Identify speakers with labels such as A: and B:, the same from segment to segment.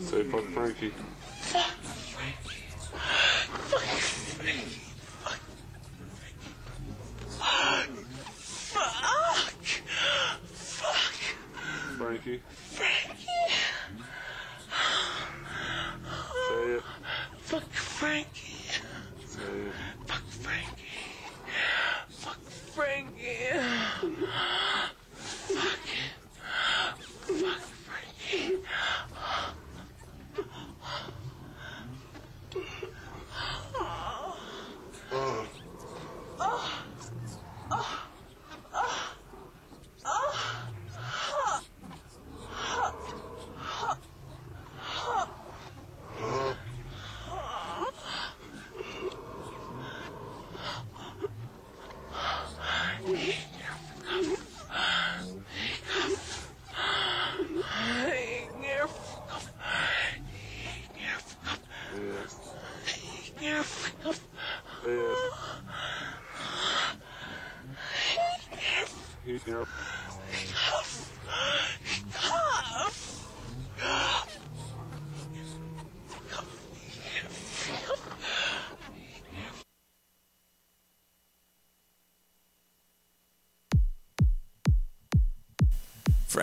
A: Say fuck Frankie. Frankie. Say it.
B: Fuck Frankie.
A: Say it.
B: Fuck Frankie. Fuck Frankie.
A: Yeah. Yeah. Heat me up.
C: For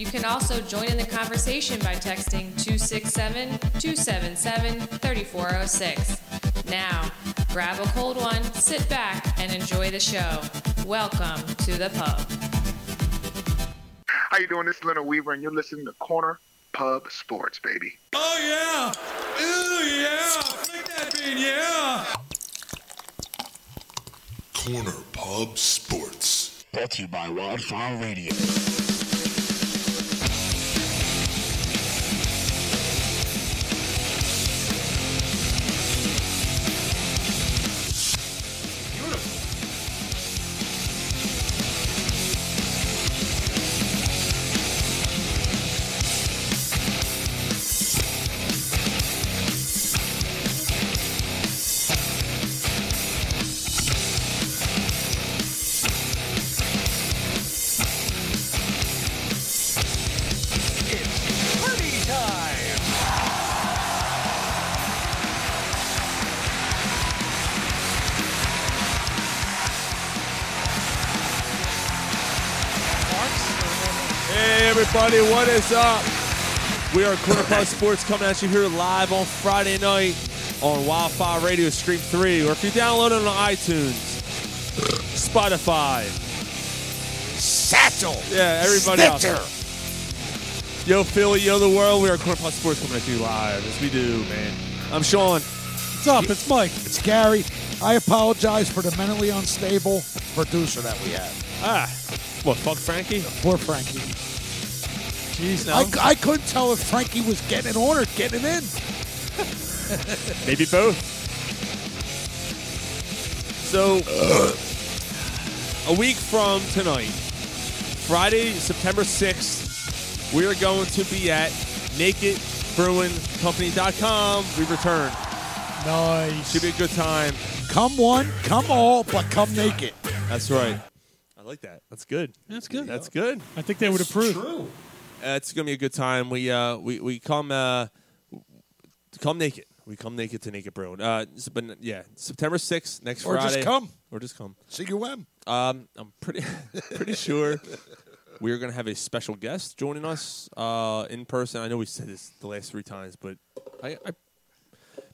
D: You can also join in the conversation by texting 267 277 3406. Now, grab a cold one, sit back, and enjoy the show. Welcome to the pub.
E: How you doing? This is Leonard Weaver, and you're listening to Corner Pub Sports, baby.
F: Oh yeah! Ooh yeah! Flick that bean, yeah!
G: Corner Pub Sports. Brought to you by Wildfire Radio.
C: Hey, everybody, what is up? We are Corner Pub Sports coming at you here live on Friday night on Wildfire Radio Stream 3, or if you download it on iTunes, Spotify,
G: Satchel!
C: yeah, everybody else. Yo, Philly, yo, the world, we are Corner Pub Sports coming at you live, as we do, man. I'm Sean.
H: What's up? It's Mike. It's Gary. I apologize for the mentally unstable producer that we have.
C: Ah, what, fuck Frankie?
H: Poor Frankie.
C: Jeez, no.
H: I, I couldn't tell if Frankie was getting it on or getting it in.
C: Maybe both. So, a week from tonight, Friday, September 6th, we are going to be at nakedbrewingcompany.com. We return.
H: Nice.
C: Should be a good time.
H: Come one, come all, but come naked.
C: That's right. I like that. That's good.
I: That's good.
C: That's good.
I: I think they would approve.
G: True.
C: Uh, it's gonna be a good time. We uh we we come uh come naked. We come naked to naked brewing. Uh, s- but n- yeah, September sixth next
H: Or just
C: Friday.
H: come.
C: or just come.
H: CUM.
C: Um, I'm pretty pretty sure we are going to have a special guest joining us uh, in person. I know we said this the last three times, but I, I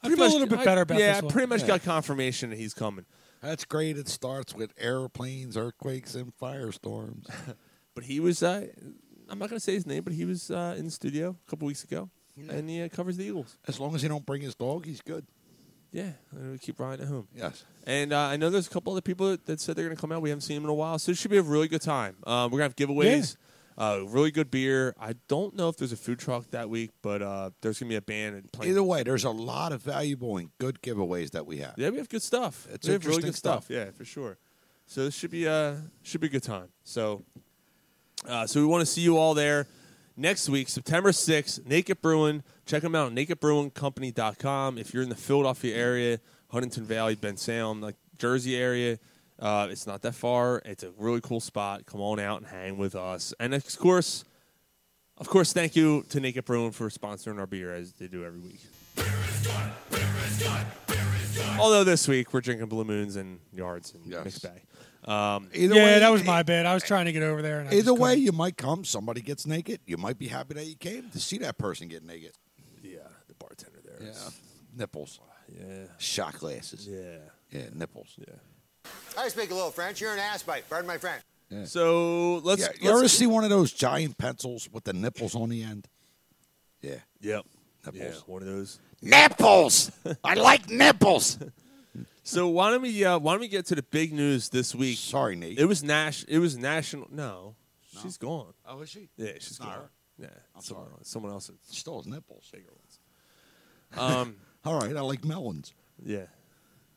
I: I feel a little bit better about
C: yeah,
I: this
C: I
I: one.
C: pretty much got confirmation that he's coming.
H: That's great. It starts with airplanes, earthquakes, and firestorms.
C: But he was uh, I'm not going to say his name, but he was uh, in the studio a couple weeks ago, and he uh, covers the Eagles.
H: As long as he don't bring his dog, he's good.
C: Yeah, and we keep riding at home.
H: Yes.
C: And uh, I know there's a couple other people that, that said they're going to come out. We haven't seen them in a while, so it should be a really good time. Uh, we're going to have giveaways. Uh, really good beer. I don't know if there's a food truck that week, but uh, there's gonna be a band and playing.
H: Either way, there's a lot of valuable and good giveaways that we have.
C: Yeah, we have good stuff.
H: It's
C: we have really
H: interesting
C: good stuff.
H: stuff.
C: Yeah, for sure. So this should be uh should be a good time. So uh, so we want to see you all there next week, September 6th, Naked Brewing. Check them out, nakedbrewingcompany.com. If you're in the Philadelphia area, Huntington Valley, Ben Salem, like Jersey area, uh, it's not that far. It's a really cool spot. Come on out and hang with us. And of course, of course, thank you to Naked Brewing for sponsoring our beer as they do every week. Although this week we're drinking Blue Moons and Yards and
H: Yes.
C: Mixed Bag. Um,
H: Either
I: yeah,
H: way,
I: that was my bad. I was trying to get over there. And I
H: Either
I: just
H: way,
I: couldn't.
H: you might come. Somebody gets naked. You might be happy that you came to see that person get naked.
C: yeah, the bartender there. is-
H: nipples,
C: Yeah.
H: shot glasses.
C: Yeah.
H: Yeah, nipples.
C: Yeah.
J: I speak a little French. You're an ass bite. Pardon my French.
C: So let's.
H: Yeah,
C: let's-
H: you ever see one of those giant pencils with the nipples on the end? Yeah,
C: Yep. Yeah,
H: nipples.
C: one of those.
H: Nipples. I like nipples.
C: So why don't we? Uh, why don't we get to the big news this week?
H: Sorry, Nate.
C: It was Nash. It was national. No, she's gone.
H: oh, is she?
C: Yeah, she's
H: not
C: gone.
H: her.
C: Yeah,
H: I'm
C: someone,
H: sorry.
C: someone else.
H: Still has nipples. Bigger ones.
C: Um.
H: All right, I like melons.
C: yeah.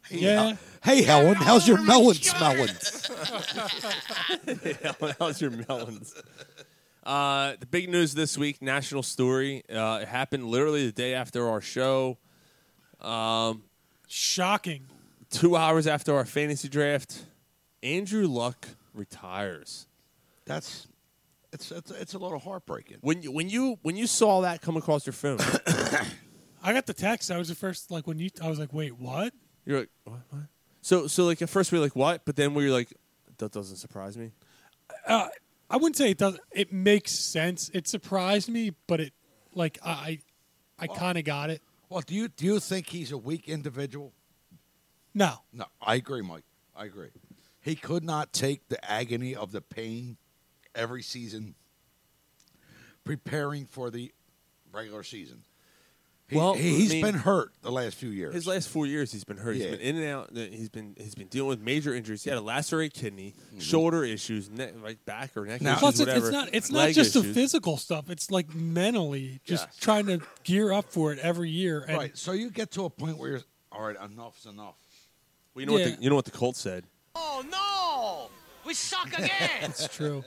H: Hey,
I: Yeah.
H: Hel- hey, Helen, how's your melon smelling?
C: How's your melons? Uh, the big news this week, national story. Uh, it happened literally the day after our show,
I: shocking.
C: two hours after our fantasy draft. Andrew Luck retires.
H: That's it's, it's it's a little heartbreaking.
C: When you, when you when you saw that come across your phone,
I: I got the text. I was the first. Like when you, I was like, wait, what?
C: You're like, what? what? So, so like at first we were like, what? But then we were like, that doesn't surprise me.
I: I wouldn't say it does. It makes sense. It surprised me, but it, like, I, I, I kind of got it.
H: Well, do you do you think he's a weak individual?
I: No,
H: No, I agree, Mike. I agree. He could not take the agony of the pain every season preparing for the regular season. He,
C: Well,
H: he, has
C: I mean-
H: been hurt the last few years.
C: His last four years, he's been hurt.
H: Yeah.
C: He's been in and out. uh, He's been he's been dealing with major injuries. He had a lacerated kidney, shoulder issues, ne- like back or neck
H: Mm-hmm. Now-
C: issues,
I: plus it's,
C: whatever.
I: it's not. It's not
C: leg
I: just the
C: issues.
I: physical stuff. It's like mentally, just
H: Yes.
I: trying to gear up for it every year. And
H: right. So you get to a point where you're all right, enough's enough.
C: Well, you know
I: Yeah.
C: what the, you know what the Colts said.
B: Oh no! We suck again!
I: It's true.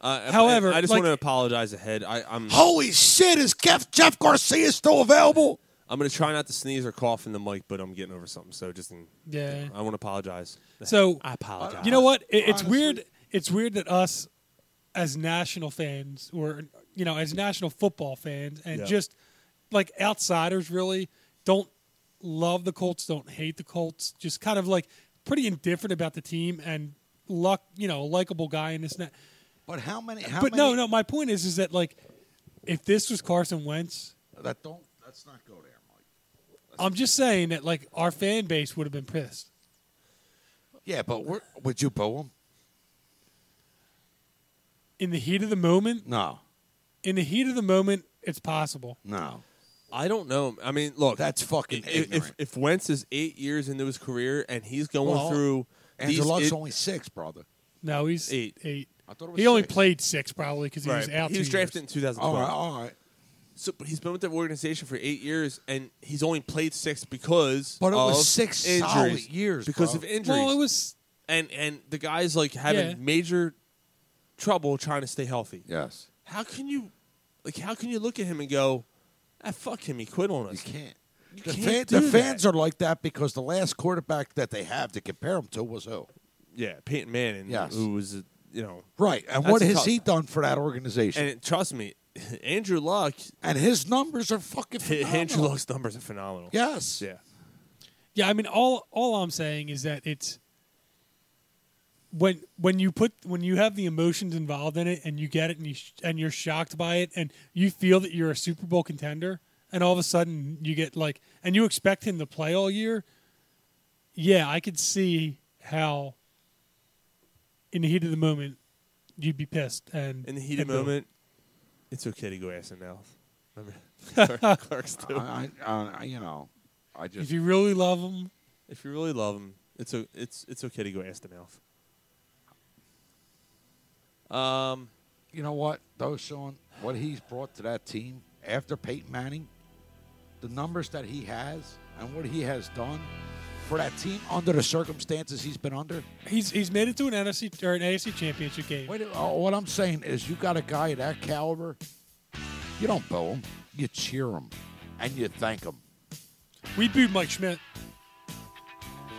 C: Uh,
I: However,
C: I, I just
I: like-
C: want to apologize ahead. I, I'm
H: Holy shit, is Jeff, Jeff Garcia still available?
C: I'm gonna try not to sneeze or cough in the mic, but I'm getting over something. So just in,
I: Yeah.
C: I want to apologize.
I: So
C: I apologize.
I: Oh, You know what? It, it's
H: Honestly-
I: weird. It's weird that us, as national fans, or you know, as national football fans, and
C: Yeah.
I: just like outsiders, really don't love the Colts, don't hate the Colts, just kind of like pretty indifferent about the team and luck. You know, a likable guy in this. and that.
H: But how many how
I: but
H: many
I: no, no. My point is, is that like if this was Carson Wentz,
H: that don't let's not go there, Mike.
I: I'm just saying that like our fan base would have been pissed.
H: Yeah, but we're, would you boo him?
I: In the heat of the moment,
H: No.
I: in the heat of the moment, it's possible.
H: No.
C: I don't know. I mean, look,
H: That's fucking
C: i- if,
H: ignorant.
C: if if Wentz is eight years into his career and he's going
H: Well,
C: through these,
H: Andrew Luck's
C: it-
H: only six, brother.
I: No, he's
C: Eight.
I: Eight.
H: I thought it was
I: He only
H: six.
I: played six probably because he was
C: Right.
I: out.
C: He was
I: two
C: drafted
I: years.
C: in 2012.
H: All right, all right.
C: So but he's been with the organization for eight years, and he's only played six because.
H: But it was
C: of
H: six
C: injuries,
H: solid years,
C: because
H: bro.
C: of injuries.
I: Well, it was
C: and and the guy's like having
I: Yeah.
C: major trouble trying to stay healthy.
H: Yes.
C: How can you, like, how can you look at him and go, ah, fuck him, he quit on
H: You
C: us.
H: can't.
C: You
H: the
C: can't
H: fan,
C: do
H: the fans
C: that.
H: are like that because the last quarterback that they have to compare him to was who?
C: yeah, Peyton Manning,
H: Yes.
C: who was, uh, you know,
H: Right. And
C: That's
H: what
C: a
H: has
C: tough-
H: he done for that organization?
C: and
H: And,
C: it- trust me, Andrew Luck,
H: his numbers are fucking phenomenal.
C: Andrew Luck's numbers are phenomenal.
H: Yes.
C: yeah.
I: yeah. I mean, all all I'm saying is that it's when when you put when you have the emotions involved in it and you get it and you sh- and you're shocked by it and you feel that you're a Super Bowl contender and all of a sudden you get like and you expect him to play all year. Yeah, I could see how in the heat of the moment you'd be pissed and
C: In the heat of
I: and
C: the
I: boo.
C: moment, it's okay to go ass and mouth. Remember, Clark- Clark's
H: I,
C: too.
H: I, I, you know, I
I: If
H: just.
I: you really love him,
C: If you really love him, it's o- it's it's okay to go ass to mouth. Um,
H: you know what though, Sean? What he's brought to that team after Peyton Manning, the numbers that he has and what he has done for that team under the circumstances he's been under.
I: He's he's made it to an NFC or an AFC championship game.
H: Wait, uh, what I'm saying is, you got a guy of that caliber, you don't boo him, you cheer him, and you thank him.
I: We booed Mike Schmidt.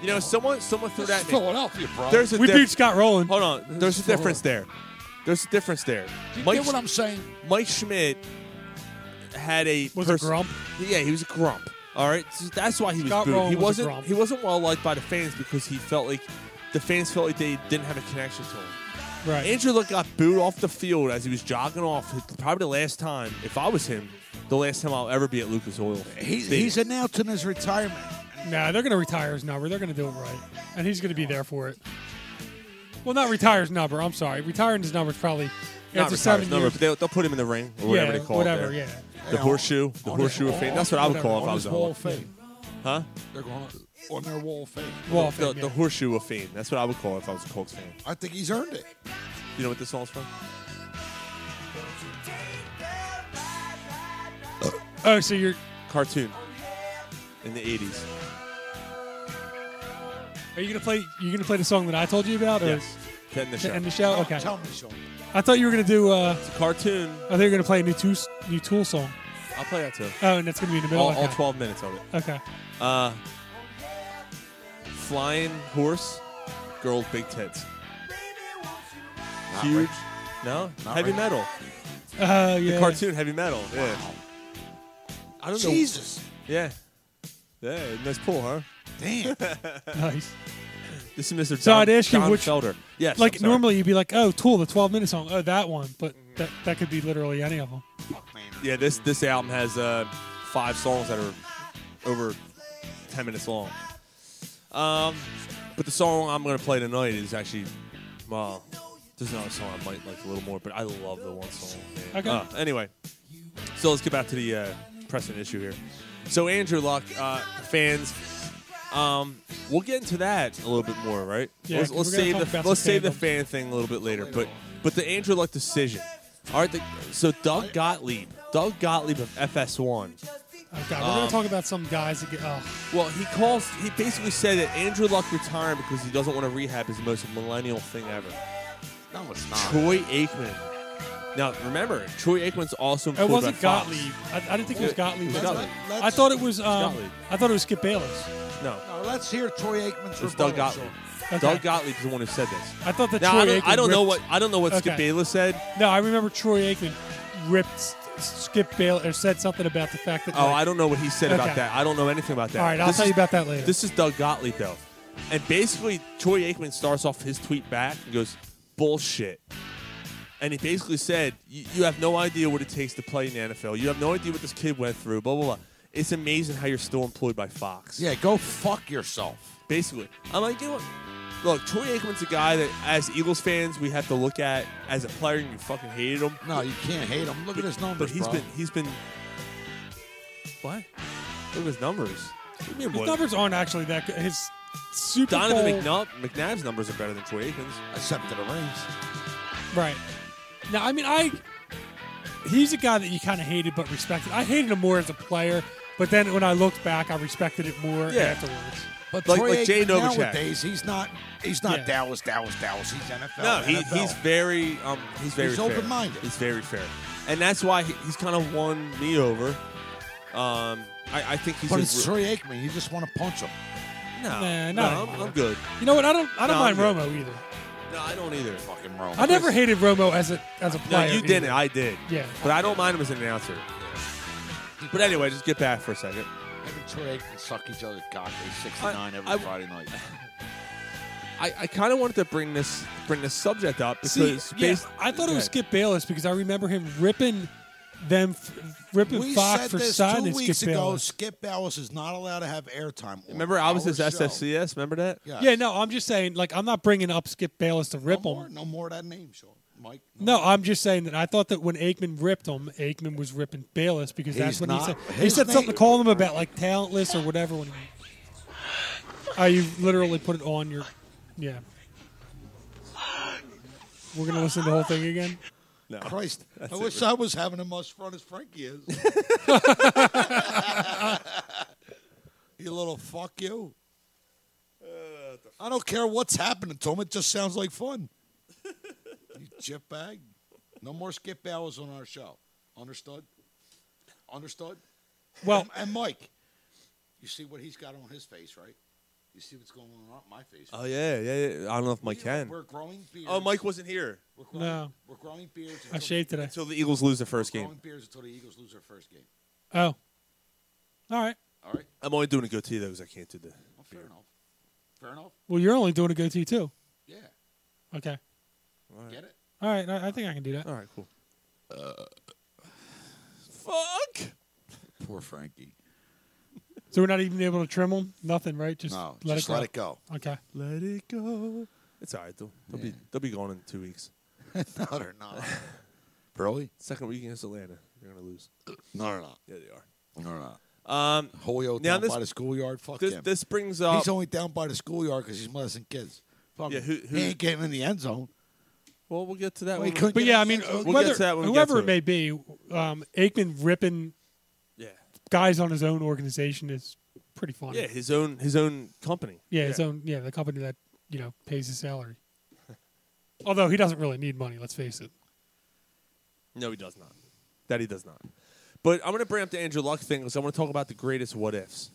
C: You know, someone someone threw
H: This
C: that. at
H: is
C: me.
H: Philadelphia, bro.
C: There's a
I: We
C: diff-
I: beat Scott Rowland.
C: Hold on. There's a
H: is so
C: difference there. There's a difference there.
H: Do you
C: Mike,
H: get what I'm saying?
C: Mike Schmidt had a
I: Was a
C: pers-
I: grump?
C: Yeah, he was a grump. All right, So that's why he was
I: Scott
C: booed.
I: Rowland
C: he
I: was a
C: wasn't.
I: grump.
C: He wasn't well liked by the fans because he felt like the fans felt like they didn't have a connection to him.
I: Right.
C: Andrew Luck got booed off the field as he was jogging off. Probably the last time, if I was him, the last time I'll ever be at Lucas Oil.
H: He's,
C: Stadium.
H: he's announcing his retirement.
I: Nah, they're going to retire his number. They're going to do it right, and he's going to be there for it. Well, not retire his number. I'm sorry, retiring his number is probably
C: Not
I: after
C: retired,
I: seven
C: number,
I: years.
C: but they'll, they'll put him in the ring or whatever
I: yeah,
C: they call
I: whatever.
C: it. there.
I: Yeah.
C: The horseshoe, the
H: On
C: horseshoe
H: his-
C: of fame. That's what I would
I: whatever,
C: call it if
H: on
C: I was
H: his
C: a
H: Wall of
C: Hawk.
H: Fame.
C: Huh?
H: They're going to, on their Wall of Fame.
I: Wall of
C: The,
I: Fame,
C: the
I: yeah.
C: horseshoe of fame. That's what I would call it if I was a Colts fan.
H: I think he's earned it.
C: You know what this song's from?
I: Oh, so you're
C: Cartoon in the '80s.
I: are you going to play? You going to play the song that I told you about? Or
C: Yes. That in the
I: To
C: show.
I: end the show. Okay.
H: Tell me, Sean.
I: I thought you were going to do. Uh,
C: It's a cartoon.
I: I thought you were going to play a new two, new Tool song.
C: I'll play that too.
I: Oh, and that's going to be in the middle.
C: All,
I: okay.
C: all 12 minutes of it.
I: Okay.
C: Uh, flying horse, girl, big tits. Huge. No,
H: Not
C: heavy
H: right.
C: metal.
I: Uh, yeah.
C: Cartoon heavy metal. Yeah. I don't
H: Jesus.
C: know. Yeah. Yeah, nice pull, huh?
H: Damn.
I: Nice.
C: This is Mr.
I: So
C: Don,
I: I'd ask you
C: Don
I: which-
C: Felder. Yes. I'm
I: Like
C: sorry.
I: normally you'd be like, oh, Tool, the 12 minute song. Oh, that one. But
C: Mm-hmm.
I: that that could be literally any of them.
C: Yeah, this this album has uh, five songs that are over ten minutes long. Um, but the song I'm gonna play tonight is actually well, there's another song I might like a little more, but I love the one song. man.
I: Okay.
C: Uh, anyway, so let's get back to the uh, pressing issue here. So Andrew Luck, uh, fans, um, we'll get into that a little bit more, right?
I: Yeah,
C: let's
I: 'cause we're
C: let's
I: gonna
C: save
I: talk
C: the
I: about
C: let's
I: some
C: save the
I: fandom.
C: fan thing a little bit later, but but the Andrew Luck decision. All right, the, so Doug Gottlieb, Doug Gottlieb of FS1.
I: Oh, God, we're
C: Um,
I: gonna talk about some guys that get. Oh,
C: Well, he calls. He basically said that Andrew Luck retiring because he doesn't want to rehab is the most millennial thing ever.
H: no, it's not.
C: Troy Aikman. Now remember, Troy Aikman's also
I: it
C: employed
I: wasn't
C: by Fox.
I: Gottlieb. I, I didn't think it was Gottlieb.
C: It was Gottlieb.
I: I thought it was. Um,
C: Gottlieb.
I: I thought it was Skip Bayless.
C: No,
H: Now, let's hear Troy Aikman's
C: it's
H: rebuttal,
C: Doug Gottlieb.
I: Okay.
C: Doug Gottlieb is the one who said this.
I: I thought that.
C: Now
I: Troy
C: I don't,
I: Aikman
C: I don't know what
I: ripped-
C: I don't know what Skip
I: Okay.
C: Bayless said.
I: No, I remember Troy Aikman ripped S- S- Skip Bayless or said something about the fact that.
C: Oh, I don't know what he said
I: Okay.
C: about that. I don't know anything about that.
I: All right, I'll
C: This
I: tell
C: is-
I: you about that later.
C: This is Doug Gottlieb, though. And basically, Troy Aikman starts off his tweet back and goes, bullshit. And he basically said, "You- you have no idea what it takes to play in the NFL. You have no idea what this kid went through, blah, blah, blah. It's amazing how you're still employed by Fox.
H: Yeah, go fuck yourself.
C: Basically. I'm like, you know what? Look, Troy Aikman's a guy that, as Eagles fans, we have to look at as a player, and you fucking hated him.
H: No, you can't hate him. Look at his
C: But
H: numbers,
C: he's
H: bro.
C: been, he's been, what? Look at his numbers. What do you mean,
I: His
C: what?
I: numbers aren't actually that good. His Super
C: Donovan
I: Bowl.
C: McNabb, McNabb's numbers are better than Troy Aikman's.
H: except to the rings.
I: Right. Now, I mean, I. He's a guy that you kind of hated but respected. I hated him more as a player, but then when I looked back, I respected it more
C: Yeah.
I: afterwards.
H: But
C: Like-
H: Troy
C: like Jay
H: Aikman
C: Novacek.
H: nowadays, he's not. He's not
I: Yeah.
H: Dallas, Dallas, Dallas. He's NFL.
C: No, he,
H: NFL.
C: he's very um, he's very
H: He's
C: fair.
H: open-minded.
C: He's very fair, and that's why he, he's kind of won me over. Um, I, I think he's
H: But
C: a
H: it's
C: re-
H: Troy Aikman. You just want to punch him.
C: no,
I: Nah,
C: no,
I: not
C: I'm,
I: anymore.
C: I'm good.
I: You know what? I don't. I don't
C: No,
I: mind
C: I'm good.
I: Romo either.
C: No, I don't either.
H: Fucking Rome.
I: I never hated Romo as a as a
C: No,
I: player.
C: you
I: either.
C: didn't. I did.
I: Yeah.
C: but I don't mind him as an announcer. But anyway, just get back for a second.
H: Him and Troy Aikman suck each other's cock. He's
C: I-
H: 69 every
C: I-
H: Friday night.
C: I, I kind of wanted to bring this bring this subject up because
I: See, yeah,
C: bas-
I: I thought it was
C: Okay.
I: Skip Bayless because I remember him ripping them, f- ripping
H: We
I: Fox
H: said
I: for
H: this
I: signing
H: two weeks
I: Skip
H: ago.
I: Bayless.
H: Skip Ballas is not allowed to have airtime. on
C: Remember, I was
H: our
C: his
H: show.
C: SFCS. Remember that?
H: Yes.
I: Yeah, no, I'm just saying. Like, I'm not bringing up Skip Bayless to
H: No
I: rip
H: more,
I: him.
H: no more of that name, Sean. Mike.
I: No, I'm just saying that I thought that when Aikman ripped him, Aikman was ripping Bayless because
H: He's
I: that's what he
H: not-
I: said. He
H: his
I: said something
H: name-
I: calling him about like talentless or whatever. When oh, you literally put it on your, yeah. We're gonna listen to the whole thing again.
C: No.
H: Christ,
C: That's
H: I
C: it.
H: wish I was having a must front as Frankie is. you little fuck you.
C: Uh,
H: I don't care what's happening to him. It just sounds like fun. you chip bag. No more skip hours on our show. Understood? Understood?
I: Well-
H: and, and Mike, you see what he's got on his face, right? You see what's going on on my face.
C: Oh yeah, yeah. yeah. I don't know if Mike
H: We are-
C: can.
H: We're growing beards.
C: Oh, Mike wasn't here.
H: We're growing,
I: No.
H: We're growing beards.
I: I shaved today.
C: Until the Eagles lose their first
H: We're
C: game.
H: Growing beards until the Eagles lose their first game.
I: Oh, all right.
H: All right.
C: I'm only doing a goatee though, because I can't do the.
H: Well, fair enough. Fair enough.
I: Well, you're only doing a goatee too.
H: Yeah.
I: Okay.
H: Get it?
I: All right. I, I think I can do that.
C: All right, cool. Fuck.
H: Poor Frankie.
I: So we're not even able to trim them. Nothing, right? Just
H: no,
I: let it
H: just
I: go.
H: let it go.
I: Okay.
C: Let it go. It's all right though. They'll be they'll be gone in two weeks.
H: no, they're not. Really?
C: Second week against Atlanta, they're gonna lose.
H: No, they're not.
C: Yeah, they are.
H: No, they're not.
C: Um,
H: Holyoke
C: Now
H: down
C: this-
H: by the schoolyard. Fuck
C: this
H: him.
C: this brings up.
H: he's only down by the schoolyard because he's molesting kids. Fuck
C: Yeah,
H: him.
C: who- who-
H: he ain't getting in the end zone.
C: well, we'll get to that.
H: Well,
C: when
H: he
C: we-
H: couldn't
I: But
H: get
I: yeah,
H: in
I: I
H: the
I: mean, uh,
H: end zone.
C: We'll
I: whether
C: get to that when we get
I: whoever
C: to
I: it may be, um, Aikman ripping
C: yeah,
I: guys on his own organization is pretty funny.
C: yeah. His own his own company.
I: Yeah, his own. Yeah, the company that you know pays his salary. Although he doesn't really need money, let's face it.
C: No, he does not. That he does not. But I'm going to bring up the Andrew Luck thing because I want to talk about the greatest what ifs.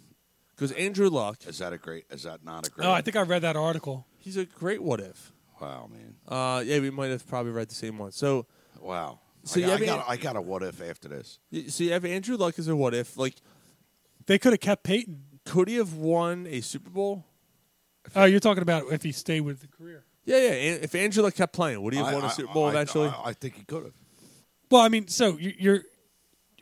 C: Because Andrew Luck,
H: Is that a great? Is that not a great?
I: Oh, I think I read that article.
C: he's a great what if.
H: Wow, man.
C: Uh, yeah, we might have probably read the same one. So,
H: Wow.
C: So
H: So
C: you
H: I,
C: have
H: got, I, got,
C: any-
H: I got a what if after this.
C: y- so you have Andrew Luck as a what if. Like,
I: They could have kept Peyton.
C: could he have won a Super Bowl?
I: Oh, you're talking about if he stayed with the career.
C: Yeah, yeah. An- If Andrew Luck kept playing, would he have
H: I-
C: won a
H: I-
C: Super Bowl
H: I-
C: eventually?
H: I, I think he could have.
I: Well, I mean, so you- you're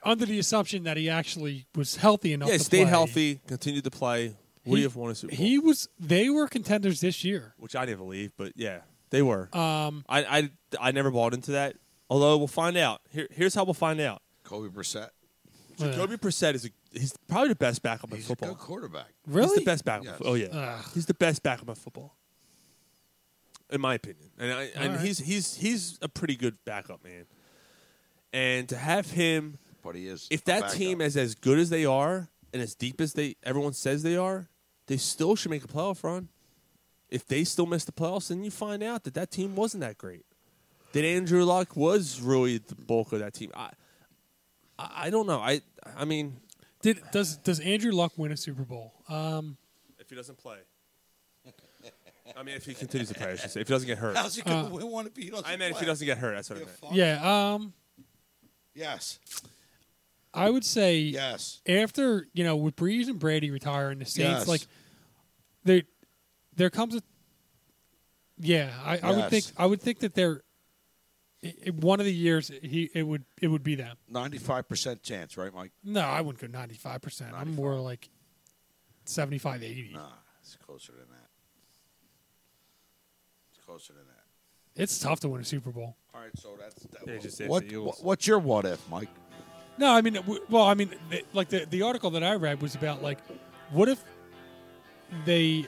I: under the assumption that he actually was healthy enough.
C: yeah,
I: to
C: stayed
I: play.
C: healthy, continued to play. Would he, have won a Super Bowl?
I: He was. They were contenders this year.
C: which I didn't believe, but yeah, they were. Um, I, I, I never bought into that. Although we'll find out. Here, here's how we'll find out.
H: Kobe Brissett.
C: Jacoby Brissett is a, he's probably the best backup in
H: He's a
C: football.
H: good quarterback.
I: really?
C: He's the best backup.
H: Yes.
C: Oh yeah,
I: Ugh.
C: he's the best backup in football, in my opinion. And I, and
I: right.
C: he's he's he's a pretty good backup man. And to have him,
H: But he is.
C: if
H: a
C: that
H: backup.
C: team is as good as they are and as deep as they everyone says they are, they still should make a playoff run. If they still miss the playoffs, then you find out that that team wasn't that great. That Andrew Luck was really the bulk of that team. I, I, I don't know. I, I mean,
I: Did does does Andrew Luck win a Super Bowl? Um,
C: If he doesn't play. I mean, if he continues to play, I should say. If he doesn't get hurt.
H: How's he going to win one if he doesn't?
C: I meant if he
H: play?
C: doesn't get hurt, that's what I
H: Uh. Yeah,
C: meant.
H: fuck.
I: yeah. Um,
H: Yes.
I: I would say
H: Yes.
I: after you know with Breeze and Brady retiring, the Saints
H: Yes.
I: like there there comes a yeah. I, I would
H: Yes.
I: think I would think that there i- i- one of the years he it would it would be them.
H: Ninety-five percent chance, right, Mike?
I: No, I wouldn't go ninety five percent. I'm more like 75, 80.
H: Nah, it's closer than that. It's closer than that.
I: It's tough to win a Super Bowl.
H: All right, so that's that
C: Yeah, just say it's
H: what,
C: the Eagles.
H: wh- What's your what if, Mike?
I: No, I mean, w- well, I mean, th- like the the article that I read was about like, what if they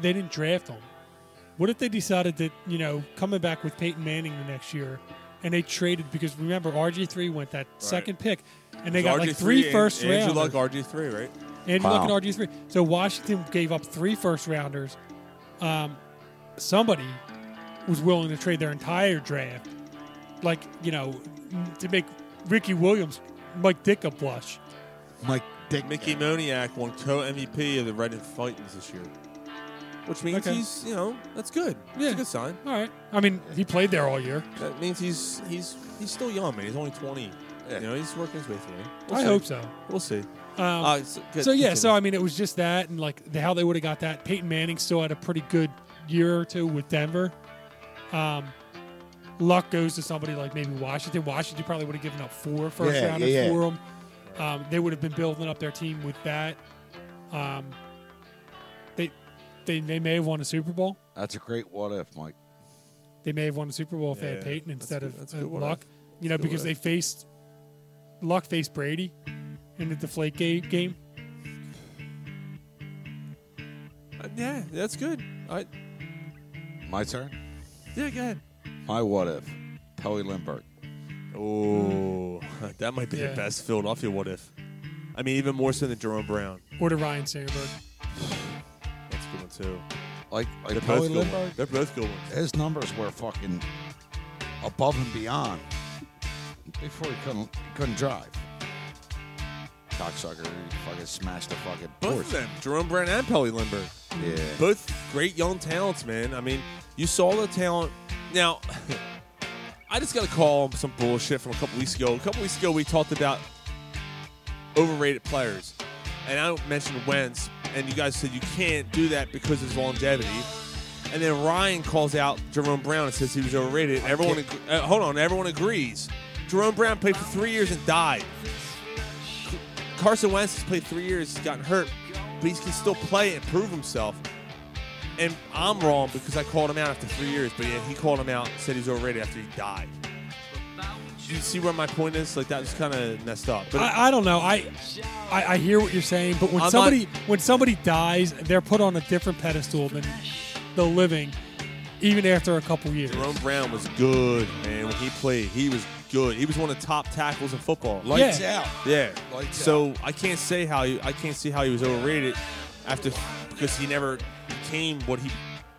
I: they didn't draft him? What if they decided that you know coming back with Peyton Manning the next year, and they traded because remember RG three went that second pick, and they got like three first
C: Andrew
I: rounders.
C: Luck, RG3, right?
I: Andrew Luck
H: Wow.
I: and RG three. So Washington gave up three first rounders. Um, somebody was willing to trade their entire draft, like you know, to make Ricky Williams, Mike Dick a blush.
H: Mike Dick.
C: Mickey Moniak won co-MVP of the Red and Fightings this year. Which means
I: Okay.
C: he's, you know, that's good. That's
I: Yeah.
C: a good sign.
I: All right. I mean, he played there all year.
C: That means he's he's he's still young, man. He's only 20.
H: Yeah.
C: You know, he's working his way through.
I: I
C: see.
I: hope so.
C: We'll see.
I: Um,
C: Uh, so,
I: so yeah, so I mean, it was just that, and like the, how they would have got that. Peyton Manning still had a pretty good year or two with Denver. Um, Luck goes to somebody like maybe Washington. Washington probably would have given up four first
H: Yeah,
I: rounders
H: yeah, yeah.
I: for him. Um, they would have been building up their team with that. Um, they, they they may have won a Super Bowl.
H: That's a great what if, Mike.
I: They may have won a Super Bowl if they
C: Yeah,
I: had Peyton
C: that's
I: instead
C: good-
I: of
C: that's
I: uh,
C: good what
I: Luck.
C: if.
I: You know,
C: good what
I: because they
C: if.
I: faced Luck faced Brady in the deflate game. game.
C: Uh, yeah, that's good. I
H: My turn.
C: yeah, go ahead.
H: My what if?
K: Howie Lindbergh.
C: Oh, that might be
I: Yeah.
C: the best Philadelphia what if. I mean, even more so than Jerome Brown.
I: Or to Ryan Sandberg.
C: That's a good one too.
K: Like,
C: They're
K: like
C: both
K: Howie
C: good ones.
K: Lindbergh.
C: They're both good ones.
K: His numbers were fucking
H: above and beyond before he couldn't he couldn't drive.
K: cocksucker. He fucking smashed the fucking
C: Both
K: porch.
C: of them, Jerome Brown and Pelly Lindbergh.
K: Yeah.
C: Both great young talents, man. I mean, you saw the talent. Now, I just got a call on some bullshit from a couple weeks ago. A couple weeks ago, we talked about overrated players, and I mentioned Wentz, and you guys said you can't do that because of his longevity. And then Ryan calls out Jerome Brown and says he was overrated. Everyone, ag- uh, hold on, everyone agrees. Jerome Brown played for three years and died. Carson Wentz has played three years, he's gotten hurt, but he can still play and prove himself. And I'm wrong because I called him out after three years, but yeah, he called him out, said he's overrated after he died. You see where my point is? Like that was kind of messed up. But
I: I, I don't know. I, I I hear what you're saying, but when
C: I'm
I: somebody when somebody dies, they're put on a different pedestal than the living, even after a couple years.
C: Jerome Brown was good, man. When he played, he was good. He was one of the top tackles in football.
H: Lights Yeah. out.
C: Yeah.
H: Lights
C: so I can't say how he, I can't see how he was overrated after because he never became what he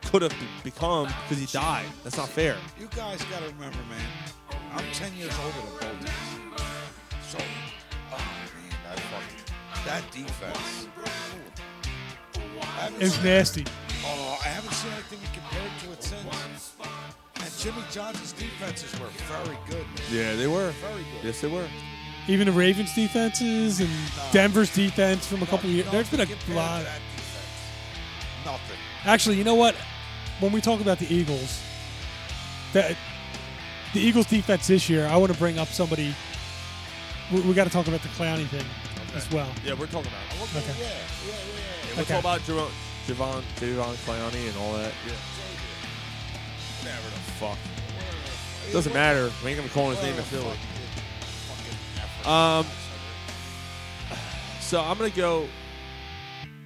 C: could have be- become because he died. That's not fair.
H: You guys got to remember, man. I'm 10 years older than both of you. So, oh man, that fucking that defense. I haven't
I: It's
H: seen-
I: nasty.
H: Oh, I haven't seen anything compared to it since. And Jimmy Johnson's defenses were very good. man.
C: Yeah, they were.
H: Very good.
C: Yes, they were.
I: Even the Ravens' defenses and Denver's defense from a couple years. There's been a lot.
H: Nothing.
I: Actually, you know what? When we talk about the Eagles, that the Eagles' defense this year, I want to bring up somebody. We, we got to talk about the Clowney thing as well.
C: Yeah, we're talking about.
H: Okay. Yeah, yeah,
C: Yeah,
H: yeah.
C: we're
I: Okay.
C: talking about Jerome, Javon, Javon Clowney and all that. Yeah.
H: Never the
C: Fuck. Doesn't matter. We ain't gonna call his name in Philly. Um, so I'm gonna go.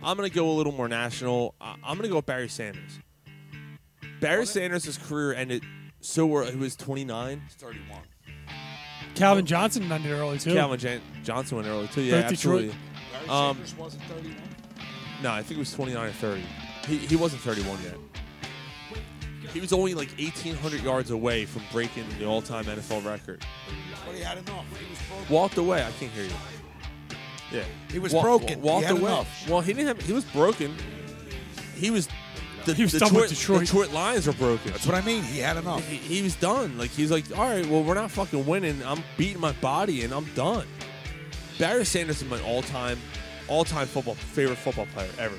C: I'm gonna go a little more national. I- I'm gonna go with Barry Sanders. Barry Sanders' career ended so early. He was 29.
H: He's 31.
I: Calvin Johnson ended early too.
C: Calvin Jan- Johnson went early too. Yeah,
I: Both Detroit.
C: absolutely.
H: Barry
C: Um,
H: Sanders wasn't 31.
C: no, I think it was 29 or 30. He, he wasn't 31 yet. He was only like 1,800 yards away from breaking the all-time NFL record.
H: But he had enough. He was broken.
C: Walked away. I can't hear you. Yeah,
H: He was
C: Wa-
H: broken.
C: wa- Walked
H: He had
C: away.
H: enough.
C: Well, he didn't have. He was broken. He was. The,
I: He was
C: the
I: done with
C: Detroit.
I: Detroit.
C: Detroit Lions were broken.
H: That's what I mean. He had enough.
C: He, he was done. Like he's like, all right, well, we're not fucking winning. I'm beating my body, and I'm done. Barry Sanders is my all-time, all-time football favorite football player ever.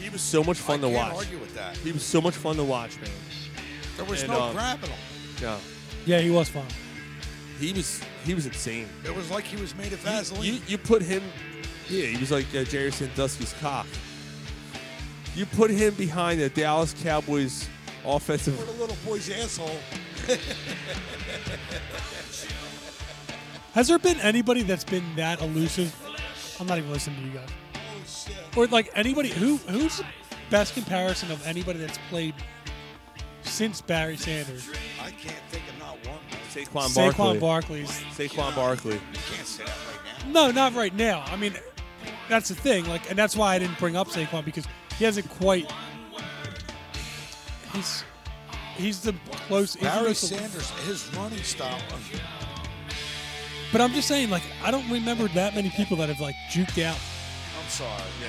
C: He was so much fun
H: I
C: to
H: can't
C: watch.
H: argue with that.
C: He was so much fun to watch, man.
H: There was
C: And,
H: no
C: um,
H: grabbing him.
C: Yeah,
I: Yeah, he was fun.
C: he was he was insane.
H: It was like he was made of
C: You,
H: Vaseline.
C: you put him, yeah, he was like uh, Jerry Sandusky's cock. You put him behind the Dallas Cowboys offensive.
H: For the little boy's asshole.
I: Has there been anybody that's been that elusive? I'm not even listening to you guys.
H: Oh, shit.
I: Or like anybody who who's the best comparison of anybody that's played since Barry Sanders?
H: I can't think of not one.
C: Saquon
I: Saquon
C: Barkley.
I: Barkley's.
C: Saquon Barkley.
H: You can't say that right now.
I: No, not right now. I mean, that's the thing. Like, and that's why I didn't bring up Saquon because he hasn't quite. He's he's the close. he's the
H: Barry
I: most-
H: Sanders, his running style.
I: But I'm just saying, like, I don't remember that many people that have like juked out.
H: I'm sorry. Yeah.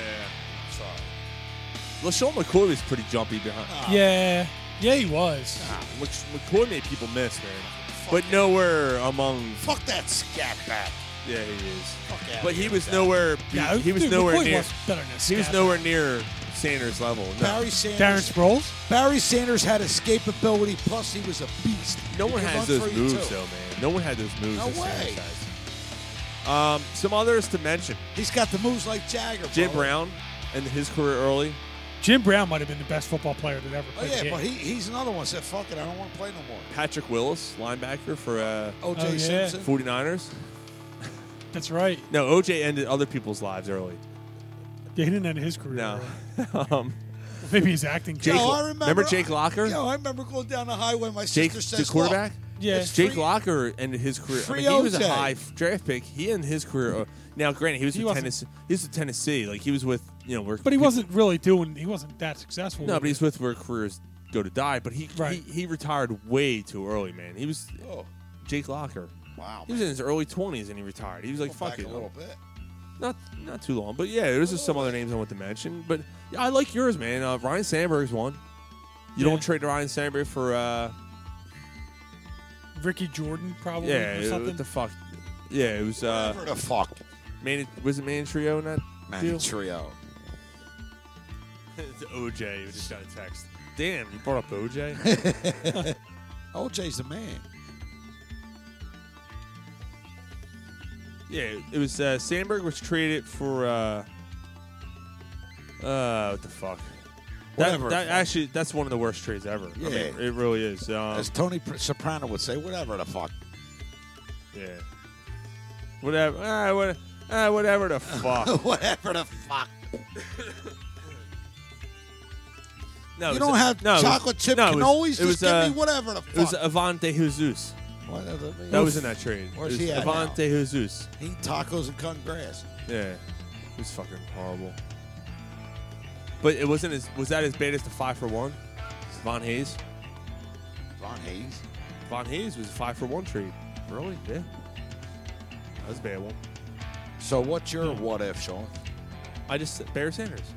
H: I'm
C: LaShawn
H: sorry.
C: McCoy was pretty jumpy behind.
I: Yeah, yeah, he was.
C: Mc McCoy made people miss, man. But nowhere among.
H: Fuck that scat back.
C: Yeah, he is.
H: Fuck out
C: But
H: of
C: he
H: here
C: was
H: with that.
C: nowhere. be-
I: Yeah,
C: he was
I: dude,
C: nowhere
I: McCoy
C: near.
I: was better than
C: He was
I: Scott.
C: nowhere near Sanders level. No,
H: Barry Sanders.
I: Darren Sproles.
H: Barry Sanders had escapability, plus he was a beast.
C: no
H: He
C: one
H: could
C: has
H: run
C: those
H: for you,
C: moves
H: too.
C: though, man. No one had those moves.
H: No
C: that Sanders
H: way.
C: has. Um, some others to mention:
H: He's got the moves like Jagger.
C: Jim
H: brother.
C: Brown and his career early.
I: Jim Brown might have been the best football player that ever
H: Oh,
I: played. the
H: yeah,
I: game.
H: but he, he's another one said, fuck it, I don't want to play no more.
C: Patrick Willis, linebacker for uh,
I: Oh,
H: OJ
I: yeah.
H: Simpson.
C: 49ers.
I: That's right.
C: No, OJ ended other people's lives early.
I: Yeah, he didn't end his career.
C: No.
I: early.
C: um,
I: Maybe he's acting.
C: Jake-
H: Yo, I remember,
C: remember Jake Locker?
H: Yo, I remember going down the highway. My
C: Jake,
H: sister
C: the
H: says,
C: quarterback.
H: Look, it's
C: Jake
H: free-
C: Locker and his career. I
H: free
C: mean, he was
H: OJ.
C: a high f- draft pick. He and his career. uh, Now, granted, he was
I: He
C: with
I: wasn't-
C: Tennessee. He was with Tennessee. Like he was with you know. Where
I: But he
C: people-
I: wasn't really doing. He wasn't that successful.
C: No, but he's with where careers go to die. But he
I: Right.
C: he, he retired way too early, man. He was Jake Locker.
H: Oh, Wow,
C: he was in his early twenties and he retired. He was like,
H: back
C: "Fuck it,
H: a little bit.
C: not not too long." But yeah, there's just some other names I want to mention. But yeah, I like yours, man. Uh, Ryan Sandberg's one. You don't trade Ryan Sandberg for uh,
I: Ricky Jordan probably.
C: yeah,
I: or
C: it-
I: something.
C: what the fuck? Yeah, it was uh,
K: Whatever the fuck.
C: Man, was it Man Trio in that?
K: Man
C: deal?
K: Trio.
C: It's OJ who just got a text. Damn, you brought up OJ.
H: OJ's the man.
C: yeah, it was uh, Sandberg was traded for uh, uh, what the fuck? That,
H: Whatever.
C: that actually, that's one of the worst trades ever. I
H: Yeah.
C: mean, it really is. Um,
H: As Tony Pr- Soprano would say, whatever the fuck.
C: yeah. Whatever. Ah, what, ah, whatever the fuck.
H: whatever the fuck.
C: No,
H: You
C: it was, uh,
H: don't have
C: no, it was-
H: chocolate chip
C: no, it was- it
H: cannolis? Just
C: was,
H: give
C: uh,
H: me whatever the fuck.
C: It was Avante Jesus.
H: Whatever.
C: That was in that trade.
H: Where's
C: It was
H: he at now?
C: Avante Jesus.
H: He tacos and cutting grass.
C: Yeah, it was fucking horrible. But it wasn't as was that as bad as the five for one? Von Hayes.
H: Von Hayes.
C: Von Hayes was a five for one trade. Really? Yeah. That was a bad one.
K: So what's your what if, Sean?
C: I just Barry Sanders.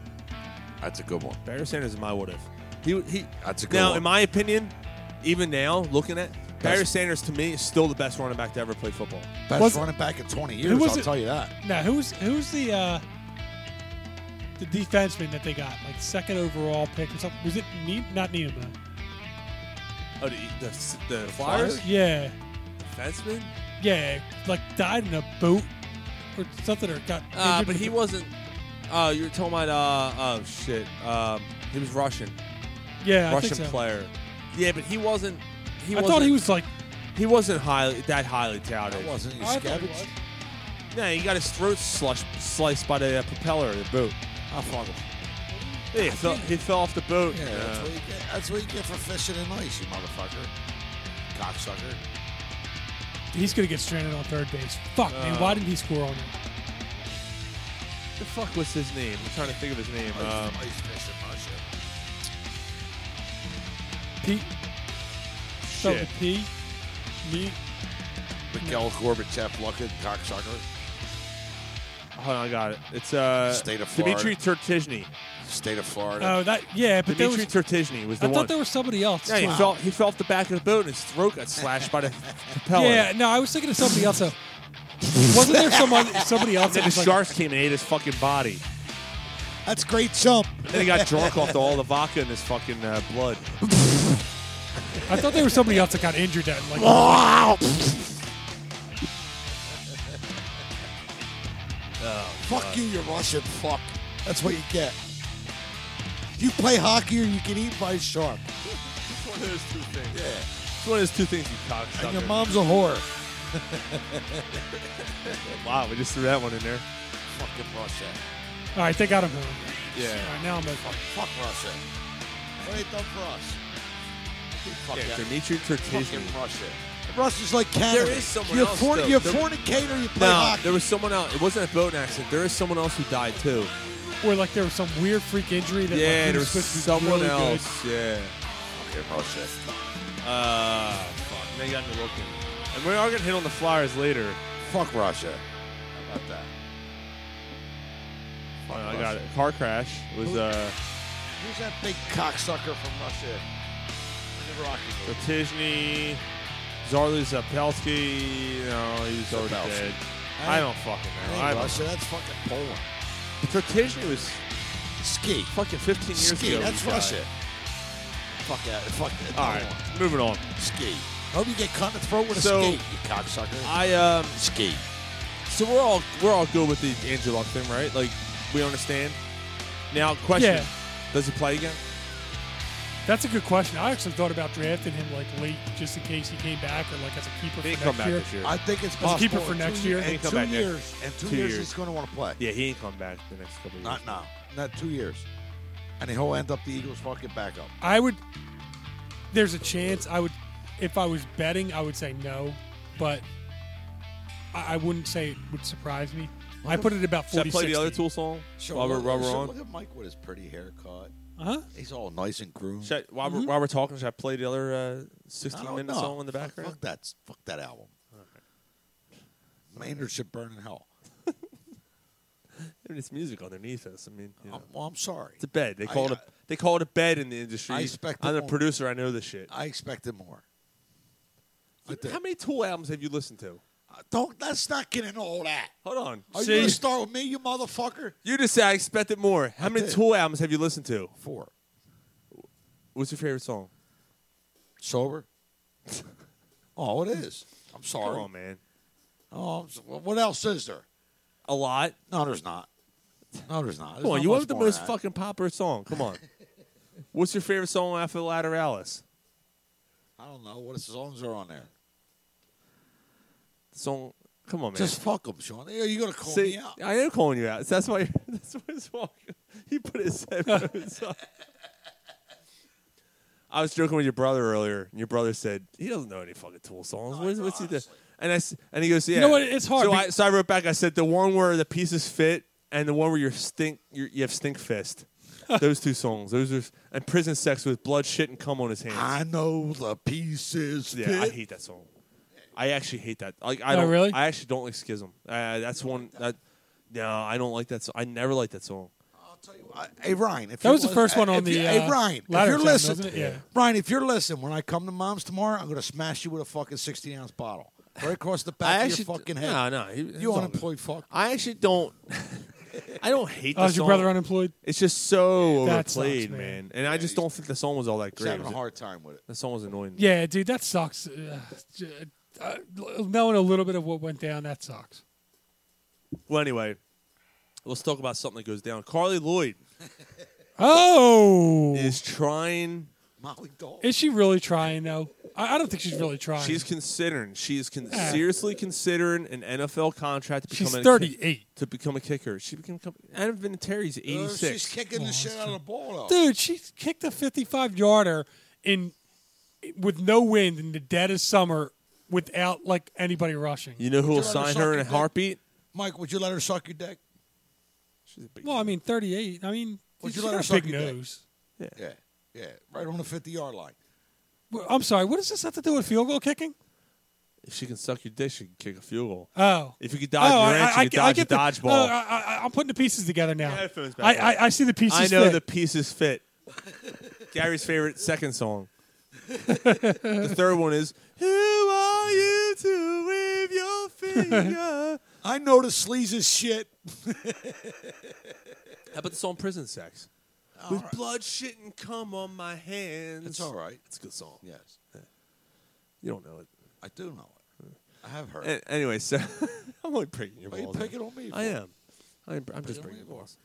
K: That's a good one.
C: Barry Sanders is my what if. He he.
K: That's a good
C: Now,
K: one.
C: in my opinion, even now looking at Barry
K: Best-
C: Sanders, to me is still the best running back to ever play football.
H: Best
I: Was-
H: running back in 20
I: Who
H: years,
I: was
H: I'll
I: it-
H: tell you that.
I: Now who's who's the uh, the defenseman that they got like second overall pick or something? Was it Neem? Not Neem though.
C: Oh, the the, the, Flyers
I: Yeah,
C: defenseman.
I: yeah. Like died in a boat or something or got.
C: Uh,
I: injured
C: but
I: with
C: he
I: the-
C: wasn't. Uh, you were talking about. Uh, oh shit. Um, he was Russian.
I: Yeah, I think
C: Russian
I: so.
C: player. Yeah, but he wasn't. He
I: I
C: wasn't,
I: thought he was like.
C: He wasn't highly that highly touted.
H: wasn't he
I: I thought he
H: scavenged?
C: No, he got his throat slush, sliced by the uh, propeller of the boat.
H: Oh, fuck him.
C: Yeah, he, fell, he fell off the boat.
H: Yeah, that's,
C: Uh,
H: what you get, that's what you get for fishing in ice, you motherfucker. Cocksucker.
I: He's gonna get stranded on third base. Fuck man,
C: Uh,
I: why didn't he score on him?
C: the fuck was his name? I'm trying to think of his name. Um,
H: ice fishing, my shit.
I: Pete. Start
C: Shit.
I: with P. Me.
H: Mikhail Gorbachev, Luckin, cocksucker.
C: hold on, I got it. It's uh,
H: State of
C: Dimitri Tertizhny.
H: State of Florida.
I: Oh, that yeah, but there
C: Dimitri
I: was.
C: Tertizhny was the
I: I
C: one.
I: thought there was somebody else.
C: yeah, he
I: Wow.
C: fell. He fell off the back of the boat, and his throat got slashed by the propeller.
I: Yeah, no, I was thinking of somebody else. though. Wasn't there someone, somebody else?
C: Then
I: that was
C: the
I: like-
C: sharks came and ate his fucking body.
H: that's great jump.
C: And he got drunk off the, all the vodka in his fucking uh, blood.
I: I thought there was somebody else that got injured. That like,
C: Oh,
H: Fuck you, you Russian fuck. That's what you get. If you play hockey or you get eaten by a shark.
C: It's one of those two things.
H: Yeah.
C: It's one of those two things you
H: And
C: cocksucker.
H: your mom's a whore.
C: Wow, we just threw that one in there.
H: Fucking Russia.
I: all right, they got him. Home.
C: Yeah.
I: All right, now I'm like,
H: Fuck Russia. What ain't done for us? Fuck
C: Yeah,
H: that.
C: Dimitri Tertizhny.
H: Fucking Russia. Russia's like Canada.
C: There is someone
H: you're
C: else,
H: forni-
C: though.
H: you're
C: There-
H: fornicator, you play
C: No,
H: hockey.
C: there was someone else. It wasn't a boat accident. There is someone else who died too.
I: or like there was some weird freak injury that like,
C: Yeah,
I: he
C: there was
I: was supposed to be
C: someone
I: really
C: else. Yeah.
K: Fucking Russia.
C: Uh, fuck. They got me looking. And we are gonna hit on the Flyers later.
K: Fuck Russia. How about that?
C: Oh, I got it. Car crash was uh,
H: Who's that big cocksucker from Russia? In the Rocky movie.
C: Tertizhny, Zarlu Zapelski. No, he was already
K: Zapelski.
C: dead. I don't fucking know.
H: That
C: I
H: ain't
C: don't.
H: Russia, that's fucking Poland.
C: Tertizhny was
H: Ski.
C: fucking 15 years
H: Ski,
C: ago. he
H: that's
C: died.
H: Russia. Fuck that. Fuck that.
C: All right, moving on.
H: Ski. Hope you get cut in the throat with a
C: So-
H: ski, you cocksucker.
C: I um.
H: ski.
C: So we're all we're all good with the Andrew Luck thing, right? Like we understand. Now, question:
I: Yeah.
C: Does he play again?
I: good. That's a good question. I actually thought about drafting him like late, just in case he came back, or like as a keeper.
C: He
I: for
C: ain't
I: next
C: come back
I: year.
C: this year.
H: I think it's
I: Let's
H: possible.
I: keep it for next year.
H: In
C: Ain't come
H: two
C: back next-
H: years, in two,
C: two
H: years,
C: years.
H: he's going to want to play.
C: yeah, he ain't come back the next couple of years.
H: Not now. Not two years. and he'll end up the Eagles' fucking backup.
I: I would. There's a chance I would, if I was betting, I would say no, but I, I wouldn't say it would surprise me. I put it at about
C: Should I
I: forty.
C: play the other Tool song?
H: Sure,
C: while we're,
H: look-
C: while we're
H: sure,
C: on.
H: Look at Mike with his pretty haircut.
C: Uh-huh.
I: Huh?
H: He's all nice and groomed.
C: Should I, while, we're, while we're talking, should I play the other uh, 16 minute
H: Mm-hmm. know.
C: song in the background?
H: Fuck that. Fuck that album. Maynard should burn in hell.
C: And it's music underneath us. I mean, you know.
H: Well, I'm sorry.
C: it's a bed. They
H: I-
C: call it a, they call it a bed in the industry.
H: I expected
C: I'm a
H: more.
C: producer. I know this shit.
H: I expected more.
C: How many Tool albums have you listened to?
H: Don't. Let's not get into all that.
C: Hold on.
H: Are
C: See?
H: you gonna start with me, you motherfucker?
C: You just said I expected more. How
H: I
C: many
H: did.
C: Tool albums have you listened to?
H: Four.
C: What's your favorite song?
H: Sober. oh, it is. I'm sorry.
C: Come on, man.
H: Oh, I'm so- what else is there?
C: A lot.
H: No, there's not. No, there's not. There's
C: Come on,
H: not
C: you
H: much
C: want the
H: more
C: most
H: than that.
C: fucking popular song. Come on. What's your favorite song after Lateralis?
H: I don't know what songs are on there.
C: The song. Come on, man.
H: Just fuck them, Sean. Are you gonna call
C: See,
H: me out?
C: I am calling you out. That's why. That's why it's walking. He put his headphones on. I was joking with your brother earlier, and your brother said he doesn't know any fucking Tool songs. What is what's he do? And I s- and he goes, yeah.
I: know what? It's hard
C: So
I: be-
C: I, so I wrote back. I said the one where the pieces fit, and the one where you're stink, you're, you have stink fist. those two songs. Those are and prison sex with blood, shit, and cum on his hands.
H: I know the pieces.
C: Yeah, I
H: fit.
C: hate that song. I actually hate that. Like, I
I: Oh,
C: don't
I: really?
C: I actually don't like Schism. Uh, that's one that. No, I don't like that. song. I never liked that song.
H: I- Hey Ryan, if
I: That
H: you
I: was the
H: li-
I: first one
H: if
I: on
H: you-
I: the,
H: Hey
I: uh,
H: Ryan, if
I: ladder
H: you're
I: time,
H: listening,
I: wasn't it? Yeah.
H: Ryan, if you're listening, when I come to mom's tomorrow, I'm gonna smash you with a fucking 16 ounce bottle right across the back
C: I
H: of
C: actually-
H: your fucking head.
C: No, no, he- it's
H: you
C: all
H: unemployed fuck.
C: I actually don't. I don't hate.
I: Oh,
C: the
I: is your
C: song.
I: brother unemployed?
C: It's just so
I: That sucks,
C: overplayed,
I: man.
C: man. And I just don't think the song was all that
H: He's
C: great.
H: having a
C: Was it-
H: hard time with it.
C: The song was annoying.
I: Yeah, dude, that sucks. Uh, j- uh, knowing a little bit of what went down, that sucks.
C: Well, anyway, let's talk about something that goes down. Carly Lloyd
I: Oh, is,
C: is trying.
H: Molly Doll.
I: she really trying though? I, I don't think she's really trying.
C: She's considering. She is con- seriously considering an NFL contract to become.
I: she's
C: a kick-
I: thirty eight.
C: to become a kicker. She became. Adam Vinatieri's eighty
H: Uh, she's
C: six.
H: kicking the shit out of the ball though.
I: Dude, she kicked a 55 yarder in with no wind in the dead of summer without like anybody rushing.
C: You know who will
H: Would you rather
C: sign her in a
H: suck your
C: heartbeat?
H: dick? Mike, would you let her suck your dick?
I: Well, I mean 38. I mean,
H: Would
I: she
H: you let her
I: got a
H: suck
I: big
H: your dick?
I: nose.
H: Yeah, yeah, right on the 50 yard line.
I: Well, I'm sorry. What does this have to do with field goal kicking?
C: If she can suck your dick, she can kick a field goal.
I: Oh.
C: If you could dodge
I: oh,
C: your wrench, you could dodge
I: get
C: a
I: the-
C: dodgeball.
I: oh, I, I, I'm putting the pieces together now.
C: Headphones back
I: I,
C: on.
I: I, I see the pieces.
C: I know
I: fit.
C: the pieces fit. Gary's favorite second song. the third one is Who are you to wave your finger? How
H: I know the sleaze is shit.
C: about the song Prison Sex? With blood, shit, and cum on my hands.
H: It's all right.
C: It's a good song.
H: Yes,
C: You don't know it.
H: I do know it. I have heard.
C: An- anyway, so I'm only breaking your
H: Why you
C: balls.
H: picking on me?
C: I
H: for?
C: am. I'm, I'm just
H: Picking on
C: breaking
H: me
C: your balls.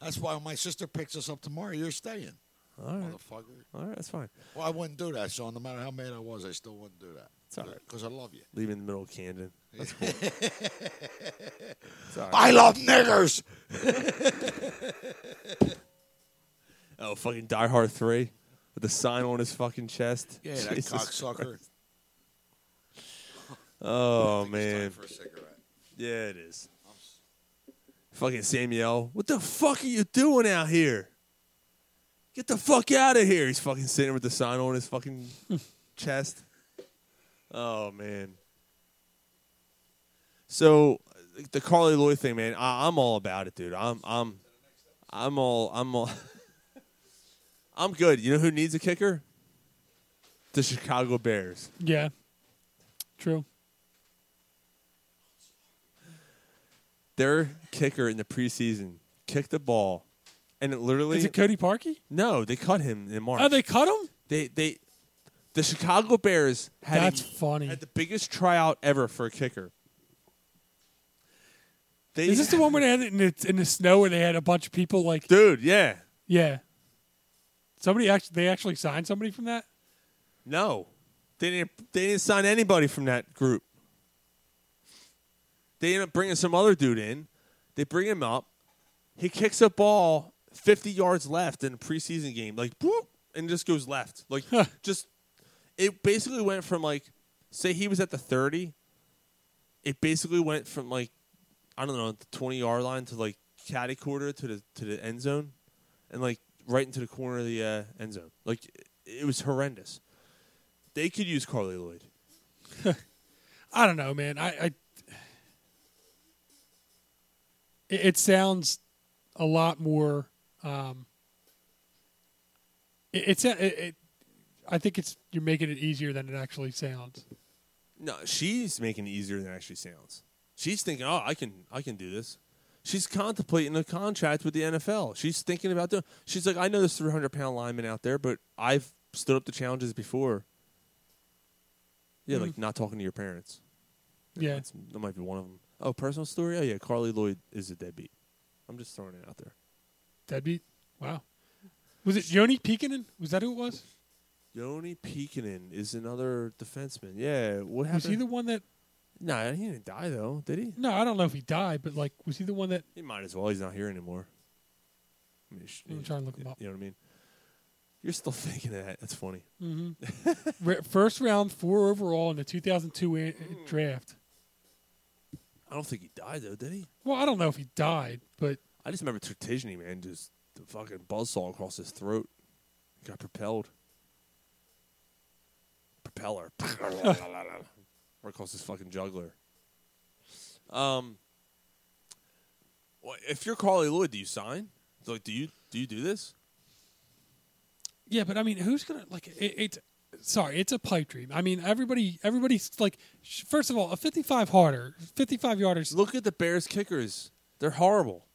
H: That's why my sister picks us up tomorrow. You're staying,
C: All right.
H: motherfucker.
C: All right, that's fine.
H: Well, I wouldn't do that, Sean. No matter how mad I was, I still wouldn't do that.
C: It's all right.
H: Because I love you.
C: Leaving in the middle of Camden. That's cool. It's all right.
H: I love niggers.
C: Oh, fucking Die Hard 3 with the sign on his fucking chest.
H: Yeah, that
C: Jesus
H: cocksucker.
C: Oh, man.
H: Time for a cigarette.
C: Yeah, it is. Fucking Samuel. What the fuck are you doing out here? Get the fuck out of here. He's fucking sitting with the sign on his fucking chest. Oh, man. So the Carly Lloyd thing, man, I, I'm all about it, dude. I'm I'm I'm all I'm all I'm good. You know who needs a kicker? The Chicago Bears.
I: Yeah. True.
C: Their kicker in the preseason kicked the ball and it literally
I: Is it Cody Parkey?
C: No, they cut him in March.
I: Oh, they cut him?
C: they they the Chicago Bears had
I: That's
C: a-
I: funny.
C: had the biggest tryout ever for a kicker. They,
I: Is this the one where they had it in the, in the snow and they had a bunch of people like
C: dude? Yeah,
I: Yeah. Somebody actually they actually signed somebody from that?
C: no, they didn't. They didn't sign anybody from that group. They end up bringing some other dude in. They bring him up. He kicks a ball 50 yards left in a preseason game, like, whoop, and just goes left. Like, just, it basically went from like, say he was at the 30, it basically went from like, I don't know, the 20 yard line to like caddy quarter to the to the end zone and like right into the corner of the uh, end zone. Like, it- it was horrendous. They could use Carly Lloyd.
I: I don't know, man. I, I it, it sounds a lot more. Um, it, it's a- it, it. I think it's you're making it easier than it actually sounds.
C: No, she's making it easier than it actually sounds. She's thinking, "Oh, I can, I can do this." She's contemplating a contract with the NFL. She's thinking about doing. She's like, "I know there's 300 pound linemen out there, but I've stood up to challenges before." Yeah,
I: Mhm.
C: like not talking to your parents.
I: Yeah.
C: that's, that might be one of them. Oh, personal story. Oh yeah, Carly Lloyd is a deadbeat. I'm just throwing it out there.
I: Deadbeat. Wow. Was it Joni Peekinen? Was that who it was?
C: Yoni Peekinen is another defenseman. Yeah, what happened?
I: Was he the one that?
C: No, he didn't die though, did he?
I: No, I don't know if he died, but like, was he the one that?
C: He might as well. He's not here anymore. I mean, sh-
I: I'm trying to look him up.
C: You know what I mean? You're still thinking of that. That's funny.
I: hmm First round, four overall in the 2002 a- draft.
C: I don't think he died though, did he?
I: Well, I don't know if he died, but
C: I just remember Tertigny, man, just the fucking buzzsaw across his throat. Got propelled. Propeller. right across his fucking juggler. Um well, if you're Carly Lloyd, do you sign? Like do you do you do this?
I: Yeah, but I mean, who's gonna like? It, it's sorry, it's a pipe dream. I mean, everybody, everybody's like, sh- first of all, a fifty-five harder, fifty-five yarders.
C: Look at the Bears kickers; they're horrible.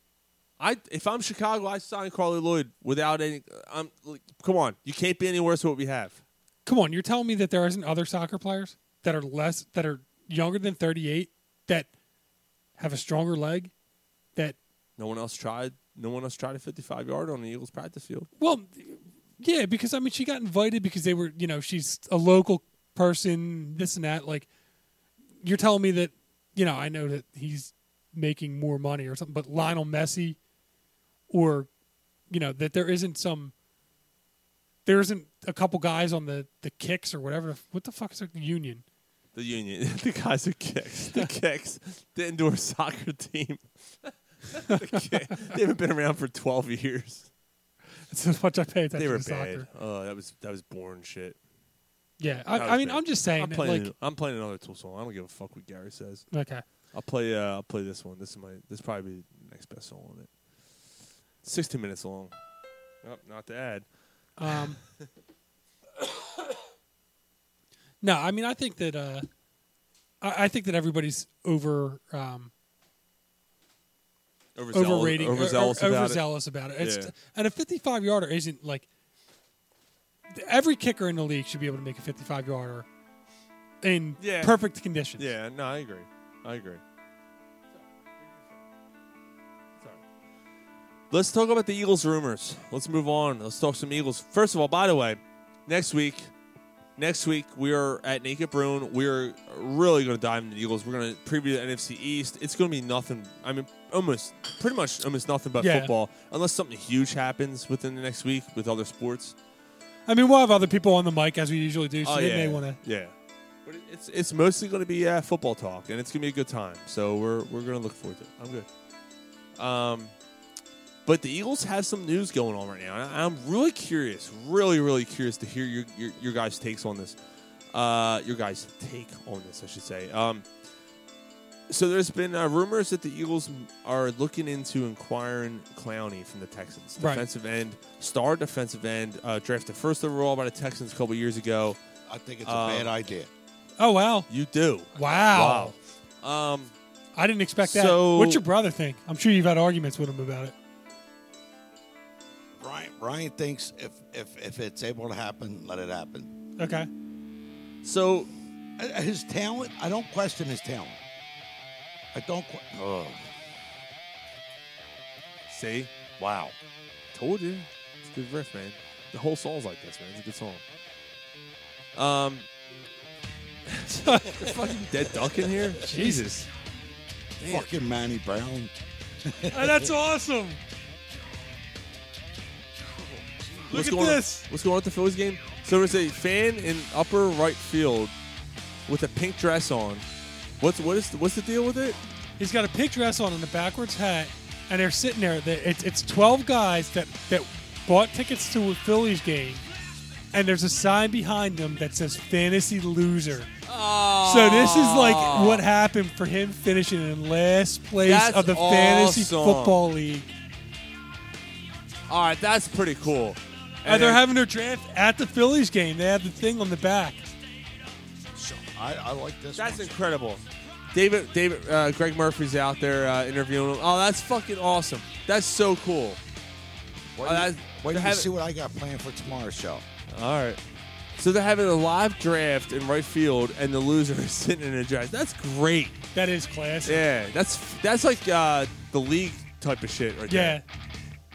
C: I if I'm Chicago, I sign Carly Lloyd without any. I'm like, come on, you can't be any worse than what we have.
I: Come on, you're telling me that there isn't other soccer players that are less, that are younger than thirty-eight, that have a stronger leg, that
C: No one else tried. No one else tried a 55 yard on the Eagles practice field.
I: Well, yeah, because I mean, she got invited because they were, you know, she's a local person, this and that. Like, you're telling me that, you know, I know that he's making more money or something, but Lionel Messi, or, you know, that there isn't some, there isn't a couple guys on the the kicks or whatever. What the fuck is the union?
C: The Union, the guys who kicks, the kicks, the indoor soccer team. The kick- they haven't been around for 12 years.
I: That's how much I pay attention
C: They were
I: to soccer.
C: bad. Oh, that was that was born shit.
I: Yeah, I-
C: That
I: I
C: was
I: mean, I'm just saying
C: I'm
I: that,
C: playing.
I: like-
C: I'm playing another Tool song. I don't give a fuck what Gary says.
I: Okay.
C: I'll play. Uh, I'll play this one. This is my. This is probably the next best song on it. Sixteen minutes long. Oh, not to add.
I: Um, no, I mean I think that uh, I, I think that everybody's over um,
C: Overzealous-
I: overrating,
C: overzealous
I: or, or,
C: about it.
I: overzealous about it. It's,
C: Yeah.
I: And a fifty-five yarder isn't like every kicker in the league should be able to make a fifty-five yarder in
C: Yeah.
I: perfect conditions.
C: Yeah. No, I agree. I agree. Let's talk about the Eagles rumors. Let's move on. Let's talk some Eagles. First of all, by the way, next week, next week we are at Naked Bruin. We're really going to dive into the Eagles. We're going to preview the NFC East. It's going to be nothing. I mean, almost, pretty much, almost nothing but
I: Yeah.
C: football, unless something huge happens within the next week with other sports.
I: I mean we'll have other people on the mic as we usually do, so
C: Oh,
I: they
C: yeah.
I: may want to.
C: Yeah. But it- it's it's mostly going to be uh, football talk, and it's going to be a good time. So we're we're going to look forward to it. I'm good. Um, but the Eagles have some news going on right now, and I- I'm really curious, really really curious to hear your your, your guys' takes on this. Uh, your guys' take on this, I should say. Um, so there's been uh, rumors that the Eagles are looking into inquiring Clowney from the Texans,
I: Right.
C: defensive end, star defensive end, uh, drafted first overall by the Texans a couple years ago.
H: I think
I: it's a
C: Um,
I: bad
H: idea.
I: Oh wow!
C: You do.
I: Wow.
C: Wow. Um,
I: I didn't expect that.
C: So-
I: What's your brother think? I'm sure you've had arguments with him about it.
H: Brian Brian thinks if if if it's able to happen, let it happen. Uh,
I: Okay.
C: So
H: his talent, I don't question his talent. I don't. que- oh.
C: See?
H: Wow.
C: Told you. It's a good riff, man. The whole song's like this, man. It's a good song. Um, the fucking dead duck in here. Jesus.
H: Fucking Manny Brown.
I: Oh, that's awesome.
C: what's going on? What's going on with the Phillies game? So there's a fan in upper right field with a pink dress on. What's what is what's the deal with it?
I: He's got a pink dress on and a backwards hat, and they're sitting there. They- It's it's twelve guys that that bought tickets to a Phillies game, and there's a sign behind them that says "Fantasy Loser." So this is like what happened for him finishing in last place
C: That's
I: of the fantasy
C: awesome.
I: football league.
C: All right, that's pretty cool.
I: And they're having their draft at the Phillies game. They have the thing on the back.
H: I, I like this.
C: That's incredible. David, David, uh, Greg Murphy's out there uh, interviewing him. Oh, that's fucking awesome. That's so cool. Oh,
H: Wait,
C: that's- they're
H: wait till you
C: having-
H: see what I got planned for tomorrow's show.
C: All right. So they're having a live draft in right field, and the loser is sitting in a draft. That's great.
I: That is classic.
C: Yeah, that's that's like uh, the league type of shit right
I: Yeah.
C: there.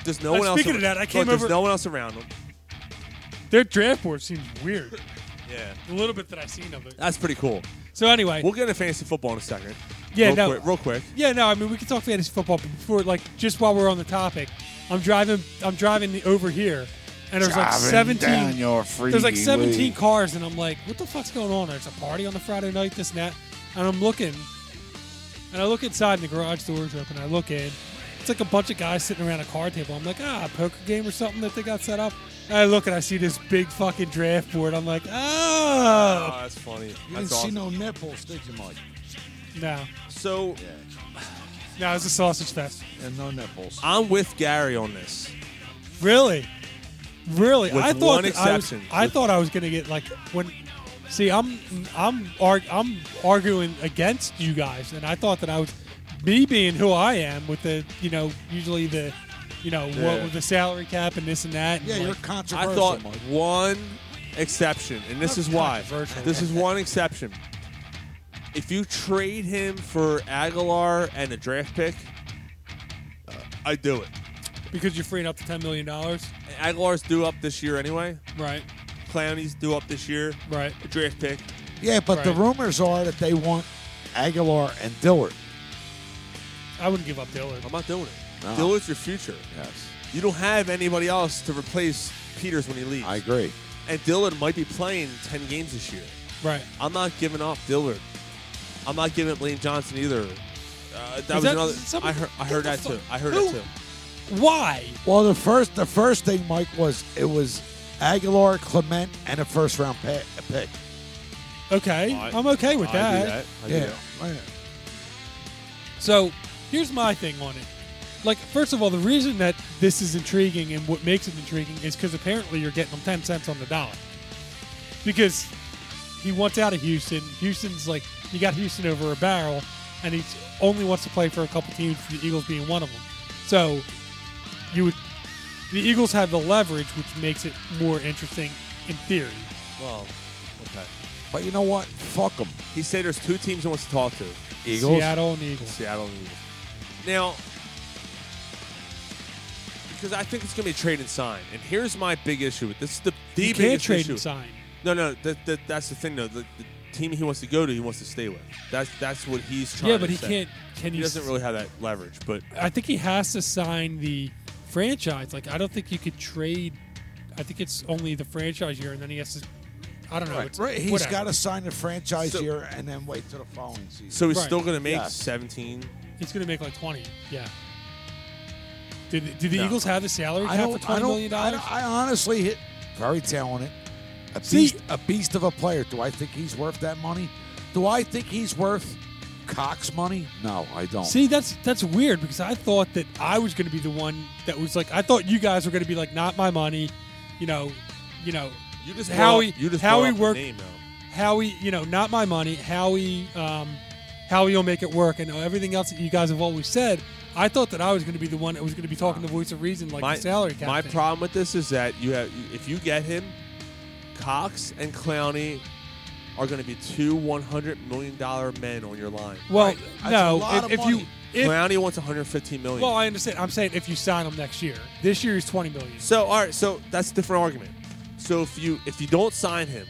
C: There's no
I: Uh,
C: one else.
I: speaking of
C: ar-
I: that, I came
C: Look,
I: over-
C: There's no one else around them.
I: Their draft board seems weird.
C: Yeah.
I: The little bit that I've seen of it.
C: That's pretty cool.
I: So anyway,
C: we'll get into fantasy football in a second.
I: Yeah,
C: real
I: no.
C: quick, real quick.
I: Yeah, no, I mean we can talk fantasy football, but before like just while we're on the topic, I'm driving I'm driving the- over here and there's like
K: Driving
I: 17
K: down your
I: There's like
K: freeway.
I: 17 cars and I'm like, what the fuck's going on? There's a party on the Friday night, this and that. And I'm looking and I look inside and the garage door's open. I look in. It's like a bunch of guys sitting around a card table. I'm like, ah, a poker game or something that they got set up. And I look and I see this big fucking draft board. I'm like, oh,
C: Oh, that's funny.
H: You
C: That's
H: didn't see
C: awesome.
H: no nipples, did you, Mike?
I: no.
C: So
I: No, it's a sausage fest.
H: And no nipples.
C: I'm with Gary on this.
I: Really? Really?
C: With
I: I thought
C: one
I: that
C: exception.
I: I, was, I thought I was going to get like when See, I'm I'm arg- I'm arguing against you guys and I thought that I was me being who I am with the, you know, usually the you know,
C: Yeah.
I: what with the salary cap and this and that. and,
H: Yeah, you're
I: like,
H: controversial,
C: I thought
H: Mike.
C: one exception, and this is why.
I: Controversial.
C: This is one exception. If you trade him for Aguilar and a draft pick, I do it.
I: because you're freeing up to 10 million dollars.
C: And Aguilar's due up this year anyway.
I: Right.
C: Clowney's due up this year.
I: Right.
C: A draft pick.
H: Yeah, but the
I: Right.
H: rumors are that they want Aguilar and Dillard.
I: I wouldn't give up Dillard.
C: I'm not doing it.
H: No.
C: Dillard's your future.
H: Yes,
C: You don't have anybody else to replace Peters when he leaves.
H: I agree.
C: and Dillard might be playing 10 games this year.
I: Right.
C: I'm not giving up Dillard. I'm not giving up Lane Johnson either. Uh, that was
I: that-
C: another.
I: some-
C: I heard, I heard
I: what
C: that
I: the
C: too.
I: fuck?
C: I heard
I: Who?
C: that too.
I: Why?
H: Well, the first the first thing, Mike, was it was Aguilar, Clement, and a first round pick. pick.
I: Okay. I, am okay with
H: Yeah, yeah.
I: So here's my thing on it. Like, first of all, the reason that this is intriguing and what makes it intriguing is because apparently you're getting them 10 cents on the dollar. Because he wants out of Houston. Houston's like, you got Houston over a barrel, and he only wants to play for a couple teams, the Eagles being one of them. So you would, the Eagles have the leverage, which makes it more interesting in theory.
C: Well, okay.
H: But you know what? Fuck them.
C: He said there's two teams he wants to talk to:
I: Seattle and the Eagles.
C: Seattle and Eagles. Now, because I think it's going to be a trade and sign. And here's my big issue. with This is the, the
I: You can't
C: biggest
I: trade
C: issue.
I: and sign.
C: No, no, that, that, that's the thing though. The, the team he wants to go to, he wants to stay with. That's that's what he's trying.
I: Yeah, but
C: to
I: he
C: say.
I: can't. Can
C: He
I: you
C: doesn't really have that leverage, but
I: I think he has to sign the franchise. Like, I don't think you could trade. I think it's only the franchise year, and then he has to. I don't know.
H: Right,
I: it's-
H: right. He's
I: whatever.
H: got to sign the franchise
C: So-
H: year and then wait till the following season.
C: so he's
I: Right.
C: still going to make
H: Yeah.
C: 17.
I: He's going to make like twenty. Yeah. Did, did the
C: No.
I: Eagles have the salary
H: I
I: cap for
H: don't. I
I: twenty million
H: don't. I,
I: dollars?
H: don't- I honestly hit very talented. A
I: See-
H: beast, a beast of a player. Do I think he's worth that money? Do I think he's worth Cox money? No, I don't.
I: See, that's that's weird because I thought that I was going to be the one that was like, I thought you guys were going to be like, not my money, you know, you know,
C: You just
I: Howie-
C: brought up- you just
I: Howie
C: brought up the
I: worked-
C: name, though.
I: Howie, you know, not my money. Howie, um, Howie will make it work, and everything else that you guys have always said. I thought that I was going to be the one that was going to be talking the voice of reason, like
C: my
I: the salary cap.
C: my
I: thing.
C: problem with this is that you have if you get him, Cox and Clowney are going to be two 100 million dollar men on your line.
I: Well,
H: That's a
I: no,
H: lot
I: if,
H: of
I: if you,
H: money.
I: if,
C: Clowney wants 115 million.
I: well, I understand. I'm saying if you sign him next year, this year is twenty million.
C: So all right, so that's a different argument. So if you if you don't sign him,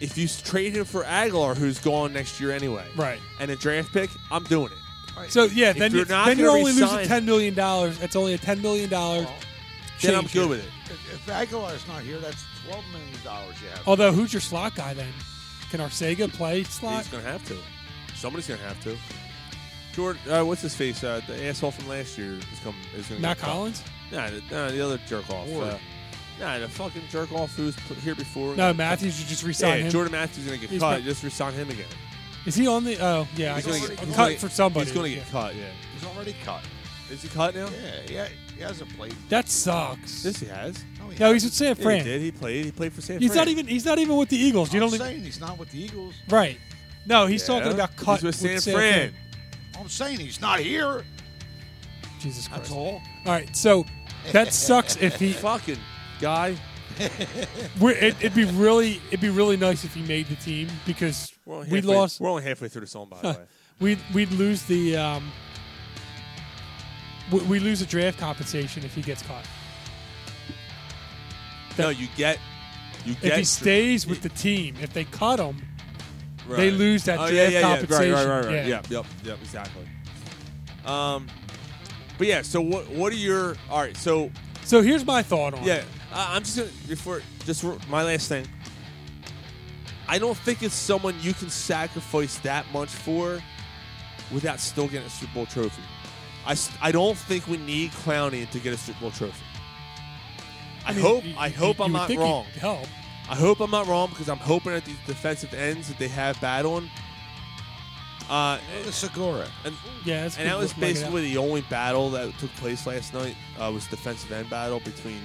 C: if you s- trade him for Aguilar, who's gone next year anyway,
I: Right.
C: and a draft pick, I'm doing it.
I: So yeah,
C: If
I: then
C: you're
I: you
C: not
I: then you're
C: gonna
I: only
C: resign-
I: losing ten million dollars. It's only a ten million dollars
C: Then I'm
I: change
C: good
I: it.
C: with it.
K: If, if Aguilar's not here, that's twelve million dollars you have.
I: Although, who's your slot guy then? Can Arcega play slot?
C: He's gonna have to. Somebody's gonna have to. Jordan, uh, what's his face? Uh, the asshole from last year is coming. Is gonna
I: Matt
C: get cut.
I: Collins?
C: Nah, the, nah, the other jerk off.
I: Ward.
C: Uh, nah, the fucking jerk off who was put here before.
I: No, Matthews, you just resign
C: yeah,
I: him.
C: Jordan Matthews is gonna get
I: He's
C: cut.
I: been-
C: just resign him again.
I: Is he on the? Oh, yeah.
C: he's
I: I
C: gonna
I: guess-
C: get
I: cut
C: he's gonna get-
I: for somebody.
C: He's gonna
I: yeah.
C: get cut. Yeah.
K: He's already cut.
C: Is he cut now?
K: Yeah, yeah, he hasn't played.
I: That sucks.
C: This he has.
K: No, he
I: No, he's with
K: hasn't.
I: San
C: Yeah,
I: Fran.
C: he did. He played. He played for San
I: he's
C: Fran.
I: not even. He's not even with the Eagles. You
K: I'm
I: don't. even-
K: saying he's not with the Eagles.
I: Right. No, he's
C: Yeah.
I: talking about cut
C: He's with San Fran.
K: I'm saying he's not here.
I: Jesus Christ.
K: That's all.
I: All right, so that sucks if he.
C: Fucking guy.
I: We're, it, it'd be really, it'd be really nice if he made the team because
C: We're only
I: we
C: halfway-
I: lost.
C: We're only halfway through the song, by the way.
I: We'd we'd lose the um. We, we lose the draft compensation if he gets caught.
C: No, you get. You get.
I: If he stays with the team, if they cut him, they lose that
C: oh,
I: draft
C: yeah, yeah, yeah.
I: compensation.
C: Right, right, right, right.
I: Yeah.
C: Yep, yep, yep, exactly. Um, but yeah. So what? What are your? All right. So
I: So here's my thought on.
C: yeah,
I: it.
C: I I'm just gonna before just for my last thing. I don't think it's someone you can sacrifice that much for, without still getting a Super Bowl trophy. I, s- I don't think we need Clowney to get a Super Bowl trophy. I,
I: mean,
C: hope
I: you-
C: I
I: you-
C: hope
I: you
C: I'm
I: would
C: not
I: think
C: wrong.
I: he'd Help.
C: I hope I'm not wrong because I'm hoping that these defensive ends that they have battling. Uh,
K: The Segura.
C: and,
I: Yeah, that's
C: and that
I: good
C: was
I: looking it up.
C: basically the only battle that took place last night uh, was defensive end battle between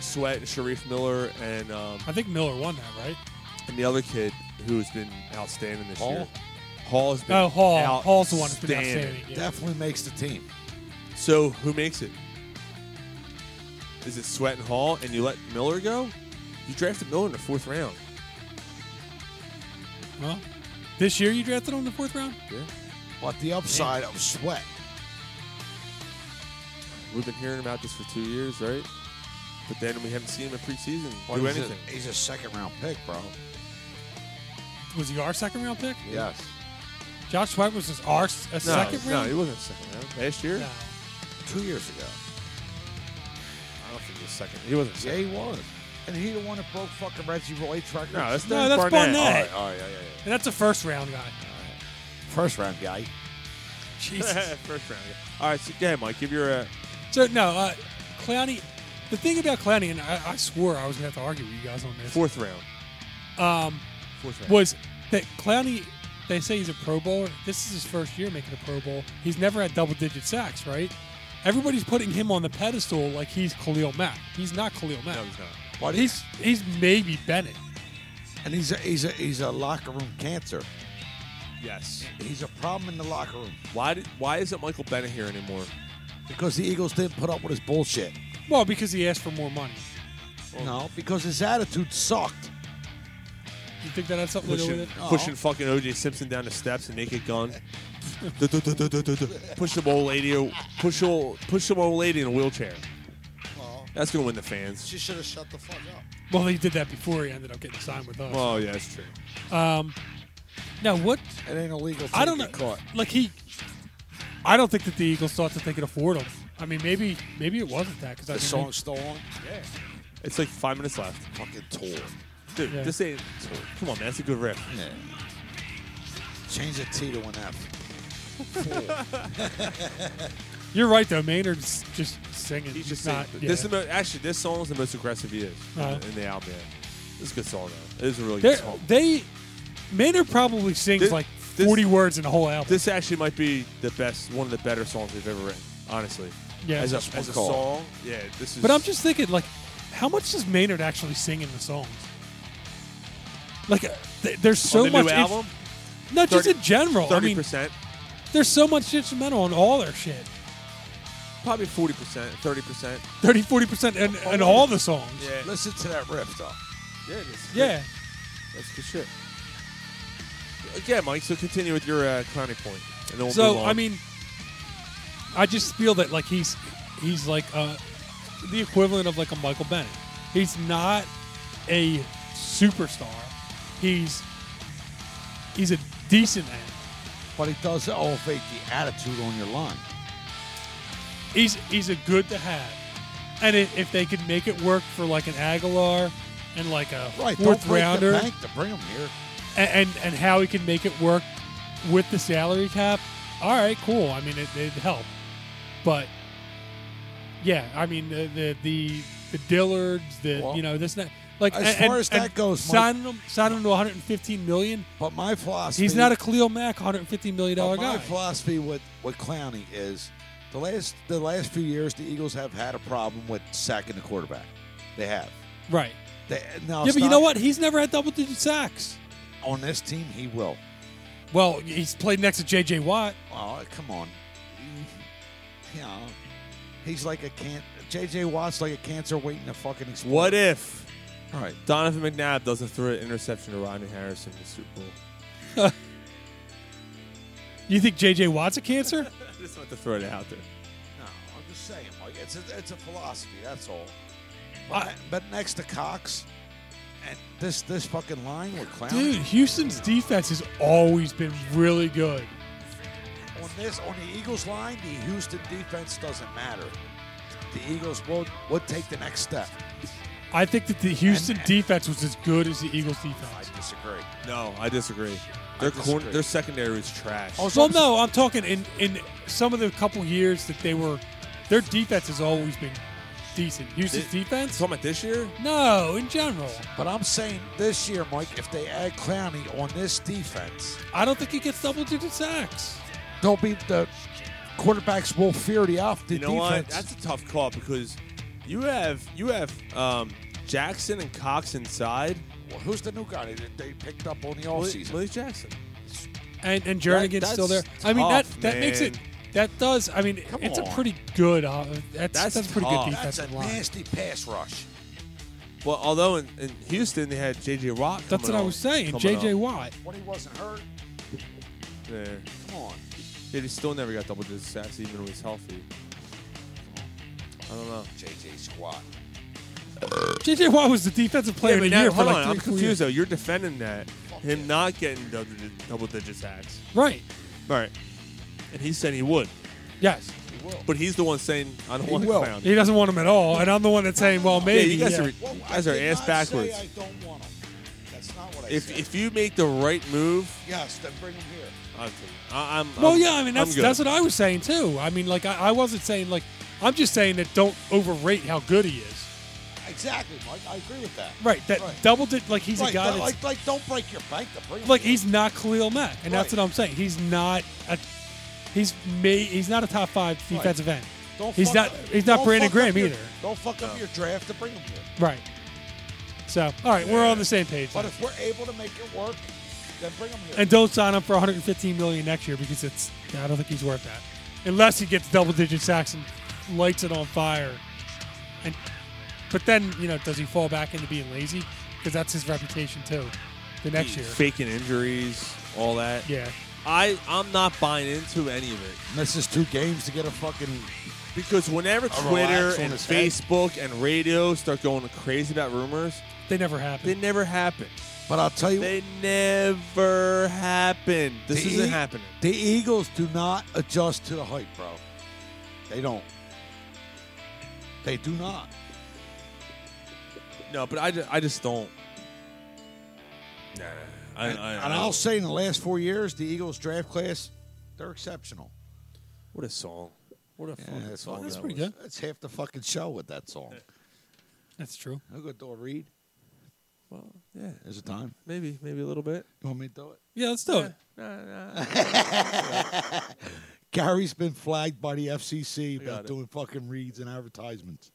C: Sweat and Sharif Miller and um,
I: I think Miller won that, right?
C: and the other kid who has been outstanding this
K: Hall?
C: year. Hall has been
I: Oh, Hall. Hall's the one that's been
C: outstanding.
I: outstanding. Yeah.
K: Definitely makes the team.
C: So who makes it? Is it Sweat and Hall, and you let Miller go? You drafted Miller in the fourth round.
I: Well, this year you drafted him in the fourth round.
C: Yeah.
K: But the upside of sweat.
C: We've been hearing about this for two years, right? But then we haven't seen him in preseason
K: But
C: do
K: he's a-
C: anything.
K: he's a second round pick, bro.
I: Was he our second round pick?
K: Yes.
I: Josh Sweat was his our s- a
C: no,
I: second
C: no,
I: round.
C: he wasn't second round last year.
I: No.
K: Two years ago.
C: I don't think he was second. He wasn't
K: Yeah,
C: second.
K: he was. And he the one that broke fucking Reggie White's record.
C: No, that's
I: No, that's
C: Derek
I: Barnett.
C: Barnett. Oh,
K: All right, all right, all right, all right.
I: And that's a first round guy.
K: First round guy.
I: Jesus.
C: First round. yeah. All right, so go ahead, Mike. Give your. Uh,
I: so no, uh, Clowney. The thing about Clowney, and I, I swore I was gonna have to argue with you guys on this,
C: Fourth round.
I: um,
C: Fourth round.
I: was that Clowney? They say he's a Pro Bowler. This is his first year making a Pro Bowl. He's never had double digit sacks, right? Everybody's putting him on the pedestal like he's Khalil Mack. He's not Khalil Mack.
C: No, he's not.
K: But
I: He's he's maybe Bennett.
K: and he's a, he's a he's a locker room cancer.
C: Yes.
K: He's a problem in the locker room
C: Why did? Why isn't Michael Bennett here anymore?
K: because the Eagles didn't put up with his bullshit.
I: Well, because he asked for more money.
K: no, because his attitude sucked.
I: You think that had something to do
C: Pushing,
I: with it?
C: pushing fucking OJ Simpson down the steps and naked gun. Du- du- du- du- du- du- du. push the old lady. Push old. Push the old lady in a wheelchair. That's gonna win the fans.
K: should have shut the fuck up.
I: Well, he did that before he ended up getting signed with us.
C: Oh yeah, that's true.
I: now what?
K: It ain't illegal.
I: I don't know.
K: get Caught.
I: Like he, I don't think that the Eagles thought that they could afford him. I mean, maybe maybe it wasn't that because I
K: The
I: mean,
K: song's still on.
C: It's like five minutes left.
K: Fucking tour.
C: Dude,
I: Yeah.
C: this ain't. Come on, man. That's a good riff.
K: Yeah. Change a T to an F.
I: you're right though. Maynard's just singing. He's
C: just
I: not.
C: saying-
I: yeah.
C: This is the mo- actually this song is the most aggressive he is in
I: Uh-huh.
C: the- in the album. It's a good song though. It is a really
I: They're-
C: good song.
I: they Maynard probably sings
C: This-
I: like
C: this-
I: 40 words in the whole album.
C: This actually might be the best, one of the better songs we've ever written. Honestly,
I: Yeah.
C: as a,
I: That's
C: as a
K: call.
C: song, yeah, this is.
I: but I'm just thinking, like, how much does Maynard actually sing in the songs? Like, uh, th- there's so
C: on the
I: much.
C: new
I: inf-
C: album,
I: not just
C: 30
I: in general. I
C: thirty
I: mean,
C: percent,
I: there's so much instrumental on all their shit.
C: probably forty percent, thirty percent.
I: 30 40% and, and all the songs.
C: Oh, Yeah,
K: Listen to that riff though.
C: yeah, it is.
I: Yeah.
C: that's good shit. Yeah, Mike. So continue with your uh, clowny point, and then we'll move
I: So
C: on.
I: I mean I just feel that like he's he's like uh the equivalent of like a Michael Bennett. He's not a superstar. He's he's a decent man.
K: But it does elevate the attitude on your line.
I: He's he's a good to have. And it, if they could make it work for like an Aguilar and like a
H: Right, don't
I: fourth
H: break the
I: rounder,
H: bank to bring 'em here.
I: and, and and how he can make it work with the salary cap, all right, cool. I mean, it, it'd help, but yeah, I mean the the the, the Dillards, the
H: Well,
I: you know this and that. Like
H: as
I: and-
H: far
I: and-
H: as that
I: and
H: goes, Mike-
I: signing him, signing him to 115 million.
H: But my philosophy,
I: he's not a Cleo Mack 115 million dollar
H: But Oh, my
I: guy.
H: philosophy with with Clowney is the last the last few years the Eagles have had a problem with sacking the quarterback. They have.
I: Right.
H: They, now,
I: yeah, but you
H: stop-
I: know what? He's never had double digit sacks.
H: On this team, he will.
I: Well, he's played next to J.J. Watt.
H: Oh, come on. You know, he's like a can. JJ Watt's like a cancer waiting to fucking explode.
C: What if
H: All right.
C: Donovan McNabb doesn't throw an interception to Rodney Harrison in the Super Bowl?
I: You think J.J. Watt's a cancer?
C: I just want to throw it out there.
H: No, I'm just saying, Mike. It's a, it's a philosophy. That's all. But, but next to Cox, and this this fucking line with Clowney.
I: Dude, Houston's defense has always been really good.
H: on this on the Eagles line, the Houston defense doesn't matter. The Eagles will would take the next step.
I: I think that the Houston defense was as good as the Eagles defense.
H: Disagree.
C: No, I disagree. Their corner,
I: disagree.
C: their secondary is trash.
I: well, no, I'm talking in in some of the couple years that they were, their defense has always been decent. Houston's defense?
C: Talking about this year?
I: No, in general.
H: But I'm saying this year, Mike, if they add Clowney on this defense,
I: I don't think he gets double digit sacks.
H: they'll be the quarterbacks will fear the off the
C: you know what?
H: defense.
C: That's a tough call because you have you have um, Jackson and Cox inside.
H: Well, who's the new guy that they picked up on the
C: Malik,
H: offseason?
C: Malik Jackson.
I: And and
C: That-
I: Jernigan's still there.
C: that's
I: I mean that
C: tough,
I: that makes it
C: man.
I: that does. I mean
H: Come
I: it's
H: on.
I: a pretty good. Uh, that's that's, a pretty good
C: tough.
I: defense
H: That's a
I: line.
H: nasty pass rush.
C: Well, although in, in Houston they had J.J. Watt.
I: That's
C: coming
I: what I
C: on-
I: was saying.
C: coming
I: J.J.
C: on.
I: Watt.
H: When he wasn't hurt,
C: Yeah.
H: come on.
C: Yeah, he still never got double digit sacks even when he's healthy. I don't know.
H: JJ Squad.
I: J.J. Watt was the defensive player
C: Yeah,
I: of
C: but
I: the
C: now-
I: year for
C: hold
I: like
C: on,
I: three,
C: I'm
I: four
C: confused
I: years.
C: though. You're defending that him not getting double, double digit sacks.
I: Right.
C: Right. And he's saying he would,
I: Yes.
C: but he's the one saying I don't
H: He
C: want
H: will.
C: Clowney.
I: He doesn't want him at all, and I'm the one that's saying, well,
C: Yeah,
I: maybe.
C: you guys
I: yeah.
C: are you guys are ass backwards.
H: I don't want him. That's not what I
C: If
H: said.
C: if you make the right move,
H: yes, then bring him here.
C: I'm I'm
I: well,
C: I'm-
I: yeah. I mean,
C: I'm
I: that's
C: good.
I: that's what I was saying too. I mean, like I, I wasn't saying like I'm just saying that don't overrate how good he is.
H: Exactly, Mike. I agree with that.
I: Right. That
H: Right.
I: double did like he's
H: Right,
I: a guy
H: but
I: that's
H: like, like, don't break your bank to bring him
I: like
H: here.
I: he's not Khalil Mack, and that's
H: Right.
I: what I'm saying. He's not a he's made he's not a top five
H: Right.
I: defensive end.
H: Don't
I: he's
H: fuck
I: not
H: up-
I: he's not
H: don't
I: Brandon
H: fuck up
I: Graham
H: your-
I: either.
H: Don't fuck up your draft to bring him here.
I: Right. So all right, we're on the same page.
H: But
I: then.
H: if we're able to make it work, then bring him here.
I: And don't sign him for 115 million next year because it's I don't think he's worth that. Unless he gets double digit sacks and lights it on fire. And but then, you know, does he fall back into being lazy? Because that's his reputation too. The next year.
C: faking injuries, all that.
I: Yeah.
C: I I'm not buying into any of it
H: misses two games to get a fucking.
C: because whenever
H: relax
C: Twitter
H: on
C: and
H: his head.
C: Facebook and radio start going crazy about rumors,
I: They never
C: they
I: happen.
C: never happen.
H: But I'll tell you,
C: They never happen. This
H: The
C: isn't
H: E-
C: happening.
H: the Eagles do not adjust to the hype, bro. They don't. They do not.
C: No, but I just, I just don't. Nah. I,
H: And,
C: I,
H: and
C: I-
H: I'll say in the last four years, the Eagles draft class, they're exceptional.
C: what a song. What a fucking
H: that's
C: song.
I: That's
C: that
I: pretty
C: was.
I: good.
H: That's half the fucking show with that song.
I: That's true.
H: I'll go do a read.
C: Well, yeah,
H: There's a time.
C: maybe maybe a little bit.
H: You want me to do it?
I: Yeah, let's do it.
H: Gary's been flagged by the FCC
C: got
H: about
C: it.
H: doing fucking reads and advertisements.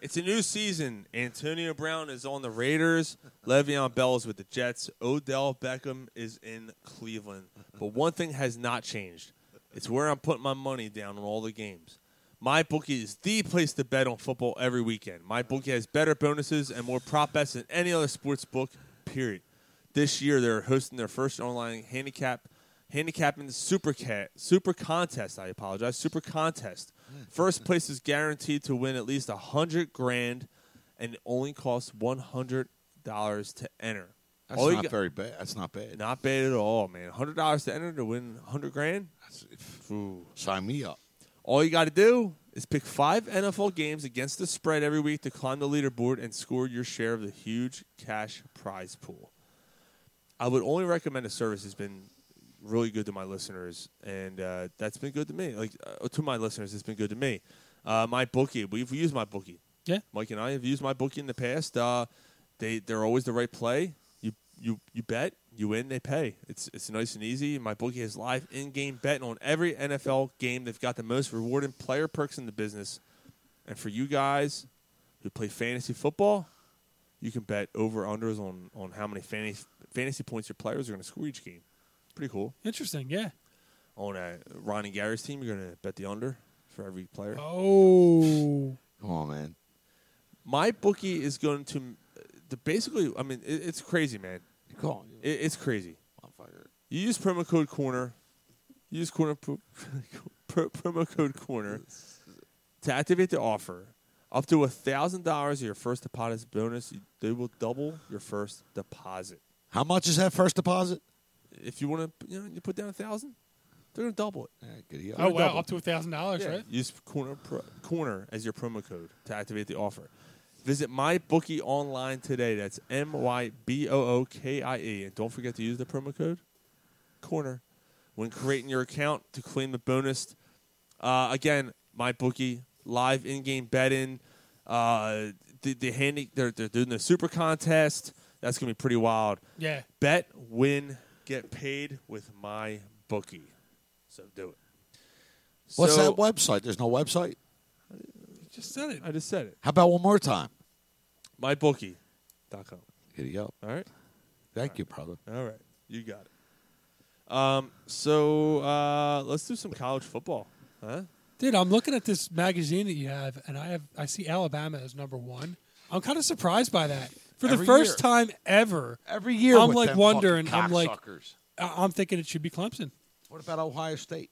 C: It's a new season. Antonio Brown is on the Raiders. Le'Veon Bell is with the Jets. Odell Beckham is in Cleveland. But one thing has not changed. It's where I'm putting my money down on all the games. My bookie is the place to bet on football every weekend. My bookie has better bonuses and more prop bets than any other sports book. Period. This year they're hosting their first online handicap handicapping super cat super contest. I apologize, super contest.
H: Hmm.
C: First place is guaranteed to win at least a hundred grand, and it only costs one hundred dollars to enter.
H: That's
C: All you
H: not
C: got-
H: very bad. That's not bad.
C: not bad at all, man. Hundred dollars to enter to win hundred grand.
H: Sign me up.
C: All you got to do is pick five NFL games against the spread every week to climb the leaderboard and score your share of the huge cash prize pool. I would only recommend a service that's been really good to my listeners, and uh, that's been good to me. Like uh, to my listeners, it's been good to me. Uh, my bookie, we've used my bookie.
I: Yeah,
C: Mike and I have used my bookie in the past. Uh, they they're always the right play. You you you bet, you win, they pay. It's it's nice and easy. My bookie has live in-game betting on every NFL game. They've got the most rewarding player perks in the business. And for you guys who play fantasy football, you can bet over unders on on how many fantasy fantasy points your players are going to score each game. Pretty cool.
I: Interesting. Yeah.
C: On uh, Ron and Gary's team, you're going to bet the under for every player.
I: Oh.
C: Come on, man. My bookie is going to uh, the basically. I mean, it, it's crazy, man. Come on, it, it's crazy. You use promo code corner. You use corner pro, pro, promo code corner to activate the offer. Up to thousand dollars of your first deposit as bonus. You- They will double your first deposit.
H: How much is that first deposit?
C: If you want to, you know, you put down a thousand. They're going to double it.
H: good
I: Oh wow, up to a thousand dollars, right?
C: Use corner pro- corner as your promo code to activate the offer. Visit MyBookie online today. That's M Y B O O K I E, and don't forget to use the promo code corner when creating your account to claim the bonus. Uh, again, MyBookie live in-game betting. Uh, the, the handy they're, they're doing the super contest. That's gonna be pretty wild.
I: Yeah.
C: Bet, win, get paid with my bookie. So do it.
H: What's
C: So-
H: that website? There's no website.
C: just said it. I just said it.
H: How about one more time?
C: MyBookie.com.
H: Here you go.
C: All right.
H: Thank you, brother.
C: All right. You got it. Um, so uh, let's do some college football. Huh?
I: Dude, I'm looking at this magazine that you have, and I have I see Alabama as number one. I'm kind of surprised by that. For the
H: Every
I: first
H: year.
I: time ever,
H: Every year
I: I'm
H: with
I: like
H: them
I: wondering.
H: fucking
I: I'm like,
H: cocksuckers.
I: I- I'm thinking it should be Clemson,
H: What about Ohio State?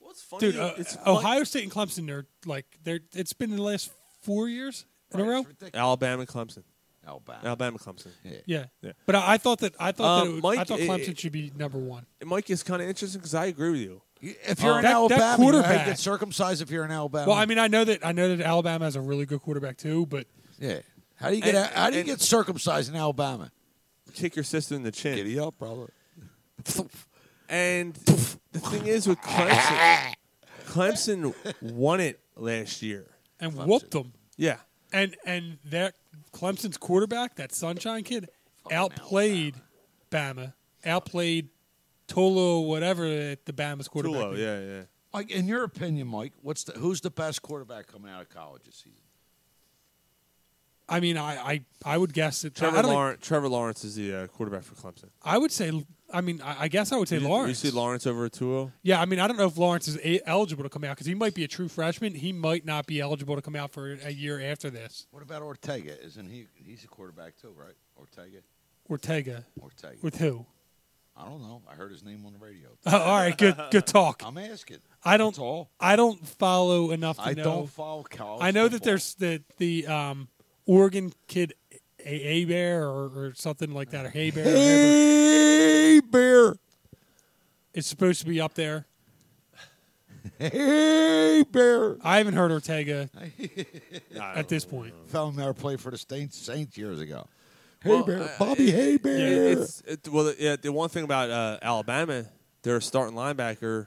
C: What's
H: Oh,
C: funny?
I: dude. uh, Ohio State and Clemson are like they're. It's been the last four years in a row.
C: Alabama, Clemson.
H: Alabama.
C: Alabama, Clemson. Yeah.
I: Yeah. But I, I thought that I thought
C: Um,
H: Uh,
I: that it would, I
C: Mike,
I: thought
C: it-
I: Clemson
C: it-
I: should be number one.
C: Mike is kind of interesting because I agree with you.
H: If you're
I: Uh, that-
H: in
I: that
H: Alabama, you know how you
I: quarterback-
H: get circumcised if you're in Alabama.
I: Well, I mean, I know that I know that Alabama has a really good quarterback too, but
H: yeah. How do you get
I: And-
H: how do you
I: and-
H: get circumcised in Alabama?
C: Kick your sister in the chin.
H: Giddy up, brother.
C: And the thing is with Clemson, Clemson won it last year.
I: and whooped them.
C: Yeah.
I: And and that Clemson's quarterback, that Sunshine kid, outplayed Bama. Outplayed Tolo, whatever that the Bama's quarterback. is.
C: oh, yeah, yeah.
H: Like in your opinion, Mike, what's the who's the best quarterback coming out of college this season?
I: I mean, I, I, I would guess that I,
C: Trevor
I: don't-
C: Lawrence, Trevor Lawrence is the uh, quarterback for Clemson.
I: I would say. I mean, I, I guess I would say
C: You-
I: Lawrence.
C: You see Lawrence over oh? Atuo?
I: Yeah, I mean, I don't know if Lawrence is a- eligible to come out because he might be a true freshman. He might not be eligible to come out for a year after this.
H: What about Ortega? Isn't he he's a quarterback too, right? Ortega?
I: Ortega.
H: Ortega.
I: With who?
H: I don't know. I heard his name on the radio.
I: Oh, all right, good, good talk.
H: I'm asking.
I: I don't.
H: That's all.
I: I don't follow enough. To
H: I
I: know.
H: don't follow college
I: I know that
H: football.
I: there's the the um, Oregon kid, a Bear or, or something like that, or Hay Bear.
H: Hey Bear.
I: It's supposed to be up there.
H: Hey Bear.
I: I haven't heard Ortega at
C: Oh.
I: this point.
H: Found him there played for the Saints Saints years ago. uh, Hey
C: Well,
H: Bear.
C: I-
H: Bobby Hey Bear.
C: Yeah, it's, it, well, yeah, the one thing about uh, Alabama, their starting linebacker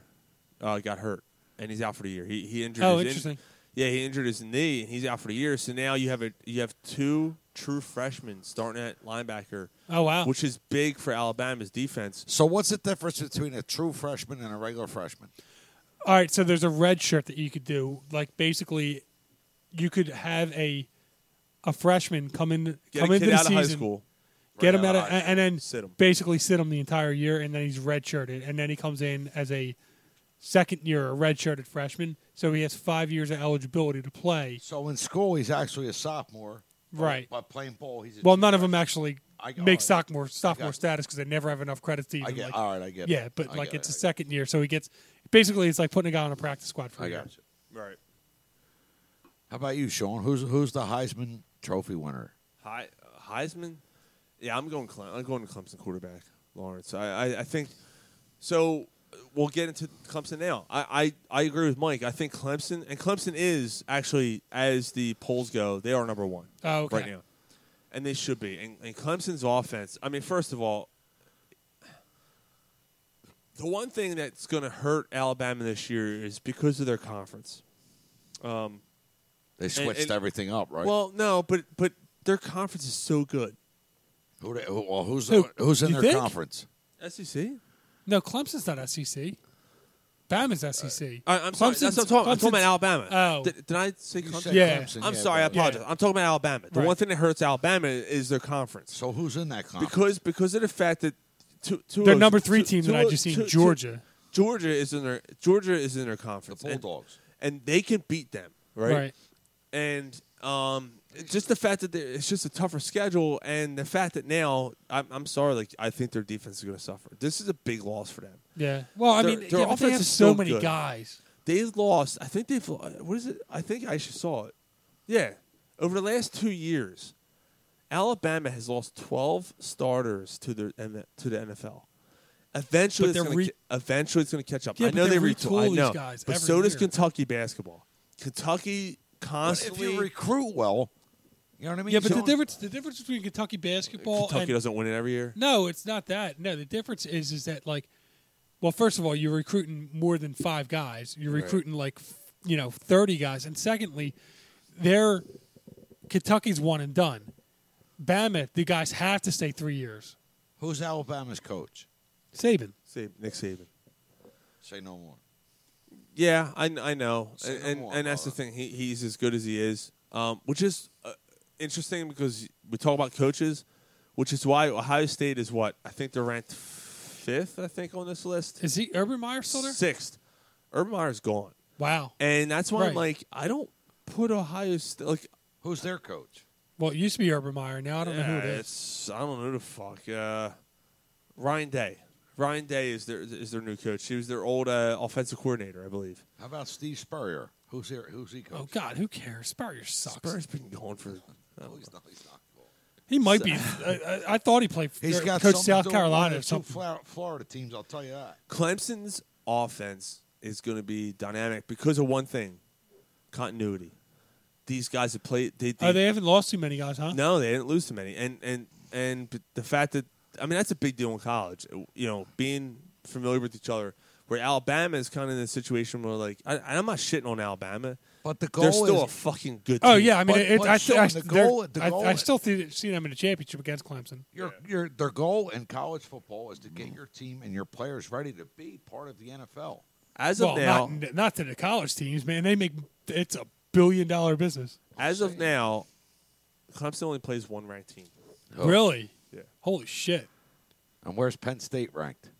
C: uh, got hurt, and he's out for the year. He he injured.
I: Oh,
C: his in-
I: interesting.
C: yeah, he injured his knee, and he's out for the year. So now you have a you have two true freshmen starting at linebacker.
I: Oh, wow.
C: which is big for Alabama's defense.
H: so what's the difference between a true freshman and a regular freshman?
I: All right, so there's a red shirt that you could do. Like basically, you could have a a freshman come in,
C: Get
I: come
C: a
I: into
C: kid
I: the
C: out of
I: season,
C: high school.
I: get
C: Right
I: him out,
C: out of
I: of,
C: high
I: and then
C: Sit him.
I: basically sit him the entire year, and then he's red shirted, and then he comes in as a second year red shirted freshman, so he has five years of eligibility to play.
H: So in school he's actually a sophomore. but-
I: Right.
H: But playing ball he's a
I: Well,
H: true
I: none of
H: freshman.
I: them actually
H: I- all
I: make
H: right.
I: sophomore sophomore
H: got-
I: status because they never have enough credits to even.
H: I get
I: like,
H: all right, I get
I: yeah,
H: it.
I: but
H: I
I: like
H: get
I: it's
H: it,
I: a
H: I get
I: second year, so he gets basically it's like putting a guy on a practice squad for
H: I
I: a year.
H: got you.
C: Right.
H: How about you, Sean? Who's who's the Heisman Trophy winner?
C: Hei- Heisman. Yeah, I'm going. Cle- I'm going to Clemson quarterback Lawrence. I, I, I think so. we'll get into Clemson now. I, I, I agree with Mike. I think Clemson and Clemson is actually, as the polls go, they are number one
I: Oh, okay.
C: right now, and they should be. And, and Clemson's offense. I mean, first of all, the one thing that's going to hurt Alabama this year is because of their conference. Um,
K: They
C: and-
K: switched
C: and-
K: everything up, right?
C: Well, no, but but their conference is so good.
K: Who they, who, well, who's
I: Who?
K: who's in
I: You
K: their
I: think?
K: conference?
C: SEC.
I: No, Clemson's not E SEC. Bama's SEC.
C: I, I'm sorry. That's what I'm talking, I'm talking about Alabama.
I: Oh,
C: Did, did I say
I: You
C: Clemson?
I: said Yeah. Clemson,
C: I'm
I: yeah,
C: sorry. I
I: but- Yeah.
C: apologize. I'm talking about Alabama. The
I: Right.
C: one thing that hurts Alabama is their conference.
K: So who's in that
H: uh,
K: conference?
C: Because because of the fact that two, two
I: Their
C: of-
I: number three
C: two-
I: team that
C: two
I: I
C: of-
I: just seen,
C: two- two-
I: Georgia.
C: Georgia is in their Georgia is in their conference. The
K: Bulldogs.
C: And, they can beat them, right?
I: Right.
C: And um, just the fact that they're- it's just a tougher schedule, and the fact that now I'm, I'm sorry, like I think their defense is going to suffer. This is a big loss for them.
I: Yeah. Well, I
C: Their-
I: mean,
C: their
I: yeah, but
C: offense
I: they have
C: is
I: so
C: so
I: many
C: good.
I: guys.
C: They've lost. I think they've. lo- What is it? I think I actually saw it. Yeah, over the last two years, Alabama has lost twelve starters to the N- to the NFL. Eventually,
I: But
C: it's
I: they're
C: gonna
I: re-
C: ca- eventually it's going to catch up.
I: Yeah,
C: I
I: but
C: know
I: they
C: they retool.
I: retool
C: I
I: these
C: know,
I: guys
C: but
I: every
C: so does
I: year.
C: Kentucky basketball. Kentucky constantly.
K: If you recruit well, you know what I mean.
I: yeah, but
K: So-
I: the difference the difference between Kentucky basketball
C: Kentucky
I: and
C: doesn't win it every year.
I: No, it's not that. No, the difference is is that like, well, first of all, you're recruiting more than five guys. You're
C: Right.
I: recruiting like, f- you know, thirty guys, and secondly, they're Kentucky's one and done. Bama, the guys have to stay three years.
K: Who's Alabama's coach?
I: Saban.
C: Sab- Nick Saban.
K: Say no more.
C: Yeah, I, I know,
K: Say
C: and
K: no
C: and,
K: more
C: and that's the thing. He, he's as good as he is, um, which is uh, interesting because we talk about coaches, which is why Ohio State is what I think they're ranked fifth. I think on this list
I: is he Urban Meyer still there?
C: Sixth. Urban Meyer's gone,
I: Wow.
C: and that's why I'm
I: Right.
C: like I don't put Ohio State like
K: who's their coach?
I: Well, it used to be Urban Meyer. Now I don't know
C: Yeah,
I: who it is.
C: It's, I don't know who the fuck. Uh, Ryan Day. Ryan Day is their is their new coach. He was their old uh, offensive coordinator, I believe.
K: How about Steve Spurrier? Who's here? Who's he coach?
I: Oh God, who cares? Spurrier sucks.
C: Spurrier's been going for.
K: No, he's not. He's not.
I: He might be. I, I, I thought he played.
K: He's
I: or
K: got
I: coached
K: something
I: South
K: to do with one
I: Carolina
K: of
I: or
K: the two
I: something.
K: Fla- Florida teams. I'll tell you that.
C: Clemson's offense is going to be dynamic because of one thing: continuity. These guys have played. They,
I: Oh, they haven't lost too many guys, huh?
C: no, they didn't lose too many, and and and but the fact that I mean that's a big deal in college. You know, being familiar with each other. Where Alabama is kind of in a situation where, like, I, I'm not shitting on Alabama,
K: but the
C: they're
K: goal
C: still
K: is-
C: a fucking good.
I: Oh
C: team.
I: yeah, I mean,
K: But-
I: it,
K: but
I: I, th- I,
K: Sean, the
I: they're-
K: goal- the
I: I,
K: goal
I: I
K: is-
I: still see, see them in a championship against Clemson.
K: Your your their goal in college football is to get your team and your players ready to be part of the NFL.
C: As
I: well,
C: of now,
I: not, not to the college teams, man. They make it's a billion dollar business.
C: as of now, Clemson only plays one ranked team.
K: Oh.
I: Really?
C: Yeah.
I: Holy shit!
K: And where's Penn State ranked?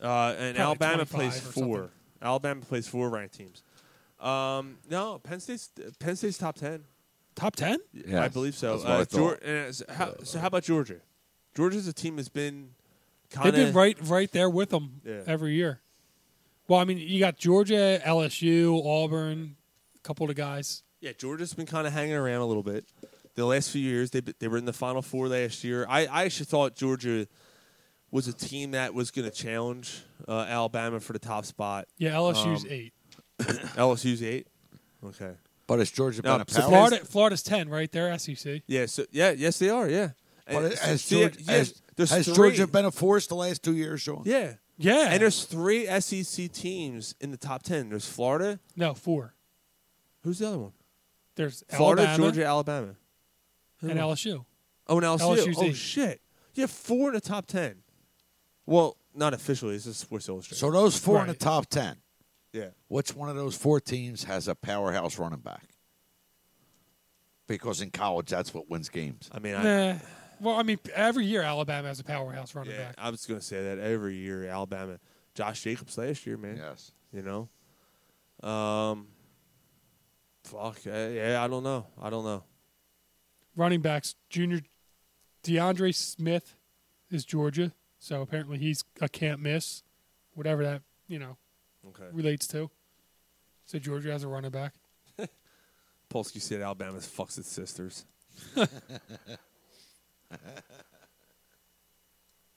C: Uh, and
I: Probably
C: Alabama
I: 25
C: plays
I: or something.
C: four. Alabama plays four ranked teams. Um, no, Penn State's Penn State's top ten.
I: Top ten?
C: I
K: Yes,
C: believe so.
K: that's what I
C: Uh, Geor-
K: thought.
C: and it's- how, so how about Georgia? Georgia's a team that's been kind
I: They've
C: of
I: been right, right there with them
C: Yeah.
I: every year. Well, I mean, you got Georgia, LSU, Auburn, a couple of the guys.
C: Yeah, Georgia's been kind of hanging around a little bit. The last few years, they they were in the Final Four last year. I, I actually thought Georgia was a team that was going to challenge uh, Alabama for the top spot.
I: Yeah, LSU's
C: Um,
I: eight.
C: LSU's eight. Okay.
K: But has Georgia
C: No,
K: been a
C: so
K: power?
I: Florida, Florida's ten, right? E They're SEC.
C: Yeah. So yeah. Yes, they are. Yeah.
K: But
C: And
K: has,
C: so,
K: Georgia,
C: yeah,
K: has,
C: there's
K: has
C: three.
K: Georgia been a force the last two years, Sean?
C: Yeah.
I: Yeah.
C: And there's three SEC teams in the top ten. There's Florida.
I: no four.
C: Who's the other one?
I: There's
C: Florida,
I: Alabama
C: Georgia, Alabama. Who
I: and
C: else?
I: LSU.
C: Oh, and LSU.
I: LSU's
C: oh
I: eight.
C: shit! You have four in the top ten. Well, not officially. It's just Sports Illustrated.
K: So those four in the
I: Right.
K: top ten.
C: yeah.
K: Which one of those four teams has a powerhouse running back? Because in college, that's what wins games.
C: I mean, I,
I: Nah. Well, I mean, every year Alabama has a powerhouse running
C: yeah,
I: back.
C: I was going to say that every year Alabama, Josh Jacobs last year, man.
K: Yes.
C: You know, um, fuck. uh, yeah, I don't know. I don't know.
I: running backs. Junior DeAndre Smith is Georgia, so apparently he's a can't miss, whatever that you know
C: Okay.
I: relates to. So Georgia has a running back.
C: Polsky said Alabama fucks its sisters.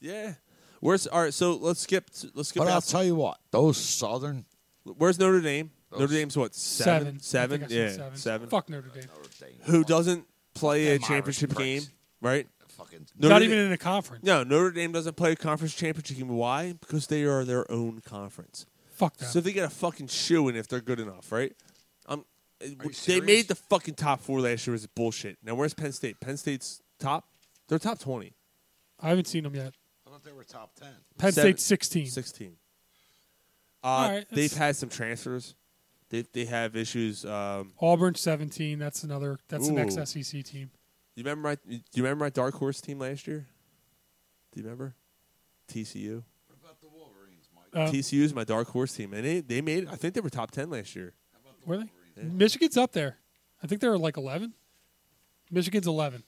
C: yeah. Where's all right? So let's skip. Let's skip.
H: But I'll
C: out-
H: tell you what, those Southern.
C: Where's Notre Dame? Notre Dame's what seven?
I: Seven. I think I
C: yeah,
I: said
C: seven.
I: seven. Fuck Notre Dame.
C: Who doesn't play a
I: Them Irish
C: championship game, right?
H: Fucking
I: Not even in a conference.
C: No, Notre Dame doesn't play a conference championship game. Why? Because they are their own conference.
I: Fuck them.
C: So they get a fucking shoe in if they're good enough, right? Um, they
I: serious?
C: made the fucking top four last year. Is bullshit. Now where's Penn State? Penn State's top. They're top twenty.
I: I haven't seen them yet.
H: I thought they were top ten.
I: Penn
C: Seven-
I: State's 16.
C: 16. Uh,
I: All right,
C: they've
I: that's-
C: had some transfers. They they have issues. Um,
I: Auburn 17. That's another. That's the next
C: Ooh.
I: SEC E team.
C: you remember my you remember my dark horse team last year? Do you remember TCU?
I: Uh,
C: TCU is my dark horse team, and they they made I think they were top ten last year.
I: Were they? Michigan's up there. I think they're like 11. Michigan's 11.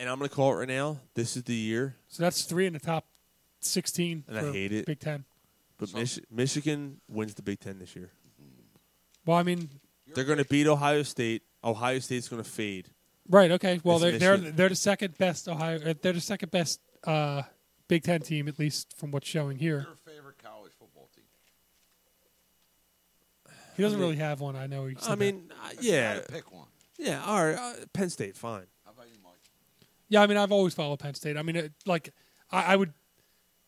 C: And I'm gonna call it right now. This is the year,
I: So that's three in the top 16.
C: and I
I: for
C: hate it.
I: Big Ten.
C: but Mich- Michigan wins the Big Ten this year.
I: Well, I mean,
C: They're gonna beat Ohio State. Ohio State's gonna fade.
I: right? Okay. Well, they're
C: It's
I: they're
C: Michigan.
I: they're the second best Ohio. uh, They're the second best uh, Big Ten team, at least from what's showing here.
H: favorite college football team.
I: He doesn't
C: I mean-
I: really have one. I know. He said
C: I
I: that.
C: mean, uh, yeah,
H: pick one.
C: yeah. All right, uh, Penn State, fine.
I: Yeah, I mean, I've always followed Penn State. I mean, it, like, I, I would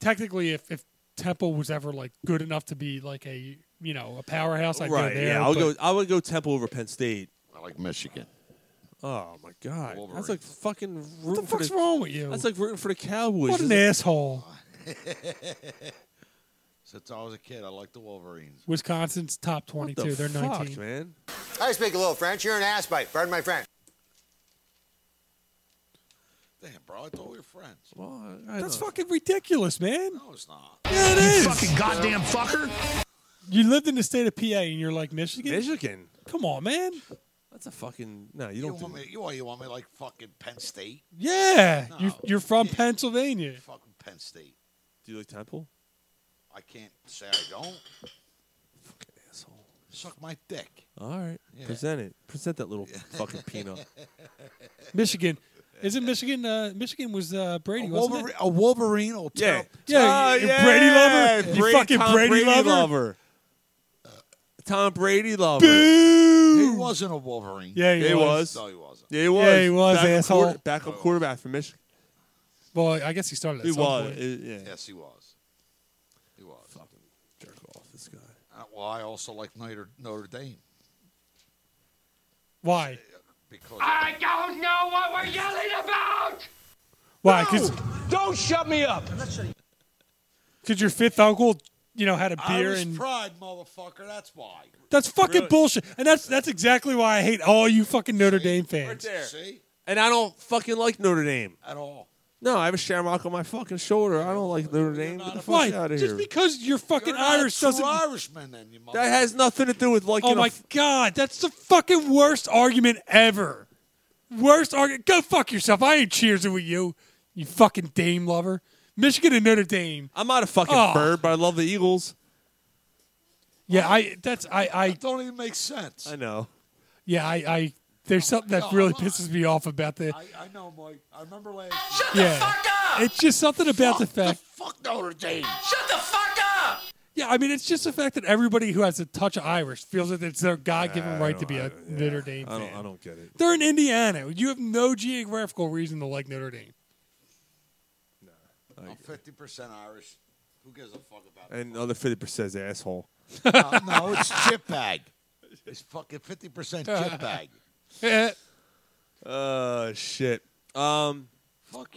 I: technically, if if Temple was ever like good enough to be like a you know a powerhouse, I'd
C: right?
I: go there.
C: yeah, I'll
I: but
C: go. I would go Temple over Penn State.
H: I like Michigan.
C: Oh my god, that's
H: Wolverines.
C: like fucking. What
I: the fuck's wrong with you?
C: That's like rooting for the Cowboys.
I: What an asshole!
H: Since I was a kid, I liked the Wolverines.
I: Wisconsin's top
C: the
I: twenty-two. They're
C: fuck,
I: nineteen.
C: man.
J: I speak a little French. You're an assbite. Pardon my French.
H: Damn, bro, I thought we were friends.
C: Well, I- I
I: That's
C: don't-
I: fucking ridiculous, man.
H: No, it's not.
I: Yeah, it is.
G: goddamn fucker.
I: You lived in the state of PA and you're like Michigan.
C: Michigan.
I: Come on, man.
C: That's a fucking no. You
H: You,
C: don't.
H: want
C: do
H: me? You, what, you want me like fucking Penn State?
I: Yeah,
H: No.
I: you, you're from
H: Yeah.
I: Pennsylvania.
H: Fucking Penn State.
C: Do you like Temple?
H: I can't say I don't.
C: Fucking asshole.
H: Suck my dick.
C: All right,
H: Yeah.
C: present it. Present that little fucking peanut.
I: Michigan. Isn't Michigan? Uh, Michigan was uh, Brady,
H: A,
I: wasn't it?
H: Wolverine, a Wolverine will
C: Yeah.
H: tell.
I: Yeah,
C: Oh,
I: you- you Brady lover? You
C: Brady,
I: fucking
C: Tom
I: Brady lover?
C: Tom Brady lover.
H: He wasn't a Wolverine.
I: Yeah, he,
C: He
I: was.
C: was.
H: No, he wasn't.
C: Yeah, he was.
I: Yeah, he was,
C: backup
I: asshole.
C: quarter- backup quarterback for Michigan.
I: Well, I guess he started. At
C: He
I: some
C: was.
I: point.
C: It- yeah.
H: Yes, he was. He was.
C: Jerk off this guy.
H: Uh, well, I also like Notre, Notre Dame
I: Why?
H: because
I: Ah,
B: don't know what we're yelling about!
I: Why? Because don't shut me up. Because your fifth uncle, you know, had a beer
H: Irish
I: and
H: pride, motherfucker. That's why.
I: that's fucking
C: Really?
I: bullshit. And that's that's exactly why I hate all you fucking Notre Dame fans.
C: there.
H: See,
C: And I don't fucking like Notre Dame.
H: at all.
C: No, I have a shamrock on my fucking shoulder. I don't like Notre Dame. Get the fuck
I: Why?
C: out of here.
I: Just because you're fucking
H: You're not
I: Irish
H: true
I: doesn't.
H: Irishman then you motherfucker.
C: that has nothing to do with liking.
I: Oh my
C: a f-
I: god, that's the fucking worst argument ever. Worst argument. Go fuck yourself. I ain't cheersing with you, you fucking Dame lover. Michigan and Notre Dame.
C: I'm not a fucking
I: Oh.
C: bird, but I love the Eagles.
I: Yeah, I. That's I. I.
H: It don't even make sense.
C: I know.
I: Yeah, I. I there's something that really pisses me off about the.
H: I, I know, Mike. I remember last.
I: Yeah, it's just something about the fact.
H: Fuck Notre Dame.
B: Shut the fuck up!
I: Yeah, I mean, it's just the fact that everybody who has a touch of Irish feels that it's their God-given right to be a Notre Dame
C: I
I: fan.
C: don't. I don't get it.
I: They're in Indiana. You have no geographical reason to like Notre Dame.
H: I'm fifty percent Irish. Who gives a fuck about
C: And the other fifty percent is asshole.
H: it? no, no, it's chip bag. It's fucking fifty percent chip bag.
I: Eh,
C: Uh, shit. Um,
H: Fuck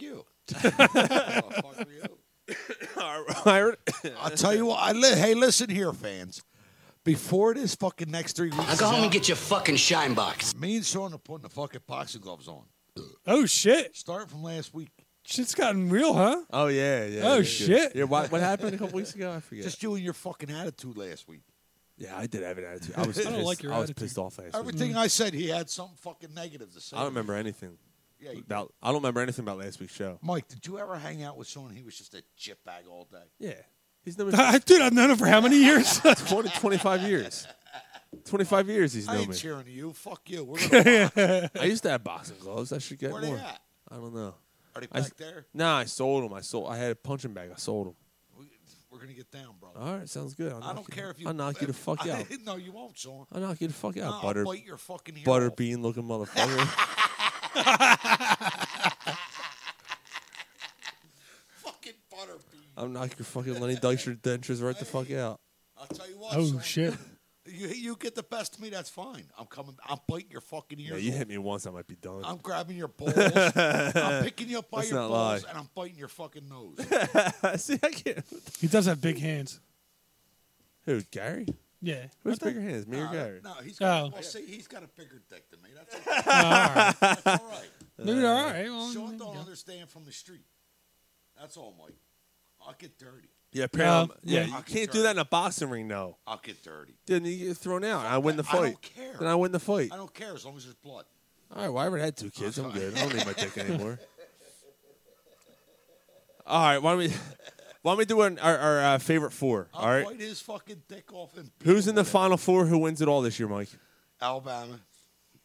H: you. fuck you.
C: I,
H: I'll tell you what. I li- hey, listen here, fans. Before this fucking next three weeks, is up,
J: get your fucking shine box.
H: me and Sean are putting the fucking boxing gloves on.
I: Oh shit!
H: Starting from last week.
I: Shit's gotten real, huh?
C: oh yeah, yeah.
I: Oh,
C: yeah,
I: shit.
C: Yeah, what, what happened a couple weeks ago? I forget.
H: Just you and your fucking attitude last week.
C: yeah, I did have an attitude. I was.
I: I don't
C: pissed.
I: like your
C: I was
I: attitude.
C: pissed off last week.
H: Everything I said, he had something fucking negative to say.
C: I don't remember anything.
H: Yeah, you-
C: About, I don't remember anything about last week's show.
H: Mike, did you ever hang out with someone he was just a chip bag all day?
C: Yeah, he's known me for
I: Dude, I've known him for how many years?
C: 20, 25 years. Twenty five years he's
H: I
C: known
H: ain't
C: me.
H: cheering to you. Fuck you. We're gonna
C: I used to have boxing gloves. I should get
H: Where they
C: more.
H: at?
C: I don't know.
H: Are they
C: I s-
H: back there?
C: Nah, I sold them. I sold. I had a punching bag. I sold them.
H: We're gonna get down, brother.
C: All right, sounds good. I'll
H: I
C: knock
H: don't
C: you-
H: care if you.
C: I'll knock you the fuck out.
H: no, you won't, Sean.
C: I'll knock you the fuck out,
H: No,
C: butter.
H: I'll bite your fucking ear off.
C: butterbean looking motherfucker.
H: fucking butterbean.
C: I'll knock your fucking Lenny Dykstra dentures right the fuck out.
H: I'll tell you what.
C: Oh,
H: son.
C: shit.
H: you you get the best of me. That's fine. I'm coming. I'll bite your fucking ears.
C: Yeah, you
H: off.
C: hit me once, I might be done.
H: I'm grabbing your balls. I'm picking you up by
C: Let's
H: your
C: not
H: balls,
C: lie.
H: and I'm biting your fucking nose.
C: See, I can't.
I: He does have big hands.
C: Who, Gary?
I: Yeah.
C: Who has
I: What the-
C: bigger hands, me or
H: No,
C: Gary?
H: No, he's got,
I: Oh.
H: well, see, he's got a bigger dick than me. That's okay.
I: Oh, all right.
H: That's all right.
I: Maybe all right, well, Oh, there
H: Sean
I: you
H: don't
I: go.
H: understand from the street. That's all, Mike. I'll get dirty.
C: Yeah, apparently.
H: Um,
C: yeah,
H: I'll
C: you
H: get
C: can't
H: dirty.
C: do that in a boxing ring, though.
H: I'll get dirty.
C: Then you get thrown out. I win the
H: I
C: fight.
H: don't care.
C: Then I win the fight.
H: I don't care as long as there's blood.
C: All right, well, I already had two kids. I'm good. I don't need my dick anymore. All right, why don't we, why don't we do an, our, our uh, favorite four?
H: I'll
C: All right.
H: bite his fucking dick off and
C: Who's in the final four? Who wins it all this year, Mike?
H: Alabama.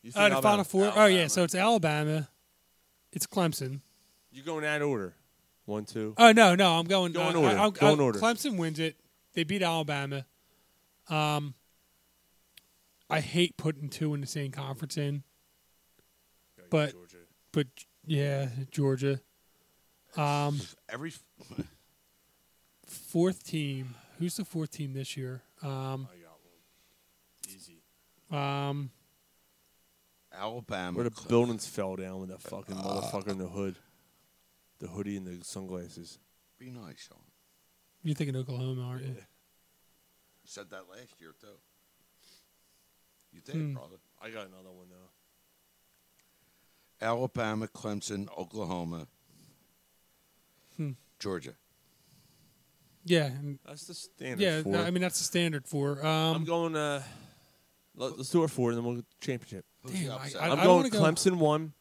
C: You
I: Oh, the final four. Oh yeah, so it's Alabama, it's Clemson.
C: You go in that order. One, two.
I: Oh no, no, I'm going.
C: Go
I: uh,
C: in order.
I: I, I'm-
C: Go in
I: uh,
C: order.
I: Clemson wins it. They beat Alabama. Um, I hate putting two in the same conference in, but but yeah, Georgia. Um,
H: Every
I: fourth team. Who's the fourth team this year? Um,
C: I got one. Easy.
I: um,
H: Alabama.
C: Where the buildings fell down with that fucking motherfucker in the hood, the hoodie and the sunglasses.
H: Be nice, Sean.
I: you're thinking Oklahoma, aren't you?
H: Said that last year too. You did,
I: Hmm.
H: brother.
C: I got another one now.
H: Alabama, Clemson, Oklahoma,
I: Hmm.
H: Georgia.
I: Yeah, and-
C: That's the standard
I: Yeah,
C: for-
I: no, I mean that's the standard for. Um,
C: I'm going. Uh, let, us do our four, and then we'll go championship.
I: Who's Damn, upset? I-
C: am
I: I
C: going
I: wanna go-
C: Clemson one,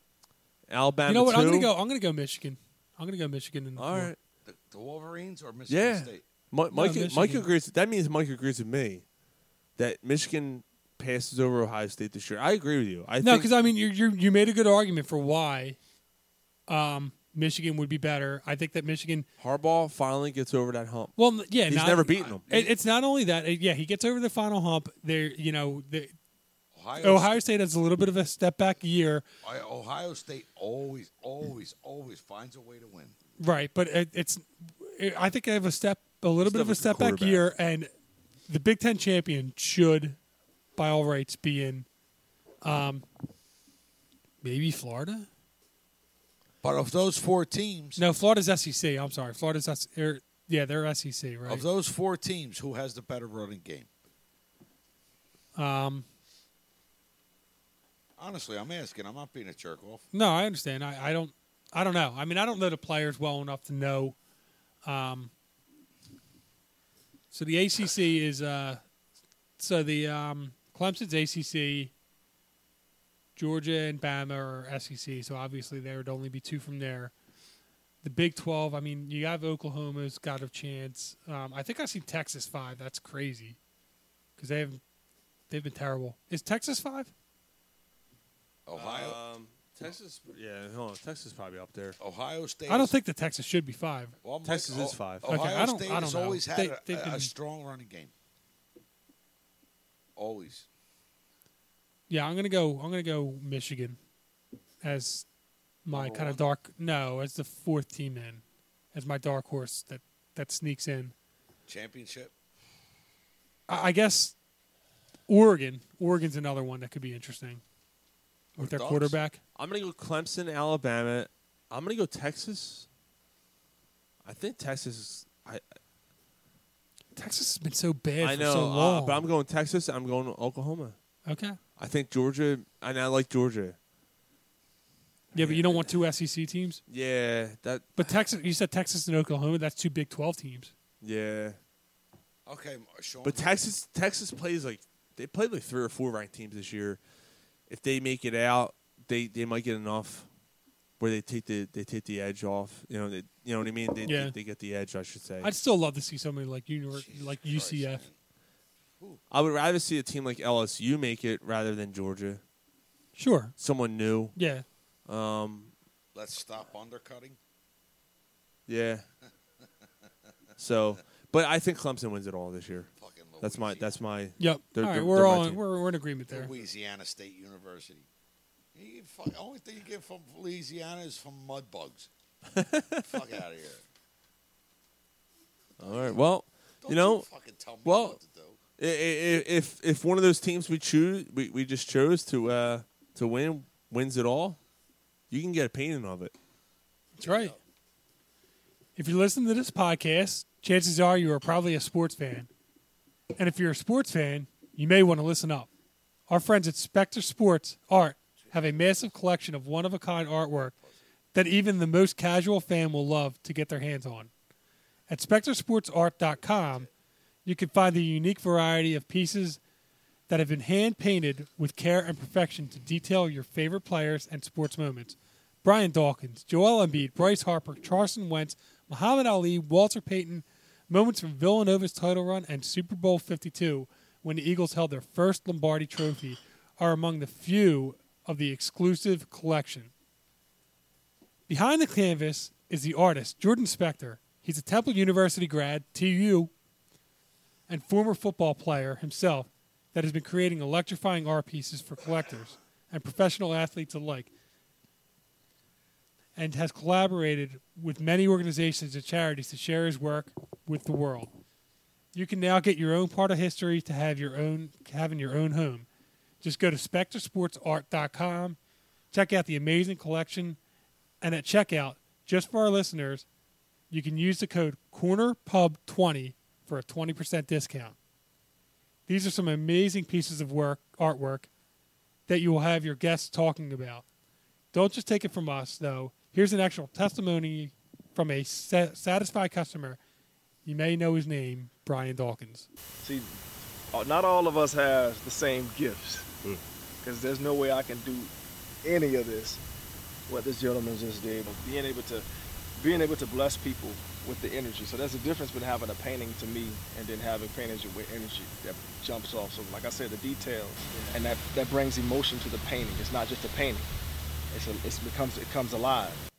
C: Alabama
I: you know what?
C: two.
I: I'm gonna go. I'm gonna go Michigan. I'm gonna go Michigan. In the
C: All
I: four.
C: right.
H: The, the Wolverines or Michigan
C: Yeah,
H: State?
C: Mi- Mike. Mike
I: Michigan.
C: agrees. That means Mike agrees with me that Michigan passes over Ohio State this year. I agree with you. I
I: no,
C: think-
I: because I mean, you you you made a good argument for why um, Michigan would be better. I think that Michigan.
C: Harbaugh finally gets over that hump.
I: Well, n- yeah,
C: he's
I: not-
C: never beaten them.
I: It, it's not only that. It, yeah, he gets over the final hump. There, you know, the,
H: Ohio,
I: Ohio State has a little bit of a step back year,
H: I- Ohio State always, always, always finds a way to win.
I: right? But it, it's. It, I think I have a step, a little bit of a step back
C: quarterback.
I: year, and the Big Ten champion should, by all rights, be in. Um, maybe Florida.
H: But of those four teams,
I: No, Florida's SEC. I'm sorry, Florida's SEC. er, Yeah, they're SEC, right?
H: of those four teams, who has the better running game?
I: Um,
H: Honestly, I'm asking. I'm not being a jerk off.
I: no, I understand. I, I don't. I don't know. I mean, I don't know the players well enough to know. Um, so the ACC is. Uh, so the um, Clemson's ACC. Georgia and Bama are SEC, so obviously there would only be two from there. The Big Twelve. I mean, you have Oklahoma's got a chance. Um, I think I see Texas five. That's crazy, because they have they've been terrible. Is Texas five?
H: Ohio,
C: Um, Texas. Yeah, hold on. Texas is probably up there.
H: Ohio State.
I: I don't
H: is-
I: think the Texas should be five.
H: Well, Mike,
C: Texas is
H: Oh-
C: five.
H: Ohio
I: Okay, I don't-
H: State
I: I
H: has
I: don't know.
H: always had
I: They-
H: a-
I: they've
H: a, a
I: been-
H: strong running game. Always.
I: Yeah, I'm gonna go. I'm gonna go Michigan as my
H: Number
I: kind
H: one?
I: of dark. No, as the fourth team in, as my dark horse that that sneaks in.
H: Championship.
I: I, I guess Oregon. Oregon's another one that could be interesting with their
H: Dogs?
I: quarterback.
C: I'm gonna go Clemson, Alabama. I'm gonna go Texas. I think Texas. is- I
I: Texas has been so bad
C: I
I: for
C: know,
I: so
C: uh,
I: long.
C: but I'm going Texas. I'm going Oklahoma.
I: okay.
C: I think Georgia, and I like Georgia.
I: Yeah, but you don't want two SEC teams.
C: Yeah, that.
I: But Texas, you said Texas and Oklahoma. That's two Big Twelve teams.
C: Yeah,
H: Okay, M- Sean.
C: but Texas, Texas plays like they played like three or four ranked teams this year. If they make it out, they they might get enough where they take the they take the edge off. You know, they, you know what I mean. They,
I: Yeah.
C: they get the edge, I should say.
I: I'd still love to see somebody like Univer- like UCF.
C: I would rather see a team like LSU make it rather than Georgia.
I: Sure.
C: Someone new.
I: Yeah.
C: Um,
H: let's stop undercutting.
C: yeah. So, But I think Clemson wins it all this year. That's my. That's my.
I: Yep.
C: they're-
I: all right,
C: they're-
I: we're
C: they're my
I: all
C: team.
I: we're, we're in agreement there.
K: Louisiana State University. You get fuck, only thing you get from Louisiana is from mud bugs. fuck out of here.
C: All right. Well, you know.
K: fucking tell me
C: well, i- i- i- if if one of those teams we choose, we, we just chose to uh, to win wins it all, you can get a painting of it.
I: That's right. If you listen to this podcast, chances are you are probably a sports fan. And if you're a sports fan, you may want to listen up. Our friends at Spectre Sports Art have a massive collection of one of a kind artwork that even the most casual fan will love to get their hands on. At SpectreSportsArt.com, you can find the unique variety of pieces that have been hand painted with care and perfection to detail your favorite players and sports moments. Brian Dawkins, Joel Embiid, Bryce Harper, Charleston Wentz, Muhammad Ali, Walter Payton, moments from Villanova's title run and Super Bowl 52 when the Eagles held their first Lombardi trophy are among the few of the exclusive collection. Behind the canvas is the artist, Jordan Spector. He's a Temple University grad, TU, and former football player himself that has been creating electrifying art pieces for collectors and professional athletes alike and has collaborated with many organizations and charities to share his work with the world. You can now get your own part of history to have your own have in your own home. Just go to spectresportsart.com, check out the amazing collection, and at checkout, just for our listeners, you can use the code CornerPub20 for a 20% discount. These are some amazing pieces of work artwork that you will have your guests talking about. Don't just take it from us, though. Here's an actual testimony from a sa- satisfied customer. You may know his name, Brian Dawkins.
L: See, uh, not all of us have the same gifts, because there's no way I can do any of this. What this gentleman just did, but being able to, being able to bless people with the energy. So that's the difference between having a painting to me and then having paintings with energy that jumps off. So like I said, the details and that that brings emotion to the painting. It's not just a painting. It's a, it's becomes it comes alive.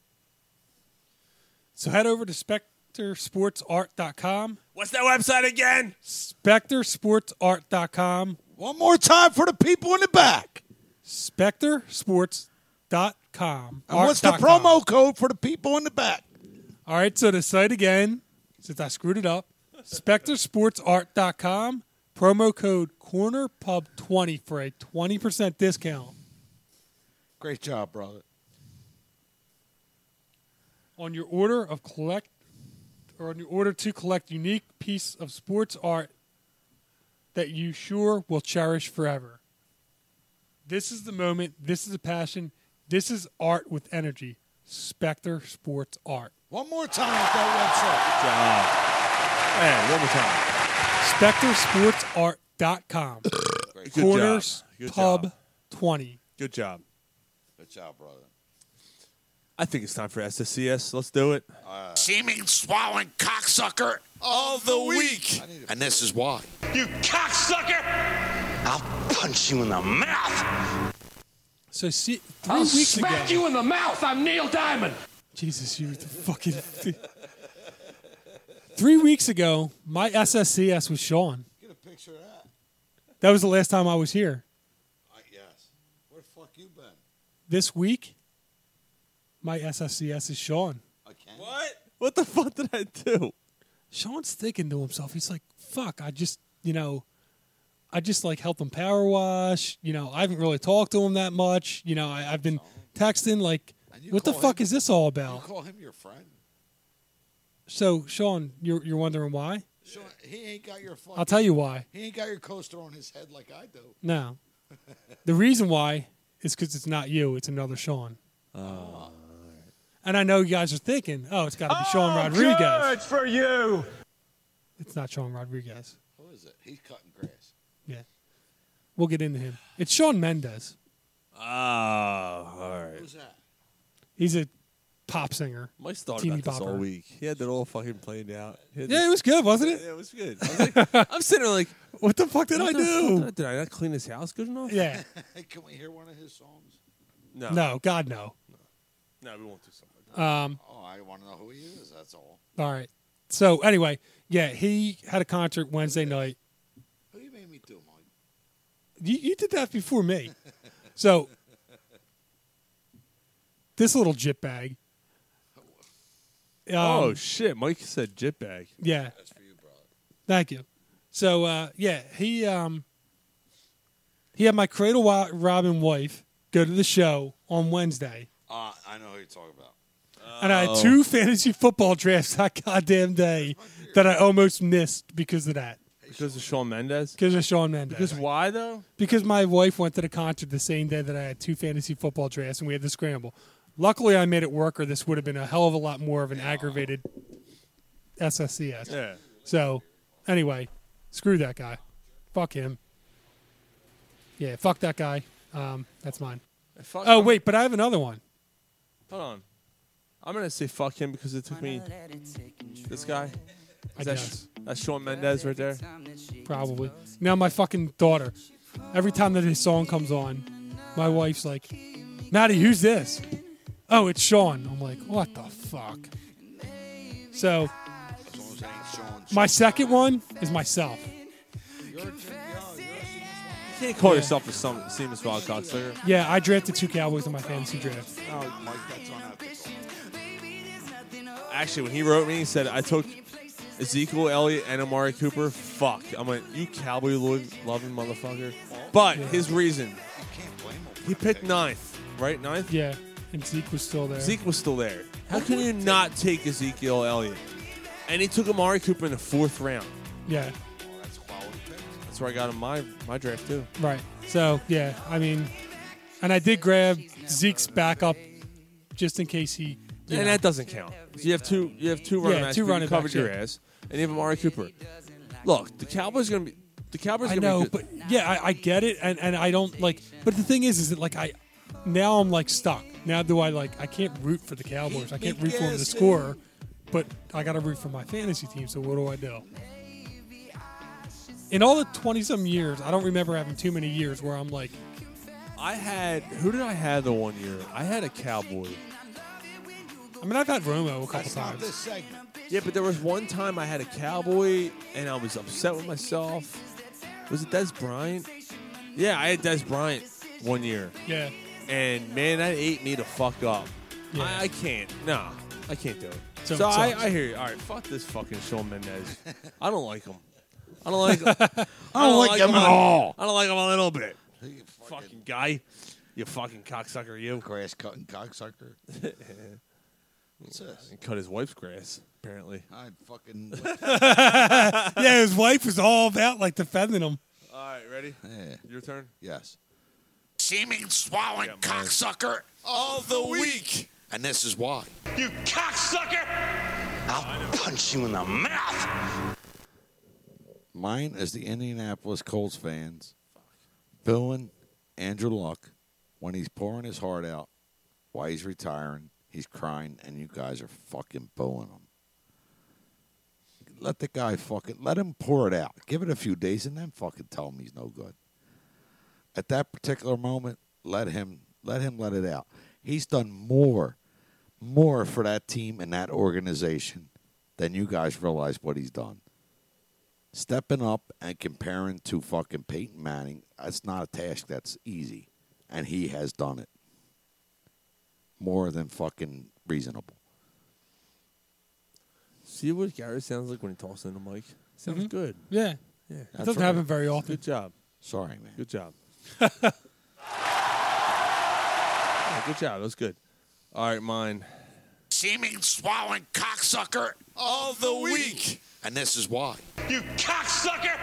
I: So head over to spectresportsart.com.
C: What's that website again?
I: Spectresportsart.com.
H: One more time for the people in the back.
I: Spectresports.com.
H: And what's the
I: Art.com.
H: promo code for the people in the back?
I: All right, so the site again, since I screwed it up, spectresportsart.com, promo code cornerpub20 for a 20% discount
H: Great job, brother.
I: on your order of collect or on your order to collect unique piece of sports art that you sure will cherish forever. This is the moment, this is a passion, this is art with energy. Spectre Sports Art.
H: One more time at that
C: Man, one more time.
I: SpectreSportsArt.com.
C: Good job.
I: Corners
C: Good
I: Pub
C: job.
I: 20.
C: Good job.
K: Good job, brother.
C: I think it's time for SSCS. Let's do it.
G: Seeming swallowing cocksucker of the week.
K: And this is why.
G: You cocksucker!
K: I'll punch you in the mouth.
I: So see, 3
B: I'll
I: weeks
B: smack
I: ago.
B: you in the mouth. I'm Neil Diamond.
I: Jesus, you the fucking. Three weeks ago, my SSCS was Sean.
K: Get a picture of that.
I: That was the last time I was here.
H: Uh,
K: I, yes. Where the fuck you been?
I: This week, my SSCS is Sean.
C: What? What the fuck did I do?
I: Sean's thinking to himself, he's like, fuck, I just, you know, I just like helped him power wash. You know, I haven't really talked to him that much. You know, I, I've been texting, like, what the fuck is this all
K: You
I: about?
K: call him your friend.
I: So, Sean, you're, you're wondering why?
K: Sean, he ain't got your fucking.
I: I'll tell you why.
K: He ain't got your coaster on his head like I do.
I: No. The reason why is because it's not you, it's another Sean.
C: Oh.
I: And I know you guys are thinking, oh, it's got to be Sean Rodriguez.
L: Good for you.
I: It's not Sean Rodriguez.
K: Who is it? He's cutting grass.
I: Yeah. We'll get into him. It's Sean Mendez.
C: Oh, all right.
K: Who's that?
I: He's a pop singer.
C: Mike's thought
I: teeny
C: about this all
I: bopper.
C: week. He had that all fucking planned out. He had
I: Yeah,
C: this-
I: it was good, wasn't it?
C: Yeah, it was good. I was like, I'm sitting there like,
I: what the fuck did
C: what
I: I
C: the fuck
I: do?
C: Did I, did I not clean his house good enough?
I: Yeah.
K: Can we hear one of his songs?
C: No.
I: No, God, no.
C: No, we won't do something.
I: Um,
K: Oh, I want to know who he is. That's all.
I: all right. So anyway, yeah, he had a concert Wednesday night.
H: Who you made me do, Mike?
I: You, you did that before me. So this little jit bag. Um,
C: oh shit! Mike said jitbag.
I: Yeah. That's for you, brother. Thank you. So uh, yeah, he um, he had my Cradle Wa- Robin wife go to the show on Wednesday,
H: Uh, I know who you're talking about.
I: and I
C: Oh.
I: had two fantasy football drafts that goddamn day that I almost missed because of that.
C: Because of Shawn Mendes.
I: Because of Shawn Mendes.
C: Because why though?
I: Because my wife went to the concert the same day that I had two fantasy football drafts and we had to scramble. Luckily, I made it work, or this would have been a hell of a lot more of an aggravated SSCS.
C: Yeah.
I: So, anyway, screw that guy. Fuck him. Yeah, fuck that guy. Um, that's mine.
C: Fuck
I: oh,
C: him.
I: wait, but I have another one.
C: Hold on. I'm gonna say fuck him because it took me. This guy.
I: I
C: that
I: guess.
C: Sh- that's Shawn Mendes right there.
I: Probably. Now my fucking daughter, every time that his song comes on, my wife's like, Maddie, who's this? Oh, it's Sean. I'm like, what the fuck? So
H: As long as it ain't Sean.
I: my second one is myself.
H: You're too young.
C: You can't call
I: Yeah.
C: yourself a some Seamus Wildcock Slayer.
I: Yeah, I drafted two Cowboys in my fantasy draft.
H: Oh, Mike, that's on that.
C: Actually, when he wrote me, he said I took Ezekiel Elliott and Amari Cooper. Fuck. I'm like, you cowboy lo- loving motherfucker. But his reason. He picked ninth, right? Ninth.
I: Yeah, and Zeke was still there.
C: Zeke was still there. How can you not take Ezekiel Elliott? And he took Amari Cooper in the fourth round.
I: Yeah,
H: That's quality picks.
C: That's where I got him my my draft too.
I: right. So yeah, I mean, and I did grab Zeke's backup just in case he. you
C: And
I: know.
C: that doesn't count. You have two. You have two
I: Yeah,
C: running backs.
I: two
C: but you
I: running
C: covered
I: backs,
C: your
I: yeah.
C: ass, and you have Amari Cooper. Look, the Cowboys are going to be. The Cowboys.
I: I
C: are gonna
I: know,
C: be
I: but
C: good.
I: yeah, I, I get it, and, and I don't like. But the thing is, is that like I now I'm like stuck. Now do I like I can't root for the Cowboys. I can't root for them to score, but I got to root for my fantasy team. So what do I do? In all the twenty some years, I don't remember having too many years where I'm like,
C: I had who did I have the one year? I had a Cowboy.
I: I mean, I've had Romo a couple
H: Not
I: times.
H: this segment.
C: Yeah, but there was one time I had a Cowboy, and I was upset with myself. Was it Des Bryant? Yeah, I had Des Bryant one year,
I: Yeah,
C: and man, that ate me the fuck up.
I: Yeah.
C: I, I can't. Nah, I can't do it.
I: So
C: So,
I: it
C: I,
I: sucks.
C: I hear you. All right, fuck this fucking Shawn Mendes. I don't like him. I don't like. him. I
M: don't like him at all.
C: I don't like him a little bit.
H: You
C: Fucking guy, you fucking cocksucker, you.
H: grass cutting cocksucker. What's this?
C: And cut his wife's grass apparently.
H: I fucking.
I: yeah. His wife was all about like defending him.
C: All right, ready?
H: Yeah.
C: Your turn.
H: Yes.
N: Seeming swallowing cocksucker all the week.
H: And this is why.
N: You cocksucker! I'll punch you in the mouth.
H: Mine is the Indianapolis Colts fans booing Andrew Luck when he's pouring his heart out, why he's retiring, he's crying, and you guys are fucking booing him. Let the guy fucking let him pour it out. Give it a few days and then fucking tell him he's no good. At that particular moment, let him let him let it out. He's done more, more for that team and that organization than you guys realize what he's done stepping up and comparing to fucking Peyton Manning, that's not a task that's easy. And he has done it more than fucking reasonable.
C: See what Gary sounds like when he talks in the mic. Sounds
I: Mm-hmm.
C: good.
I: Yeah,
C: Yeah.
I: it doesn't happen very often.
C: Good job.
H: Sorry, man.
C: Good job. Yeah, good job. That was good. All right, mine.
N: Seeming swallowing cocksucker all the week.
H: And this is why.
N: You cocksucker!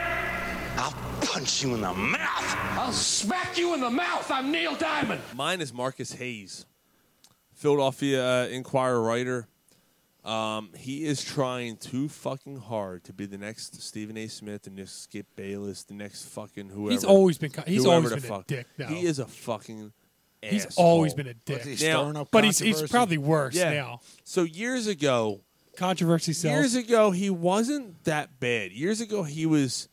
N: I'll punch you in the mouth.
O: I'll smack you in the mouth. I'm Neil Diamond.
C: Mine is Marcus Hayes, Philadelphia uh, Inquirer writer. Um, he is trying too fucking hard to be the next Stephen A. Smith, the next Skip Bayless, the next fucking whoever.
I: He's always been co- he's
C: whoever
I: always
C: the
I: been a
C: fuck-
I: dick, though.
C: He is a fucking.
I: He's
C: asshole.
I: always been a dick,
C: Now- stirring
I: but he's he's probably worse
C: Yeah.
I: now.
C: So years ago,
I: Controversy sells.
C: years ago he wasn't that bad. Years ago he was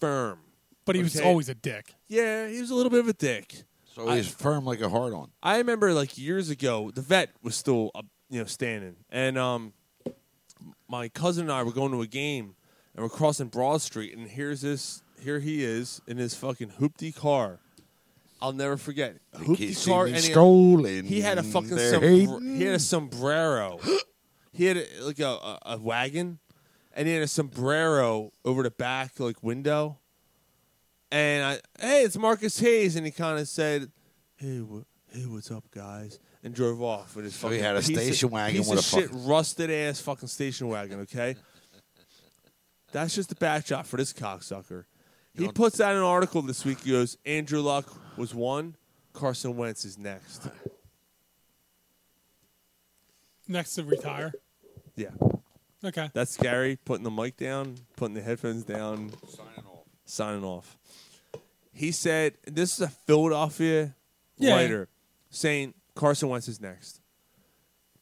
C: firm.
I: But he was
C: Okay.
I: always a dick.
C: Yeah, he was a little bit of a dick.
H: So he's firm like a hard on.
C: I remember like years ago, the vet was still uh, you know standing, and um, my cousin and I were going to a game, and we're crossing Broad Street, and here's this. Here he is in his fucking hoopty car. I'll never forget a hoopty
K: see
C: car.
K: me
C: and he-
K: strolling
C: He had a fucking
K: there,
C: sombr- he had a sombrero. he had a, like a, a, a wagon, and he had a sombrero over the back like window. And I, hey, it's Marcus Hayes, and he kind of said, "Hey, wh- hey, what's up, guys?" And drove off with his
K: So
C: fucking.
K: he had a
C: piece of-
K: station wagon
C: piece
K: with
C: of
K: a
C: shit,
K: fucking-
C: rusted ass fucking station wagon. Okay, that's just the backdrop for this cocksucker. He puts out an article this week. He goes, Andrew Luck was one, Carson Wentz is next.
I: Next to retire.
C: Yeah.
I: Okay.
C: That's scary. Putting the mic down, putting the headphones down, signing off. Signing off. He said, "This is a Philadelphia
I: Yeah.
C: writer saying Carson Wentz is next.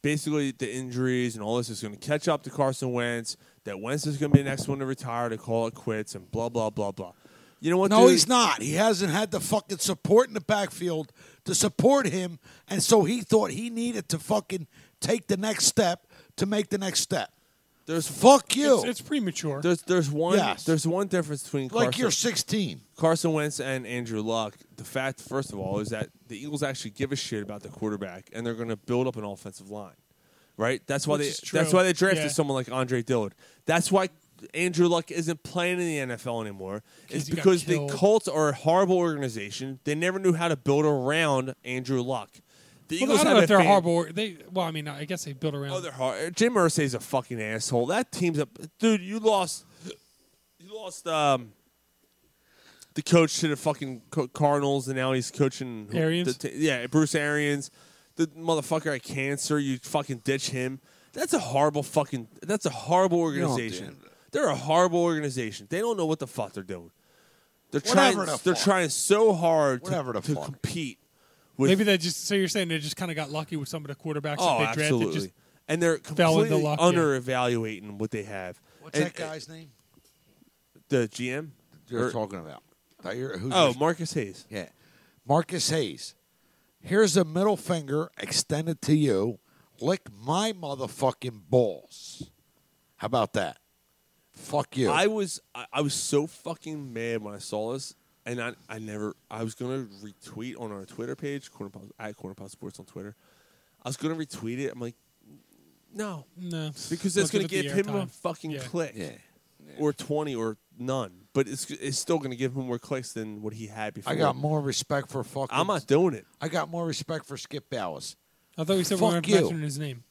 C: Basically, the injuries and all this is going to catch up to Carson Wentz. That Wentz is going to be the next one to retire to call it quits and blah blah blah blah. You know what?
H: no,
C: dude?
H: he's not. He hasn't had the fucking support in the backfield to support him, and so he thought he needed to fucking take the next step to make the next step.
C: There's
H: fuck you.
I: It's, it's premature.
C: There's there's one
H: Yes.
C: there's one difference between
H: Like
C: Carson,
H: you're 16.
C: Carson Wentz and Andrew Luck. The fact, first of all, is that the Eagles actually give a shit about the quarterback, and they're going to build up an offensive line, right? That's why
I: Which
C: they
I: is true.
C: that's why they drafted
I: Yeah.
C: someone like Andre Dillard. That's why Andrew Luck isn't playing in the NFL anymore. It's
I: he got
C: because the
I: killed.
C: Colts are a horrible organization. They never knew how to build around Andrew Luck. The
I: Well,
C: Eagles
I: I don't
C: have
I: know
C: a
I: if they're
C: fan-
I: horrible. or- They well, I mean, I guess they built around.
C: Oh, they're hard. Jim Irsay's a fucking asshole. That team's a dude. You lost. You lost. Um, the coach to the fucking Co- Cardinals, and now he's coaching who-
I: Arians?
C: the t- yeah, Bruce Arians. The motherfucker had cancer. You fucking ditch him. That's a horrible fucking. That's a horrible
H: don't
C: organization. They're a horrible organization. They don't know what the fuck they're doing. They're
H: Whatever
C: trying.
H: the
C: they're
H: fuck.
C: trying so hard
H: Whatever
C: to,
H: the
C: to
H: fuck.
C: compete. With
I: Maybe they just. So you're saying they just kind of got lucky with some of the quarterbacks
C: Oh,
I: that they
C: absolutely.
I: drafted. Just
C: and they're
I: fell into
C: completely
I: luck, yeah.
C: under evaluating what they have.
H: What's
C: And-
H: that guy's name?
C: The GM
K: You're
I: Er,
C: Or-
K: talking about. That you're- who's
C: oh,
K: your-
C: Marcus Hayes.
K: Yeah. Marcus Hayes, here's a middle finger extended to you. Lick my motherfucking balls. How about that? Fuck you.
C: I was I, I was so fucking mad when I saw this, and I I never I was gonna retweet on our Twitter page corner Pop- at corner Pop sports on Twitter. I was gonna retweet it. I'm like, no,
I: no,
C: because that's
I: Don't
C: gonna
I: it
C: give
I: the
C: him a
I: airtime.
C: fucking
I: Yeah.
C: click, or twenty, or none. But it's it's still gonna give him more clicks than what he had before.
K: I got more respect for fucking.
C: I'm not doing it.
K: I got more respect for Skip Ballas.
I: I thought we said
K: Fuck
I: we weren't
K: you.
I: mentioning his name.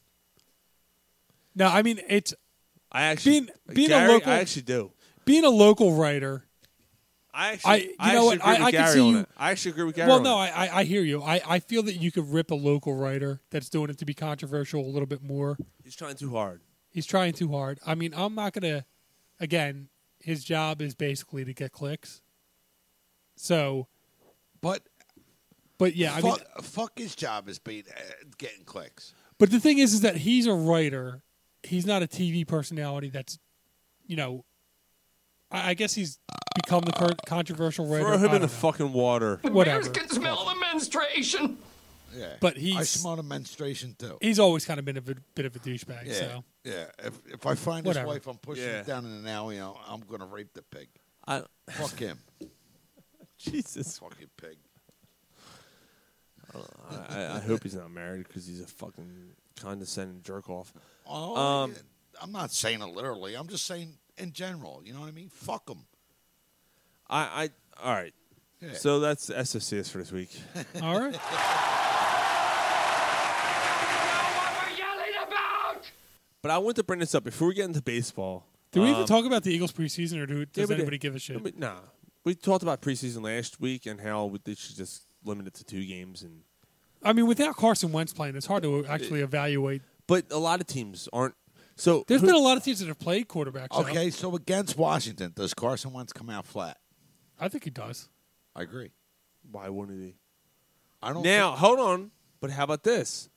I: No, I mean it's
C: I actually
I: being being
C: Gary,
I: a local.
C: I actually do.
I: being a local writer.
C: I
I: I-
C: actually,
I: you
C: I,
I: know
C: actually
I: what?
C: agree
I: I-
C: with
I: I can
C: Gary
I: see
C: on
I: you-
C: it. I actually agree with Gary.
I: Well,
C: on
I: no,
C: it.
I: I, I I hear you. I I feel that you could rip a local writer that's doing it to be controversial a little bit more.
C: he's trying too hard.
I: He's trying too hard. I mean, I'm not gonna. Again, his job is basically to get clicks. So,
K: But
I: but yeah, I mean,
K: fuck, fuck his job is being uh, getting clicks.
I: But the thing is, is that he's a writer. He's not a TV personality. That's, you know, I, I guess he's become the cur- controversial writer.
C: Throw him in
I: I
C: the
I: don't know.
C: fucking water.
I: whatever.
B: Bears can smell the menstruation.
K: Yeah.
I: But
K: I
I: he's-
K: smell the menstruation too.
I: He's always kind of been a bit, bit of a douchebag.
K: Yeah.
I: So
K: Yeah. If, if I find
I: Whatever.
K: his wife, I'm pushing
C: Yeah.
K: it down in an alley. I'm, I'm going to rape the pig.
C: I,
K: Fuck him.
C: Jesus.
K: Fucking pig.
C: I, I hope he's not married because he's a fucking condescending jerk off.
K: Oh,
C: Um,
K: yeah. I'm not saying it literally. I'm just saying in general. You know what I mean? Fuck him.
C: I, I all right.
K: Yeah.
C: So that's SFCS for this week.
I: all right,
C: But I want to bring this up before we get into baseball.
I: do we even
C: Um,
I: talk about the Eagles preseason, or do,
C: yeah, we
I: does
C: did.
I: anybody give a shit?
C: We- Nah. We talked about preseason last week and how we- they should just limit it to two games. And
I: I mean, without Carson Wentz playing, it's hard to actually evaluate.
C: but a lot of teams aren't. So
I: There's
C: who- Oh,
I: been a lot of teams that have played quarterbacks. though.
K: Okay, so against Washington, does Carson Wentz come out flat?
I: I think he does.
K: I agree.
C: why wouldn't he?
K: I
I: Oh,
K: don't
C: Now,
K: thi-
C: hold on. But how about this?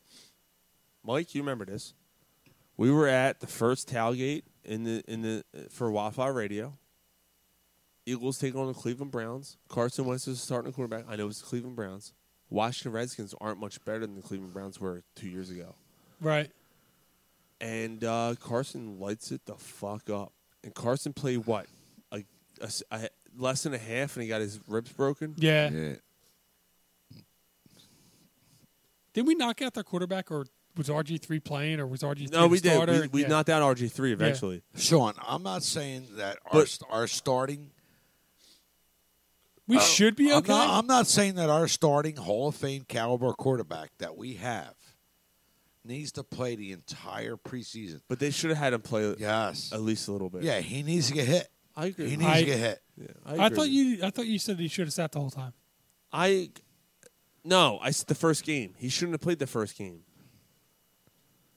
C: Mike, you remember this. We were at the first tailgate in the in the uh, for Wi-Fi radio. Eagles take on the Cleveland Browns. Carson Wentz is starting quarterback. I know it's the Cleveland Browns. Washington Redskins aren't much better than the Cleveland Browns were two years ago.
I: Right.
C: and uh, Carson lights it the fuck up. And Carson played what, a, a s- a- less than a half, and he got his ribs broken.
I: Yeah.
H: yeah.
I: Did we knock out their quarterback, or was RG three playing, or was RG?
C: No, we did.
I: starter?
C: We, we
I: Yeah.
C: knocked out RG three
I: Yeah.
C: eventually.
H: Sean, I'm not saying that our,
C: But-
H: st- our starting.
I: We should be
H: I'm
I: okay.
H: not, I'm not saying that our starting Hall of Fame caliber quarterback that we have needs to play the entire preseason.
C: But they should have had him play.
H: Yes,
C: at least a little bit.
H: Yeah, he needs to get hit.
C: I agree.
H: He
C: with
H: needs
C: you.
H: to get hit.
C: Yeah,
I: I,
C: agree with
I: thought you. I thought you said he should have sat the whole time.
C: I no, I said the first game. He shouldn't have played the first game.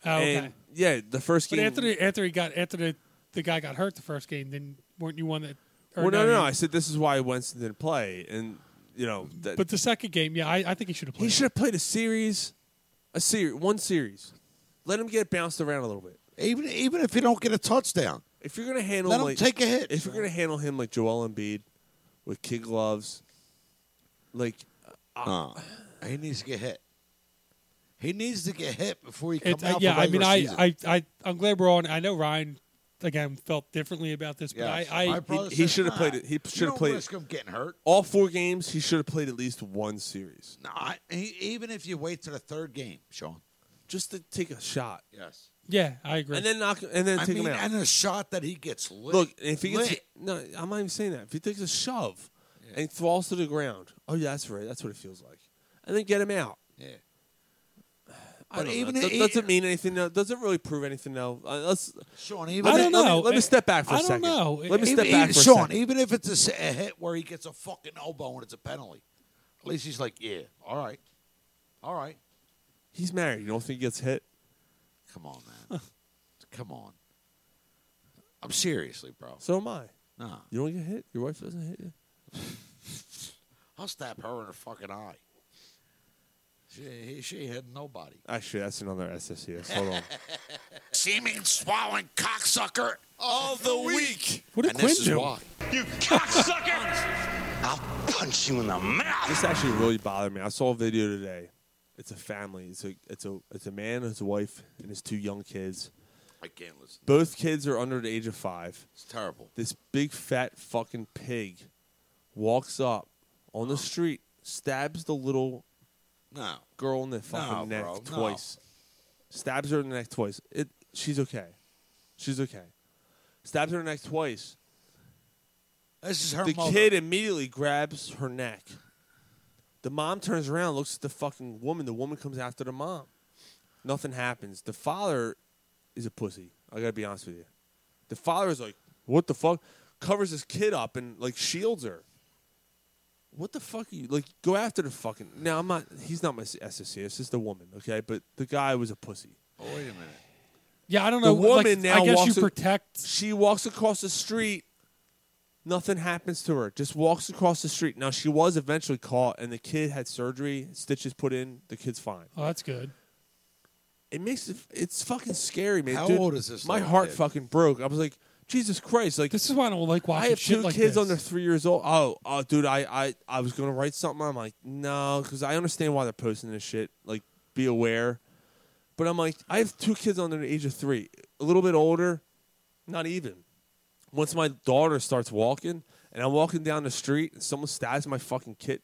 I: Oh, okay.
C: And, yeah, the first
I: But
C: game.
I: after the, after he got after the, the guy got hurt the first game, then weren't you one that? or
C: well, no, no, no.
I: you-
C: I said this is why Winston didn't play, and you know, that,
I: but the second game, yeah, I, I think he should have played.
C: he should have played a series, a series, one series. Let him get bounced around a little bit.
H: Even even if you don't get a touchdown,
C: If you're gonna handle,
H: Let
C: him
H: him
C: like,
H: take a hit.
C: If you're gonna handle him like Joel Embiid, with kid gloves, like
H: uh, he needs to get hit. He needs to get hit before he comes
I: It,
H: out. for
I: uh, yeah, I mean,
H: regular
I: I,
H: season.
I: I, I, I'm glad we're on. I know Ryan again felt differently about this, but
H: Yes.
I: I, I
H: My brother
C: he
H: says,
C: should have
H: "Nah,
C: played it. He
H: you
C: should have
H: don't
C: played it."
H: risk him getting hurt.
C: all four games, he should have played at least one series.
H: No, I, he, even if you wait to the third game, Sean.
C: Just to take a shot.
H: Yes.
I: yeah, I agree.
C: And then knock, and then
H: I
C: take
H: mean,
C: him out.
H: and a shot that he gets lit.
C: Look, if he gets
H: lit,
C: no, I'm not even saying that. If he takes a shove and he falls to the ground, oh yeah, that's right. That's what it feels like. And then get him out.
H: yeah.
C: I
H: But
C: don't
H: even
C: know.
H: if
C: That
H: he-
C: doesn't mean anything. Though. Doesn't really prove anything though. Uh, let's.
H: Sean,
C: let
H: even
I: I
C: me-
I: don't
C: let me-
I: know. Eh,
C: Let me step back for
I: I
C: a
I: don't
C: second.
I: know.
C: Let me
H: even,
C: step back
H: even-
C: for a
H: Sean,
C: second.
H: even if it's a, s- a hit where he gets a fucking elbow and it's a penalty, at least he's like, yeah, all right, all right.
C: He's married. You don't think he gets hit?
H: Come on, man. Come on. I'm seriously, bro.
C: So am I.
H: Nah,
C: You don't get hit. Your wife doesn't hit you.
H: I'll stab her in her fucking eye. She, he- she hit nobody.
C: Actually, that's another SSCS. Hold on.
H: Seeming swallowing cocksucker of the week.
I: What did
H: and
I: Quinn
H: this is
I: do?
H: why.
P: You cocksucker! I'll punch you in the mouth.
C: This actually really bothered me. I saw a video today. It's a family. It's a it's a it's a man, his wife, and his two young kids.
H: I can't listen.
C: Both kids are under the age of five.
H: It's terrible.
C: This big fat fucking pig walks up on the street, stabs the little
H: No.
C: girl in the fucking neck
H: bro, no.
C: twice. Stabs her in the neck twice. It she's okay. She's okay. Stabs her in the neck twice.
H: This is her
C: the
H: mother.
C: kid immediately grabs her neck. The mom turns around, looks at the fucking woman. The woman comes after the mom. Nothing happens. The father is a pussy. I gotta be honest with you. The father is like, "What the fuck?" Covers his kid up and like shields her. What the fuck are you like? Go after the fucking. Now I'm not. He's not my SSC. It's just the woman, okay? But the guy was a pussy.
H: Oh, wait a minute.
I: yeah, I don't
C: The
I: know.
C: woman
I: like,
C: now
I: I guess
C: walks
I: you
C: a-
I: protect.
C: She walks across the street. Nothing happens to her. Just walks across the street. Now she was eventually caught, and the kid had surgery, stitches put in. The kid's fine.
I: Oh, that's good.
C: It makes it, it's fucking scary, man.
H: How
C: Dude,
H: old is this
C: My
H: little
C: heart
H: kid?
C: fucking broke. I was like, Jesus Christ! Like
I: This is why I don't like watching
C: I have
I: shit
C: two
I: like
C: kids
I: this.
C: under three years old. Oh, oh, dude, I, I, I was gonna write something. I'm like, no, because I understand why they're posting this shit. Like, be aware. But I'm like, I have two kids under the age of three, a little bit older, not even. Once my daughter starts walking, and I'm walking down the street, and someone stabs my fucking kid,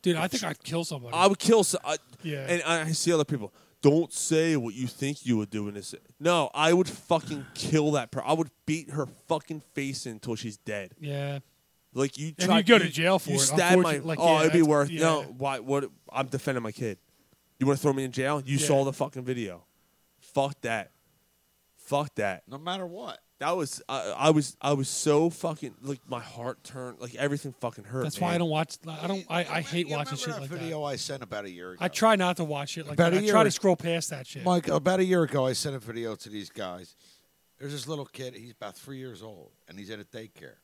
I: Dude, I think I'd kill somebody.
C: I would kill. So, I,
I: Yeah.
C: And I, I see other people. Don't say what you think you would do in this. No, I would fucking kill that. Per- I would beat her fucking face in until she's dead.
I: yeah.
C: Like you,
I: And
C: tried,
I: you go to jail for
C: you
I: it,
C: Stab my,
I: unfortunately. Like,
C: oh,
I: yeah,
C: it'd be
I: that's-
C: worth. No,
I: yeah.
C: why? What? I'm defending my kid. You want to throw me in jail? You
I: Yeah.
C: saw the fucking video. Fuck that. Fuck that.
H: No matter what.
C: That was I, I was I was so fucking like my heart turned like everything fucking hurt.
I: That's why I
C: man.
I: don't watch. I don't. I, I hate
H: You
I: watching
H: remember
I: shit
H: that
I: like that.
H: video I sent about a year ago.
I: I try not to watch it like
H: About
I: that.
H: a
I: I
H: year
I: try
H: ago.
I: to scroll past that shit.
H: Mike, about a year ago, I sent a video to these guys. There's this little kid. He's about three years old, and he's at a daycare.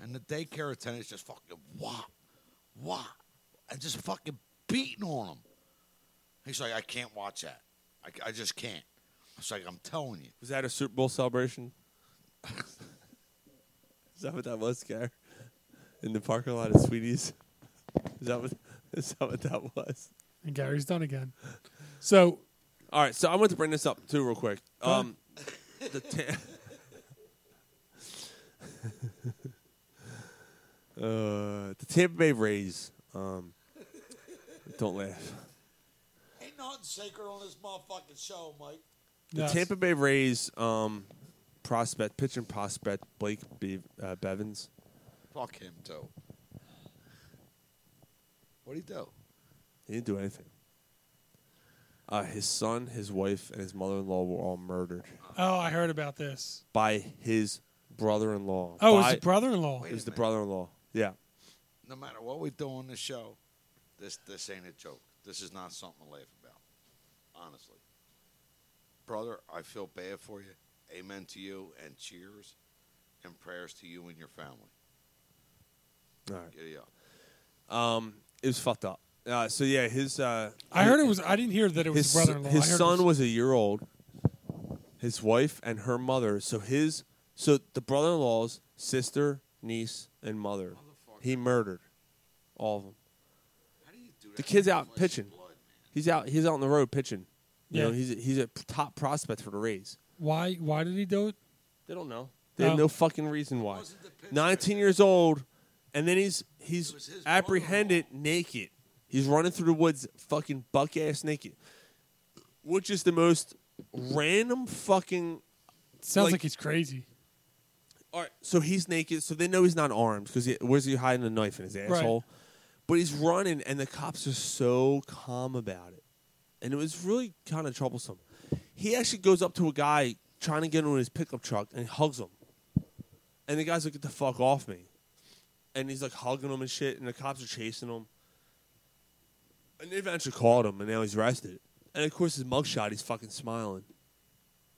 H: And the daycare attendant's just fucking whop, whop, and just fucking beating on him. He's like, I can't watch that. I, I just can't. I was like, I'm telling you.
C: Was that a Super Bowl celebration? is that what that was, Gar? In the parking lot of Sweeties? Is that what is that what that was?
I: And Gary's done again. So
C: All right, so I want to bring this up too real quick. Um The ta- uh, the Tampa Bay Rays. Um, don't laugh.
H: Ain't nothing sacred on this motherfucking show, Mike.
C: The Tampa Bay Rays um, prospect, pitching prospect Blake Be- uh, Bevins.
K: Fuck him, too. What'd he do?
C: He didn't do anything. Uh, his son, his wife, and his mother-in-law were all murdered
I: Oh, I heard about this.
C: by his brother-in-law.
I: Oh, it was
C: By-
I: his brother-in-law.
C: It was the brother-in-law. Yeah.
K: No matter what we do on this show, this this ain't a joke. This is not something to laugh about. Honestly. Brother, I feel bad for you. Amen to you and cheers and prayers to you and your family.
C: All right.
K: Giddy up.
C: Um, it was fucked up. Uh, so yeah, his. Uh,
I: I heard it was. I didn't hear that it was
C: his,
I: his brother-in-law.
C: His
I: I heard it
C: son was a year old. His wife and her mother. So his. So the brother-in-law's sister, niece, and mother. He murdered all of them. The kid's out pitching. he's out. He's out on the road pitching. You
I: Yeah.
C: know, he's a, he's a top prospect for the Rays.
I: Why? Why did he do it?
C: They don't know. They have
I: No.
C: no fucking reason why. Nineteen years old, and then he's he's apprehended naked. He's running through the woods, fucking buck ass naked, which is the most random fucking.
I: Sounds like, he's crazy.
C: All right, so he's naked, so they know he's not armed because he, where's he hiding a knife in his asshole? But he's running, and the cops are so calm about it, and it was really kind of troublesome. He actually goes up to a guy trying to get into his pickup truck and hugs him, and the guy's like, "Get the fuck off me!" And he's like hugging him and shit, and the cops are chasing him. And they eventually caught him, and now he's arrested. And of course, his mugshot, he's fucking smiling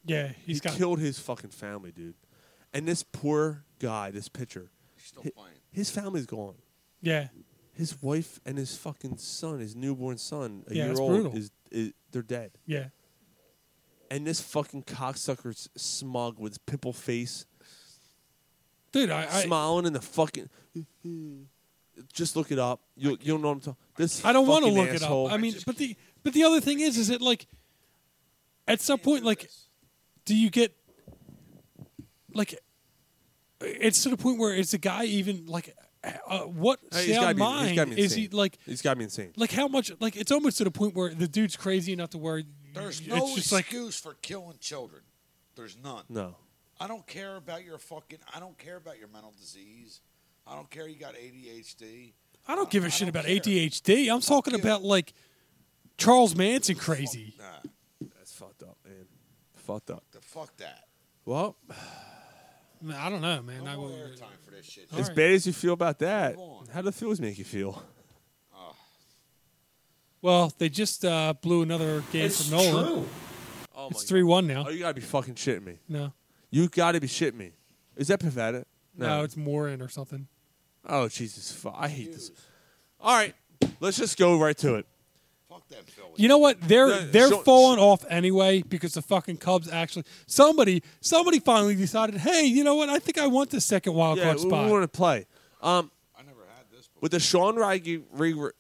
I: Yeah, he's
C: he
I: got.
C: killed his fucking family, dude. And this poor guy, this pitcher, hi- his family's gone.
I: Yeah,
C: His wife and his fucking son, his newborn son, a
I: Yeah,
C: year
I: it's
C: old,
I: brutal.
C: is, is they're dead.
I: yeah.
C: And this fucking cocksucker's smug with his pimple face,
I: Dude, I, I
C: smiling in the fucking. Just look it up. You you'll know what I'm talking. This
I: I don't want
C: want
I: to look it up. I mean, but the but the other thing is, is it like at some point, like, do you get like it's to the point where is the guy even like uh, what
C: he's gotta
I: sound
C: be, he's
I: mind
C: gotta be
I: is he
C: insane.
I: like
C: He's got me insane.
I: like how much like it's almost to the point where the dude's crazy enough to where
H: There's
I: it's
H: no
I: just
H: excuse
I: like
H: for killing children. There's none.
C: No.
H: I don't care about your fucking. I don't care about your mental disease. I don't care you got ADHD.
I: I don't give a shit about ADHD. I'm talking about like Charles Manson crazy.
H: Nah,
C: that's fucked up, man. Fucked up.
H: The fuck that.
C: Well,
I: Man, I don't know, man. I
H: No
I: will-
H: airtime for this shit.
C: as
I: Alright.
C: bad as you feel about that, how do the feels make you feel?
I: Well, they just uh, blew another game
C: It's
I: from Nolan.
C: true. Oh
I: it's three one now.
C: Oh, you gotta be fucking shitting me.
I: No.
C: You gotta be shitting me. Is that pathetic?
I: No. it's Morin or something.
C: Oh Jesus! Fu- I hate this. All right, let's just go right to it.
I: You know what? They're
C: No,
I: they're
C: Sean-
I: falling off anyway because the fucking Cubs actually somebody somebody finally decided. Hey, you know what? I think I want the second wild
C: yeah,
I: card
C: we,
I: spot.
C: want to play. Um, with the Sean Rodriguez,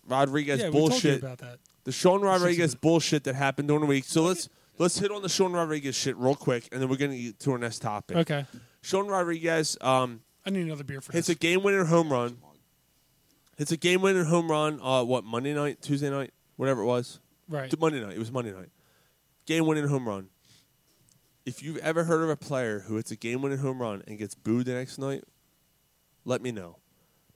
C: Rodriguez
I: Yeah, we told you
C: bullshit.
I: about that.
C: The
I: This
C: Sean
I: is
C: Rodriguez bullshit that happened during the week. So let's let's hit on the Sean Rodriguez shit real quick, and then we're gonna get to our next topic.
I: Okay.
C: Sean Rodriguez. Um,
I: I need another beer for
C: hits
I: this.
C: a game winning home run. Hits a game winning home run. Uh, what Monday night, Tuesday night, whatever it was.
I: Right.
C: T- Monday night. It was Monday night. Game winning home run. If you've ever heard of a player who hits a game winning home run and gets booed the next night, let me know.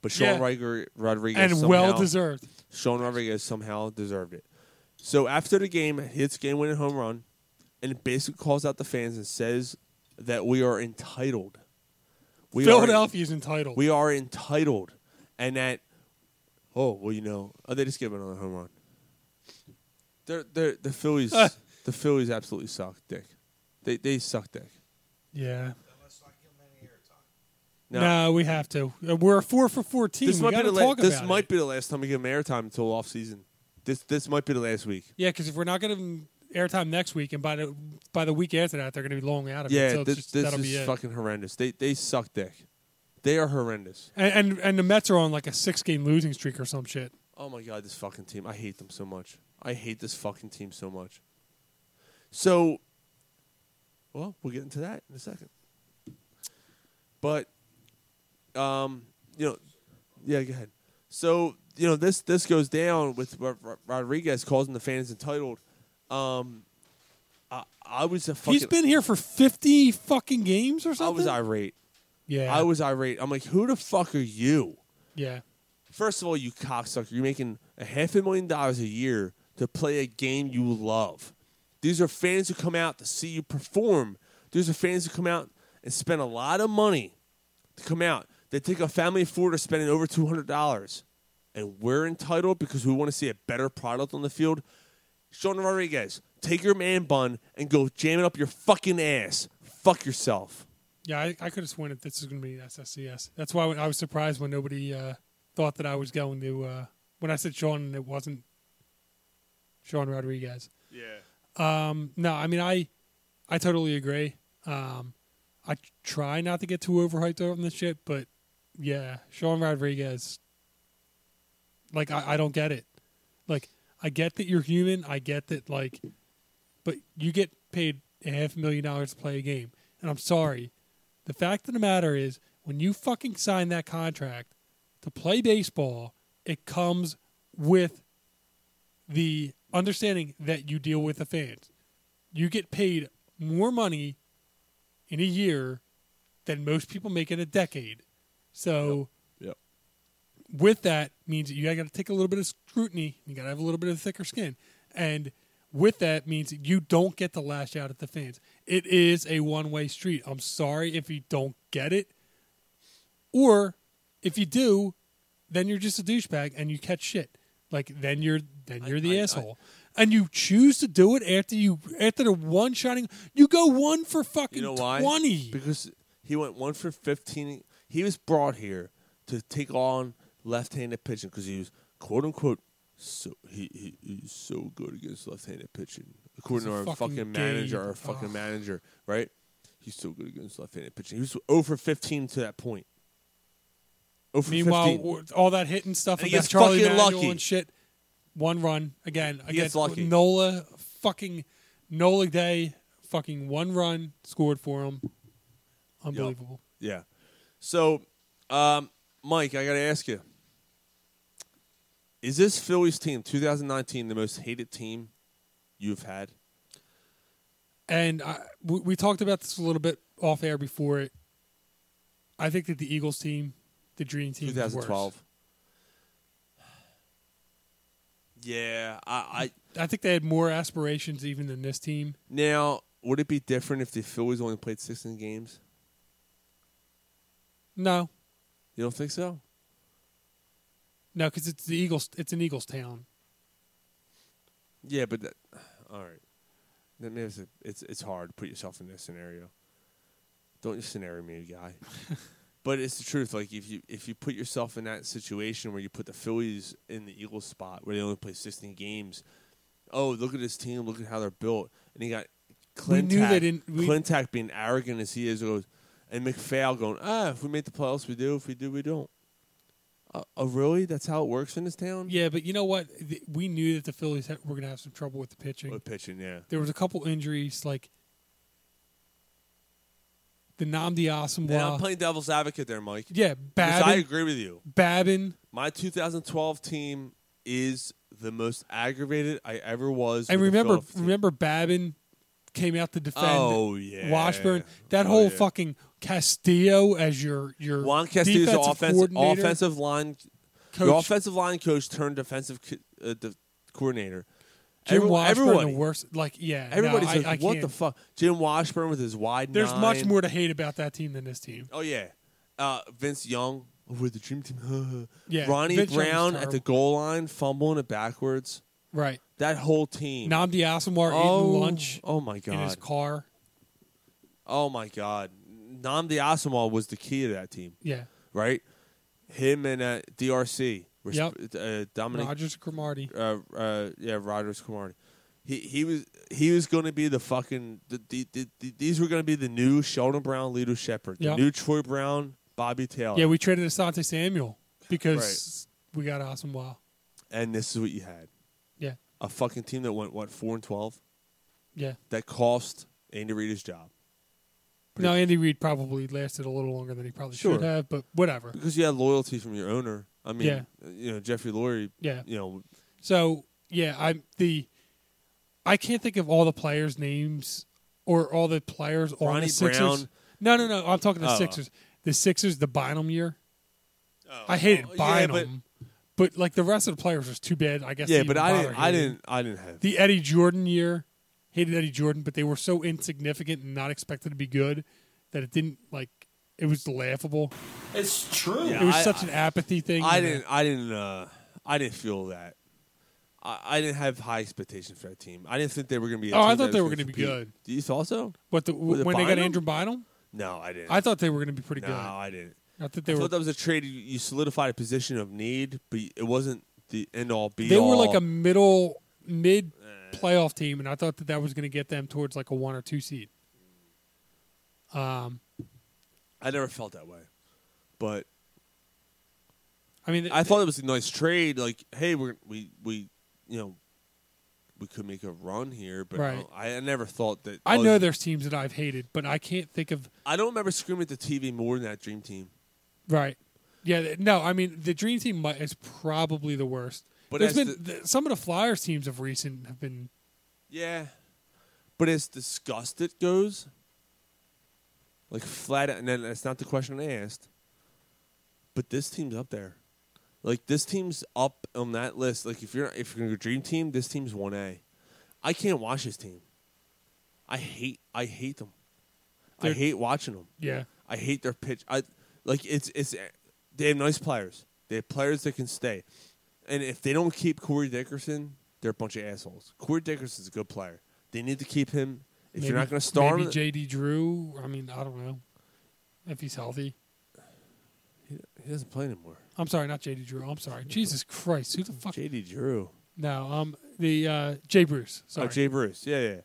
C: But Sean
I: Yeah.
C: Rodri- Rodriguez
I: And
C: somehow-
I: well-deserved.
C: Sean Rodriguez somehow deserved it. So after the game, hits game winning home run, and basically calls out the fans and says that we are entitled. We are,
I: Philadelphia's entitled.
C: we are entitled, and that oh well, you know, oh, they just gave another home run. They're, they're, the Phillies, the Phillies absolutely suck dick. They they suck dick.
I: yeah.
C: No.
I: No. we have to. Uh, We're a four for fourteen.
C: This
I: we
C: might
I: got to
C: be the la-
I: talk
C: this
I: about it.
C: might be the last time we give them airtime until off season. This this might be the last week.
I: Yeah, because if we're not going to airtime next week, and by the by the week after that, they're going to be long out of it.
C: Yeah,
I: so it's
C: this,
I: just,
C: this
I: that'll be
C: is
I: it.
C: fucking horrendous. They they suck dick. They are horrendous.
I: and, and and the Mets are on like a six game losing streak or some shit.
C: Oh my god, this fucking team. I hate them so much. I hate this fucking team so much. So Well, we'll get into that in a second. But, um, you know, yeah, go ahead. So you know this this goes down with Ro- Ro- Rodriguez causing the fans entitled. Um, I, I was a fucking.
I: He's been here for fifty fucking games or
C: I
I: something.
C: was irate.
I: Yeah.
C: I was irate. I'm like, who the fuck are you?
I: yeah.
C: First of all, you cocksucker, you're making a half a million dollars a year to play a game you love. These are fans who come out to see you perform. These are fans who come out and spend a lot of money to come out. They take a family of four to spending over two hundred dollars, and we're entitled because we want to see a better product on the field. Sean Rodriguez, take your man bun and go jam it up your fucking ass. Fuck yourself.
I: Yeah, I, I could have sworn that this was going to be SSCS. That's why when- I was surprised when nobody uh, thought that I was going to. Uh, when I said Sean, it wasn't Sean Rodriguez.
C: Yeah.
I: Um, no, I mean I, I totally agree. Um, I try not to get too overhyped on this shit, but yeah, Sean Rodriguez. Like I, I don't get it. Like I get that you're human. I get that like, but you get paid a half a million dollars to play a game, and I'm sorry. The fact of the matter is, when you fucking sign that contract to play baseball, it comes with the understanding that you deal with the fans. You get paid more money in a year than most people make in a decade. So,
C: Yep.
I: with that means that you got to take a little bit of scrutiny. You got to have a little bit of thicker skin, and with that means that you don't get to lash out at the fans. It is a one-way street. I'm sorry if you don't get it, or if you do, then you're just a douchebag and you catch shit. Like then you're then you're the asshole. and you choose to do it after you after the one shining you go one for fucking
C: You know why?
I: twenty.
C: Because he went one for fifteen. He was brought here to take on left-handed pitching because he was quote unquote so he, he he's so good against left-handed pitching according
K: He's a
C: to our fucking,
K: fucking
C: manager.
K: Gabe.
C: Our fucking
K: Ugh.
C: manager, right? He's so good against left-handed pitching. He was over fifteen to that point. Over
I: Meanwhile,
C: 15.
I: or- all that hitting stuff
C: And he
I: about
C: gets
I: Charlie
C: fucking
I: Manuel
C: lucky.
I: and shit. One run again
C: He
I: against
C: gets lucky.
I: Nola. Fucking Nola Day. Fucking one run scored for him. Unbelievable.
C: Yeah. So, um, Mike, I got to ask you: Is this Phillies team 2019 the most hated team you've had?
I: And I, we, we talked about this a little bit off air before it. I think that the Eagles team, the Dream team, is worse.
C: 2012. Yeah, I, I
I: I think they had more aspirations even than this team.
C: now would it be different if the Phillies only played 16 games?
I: No,
C: You don't think so?
I: no, because it's the Eagles. It's an Eagles town.
C: Yeah, but that, all right. That means it- it's it's hard to put yourself in this scenario. Don't you scenario me, guy. but it's the truth. Like if you if you put yourself in that situation where you put the Phillies in the Eagles spot where they only play 16 games, oh look at this team, look at how they're built, and he got
I: We
C: Clintac,
I: knew they didn't- we-
C: Clintac being arrogant as he is goes, and McPhail going, ah, if we make the playoffs, we do. If we do, we don't. Uh, oh, really? That's how it works in this town.
I: Yeah, but you know what? Th- We knew that the Phillies had, were going to have some trouble with the pitching.
C: With pitching, yeah.
I: There was a couple injuries, like the Nam
C: Yeah, I'm
I: Diasimwa,
C: playing devil's advocate there, Mike.
I: Yeah,
C: Because I
I: Babin-
C: agree with you.
I: Babin,
C: My 2012 team is the most aggravated I ever was.
I: and
C: with the
I: remember,
C: Philadelphia-
I: remember Babin came out to defend.
C: Oh, yeah.
I: Washburn. That
C: Oh,
I: whole
C: yeah.
I: fucking Castillo as your your
C: Juan Castillo's
I: defensive
C: offensive
I: coordinator.
C: offensive line
I: Coach.
C: Your offensive line coach turned defensive co- uh, the coordinator.
I: Jim
C: Everyone-
I: Washburn,
C: everybody-
I: the worst. Like, yeah, no,
C: everybody's
I: I-
C: like,
I: I
C: what the
I: can't.
C: fuck? Jim Washburn with his wide.
I: There's much
C: nine.
I: more to hate about that team than this team.
C: Oh yeah, uh, Vince Young with the dream team.
I: Yeah,
C: Ronnie
I: Vince Young was
C: Brown at
I: terrible.
C: the goal line, fumbling it backwards.
I: Right.
C: That whole team.
I: Nam Diasimwar
C: Oh,
I: eating lunch.
C: Oh my god.
I: In his car.
C: Oh my god. Nam Diasimov was the key to that team.
I: Yeah.
C: Right? Him and uh, DRC. Res-
I: Yep.
C: uh, Dominic
I: Rogers Cromartie.
C: Uh, uh, yeah, Rogers Cromartie. He he was he was going to be the fucking the, the, the, the- these were going to be the new Sheldon Brown, Lito Shepard,
I: Yep.
C: the new Troy Brown, Bobby Taylor.
I: Yeah, we traded Asante Samuel because we got Awesome Wow.
C: and this is what you had.
I: Yeah.
C: A fucking team that went what four and twelve.
I: Yeah.
C: That cost Andy Reid his job.
I: Now Andy Reid probably lasted a little longer than he probably
C: Sure.
I: should have, but whatever.
C: Because you had loyalty from your owner. I mean,
I: Yeah.
C: you know, Jeffrey Lurie,
I: Yeah.
C: you know,
I: So yeah, I'm the. I can't think of all the players' names or all the players on
C: Ronnie
I: the Sixers.
C: Brown.
I: No, no, no. I'm talking the
C: Oh.
I: Sixers. The Sixers, the Bynum year. I hated
C: Oh, yeah,
I: Bynum,
C: but-
I: but, like the rest of the players was too bad. I guess.
C: Yeah,
I: to
C: but
I: even
C: I
I: bother
C: didn't- I
I: hating.
C: didn't- I didn't have-
I: the Eddie Jordan year. Hated Eddie Jordan, but they were so insignificant and not expected to be good that it didn't like. It was laughable.
F: It's true.
I: it was such an apathy thing.
C: I
I: and a-
C: didn't. I didn't. Uh, I didn't feel that. I, I didn't have high expectations for that team. I didn't think they were going to be. a
I: Oh, I
C: team
I: thought
C: that
I: they
C: was
I: were
C: gonna
I: gonna be
C: compete. Do you thought so?
I: What the,
C: With
I: when they got
C: Bynum?
I: Andrew Bynum?
C: No, I didn't.
I: I thought they were going to be pretty
C: no,
I: good.
C: I didn't.
I: I thought they were-
C: that was a trade. You, you solidified a position of need, but it wasn't the end all be.
I: they were
C: all.
I: like a middle mid
C: Eh.
I: playoff team, and I thought that that was going to get them towards like a one or two seed. Um,
C: I never felt that way, but
I: I mean,
C: I thought it was a nice trade. Like, hey, we're we we you know we could make a run here, but
I: Right.
C: I, I never thought that.
I: I
C: oh,
I: know there's teams that I've hated, but I can't think of
C: I don't remember screaming at the TV more than that Dream Team.
I: right. Yeah, th- no, I mean the Dream Team might, is probably the worst. But
C: But
I: there's
C: as
I: been th- some of the Flyers teams of recent have been
C: Yeah. But as disgust it goes, like flat out, and then that's not the question I asked. But this team's up there. Like this team's up on that list. Like if you're if you're gonna go dream team, this team's one A. I can't watch this team. I hate I hate them. I
I: They're-
C: hate watching them.
I: Yeah.
C: I hate their pitch. I like it's it's they have nice players. They have players that can stay. And if they don't keep Corey Dickerson, they're a bunch of assholes. Corey Dickerson's a good player. They need to keep him. If
I: maybe,
C: you're not going to start
I: maybe
C: him,
I: JD Drew. I mean, I don't know if he's healthy.
C: he, he doesn't play anymore.
I: I'm sorry, not JD Drew. I'm sorry. Jesus Christ, who the fuck?
C: JD Drew.
I: No, um, the uh, Jay Bruce. Sorry,
C: Oh, Jay Bruce. Yeah, yeah.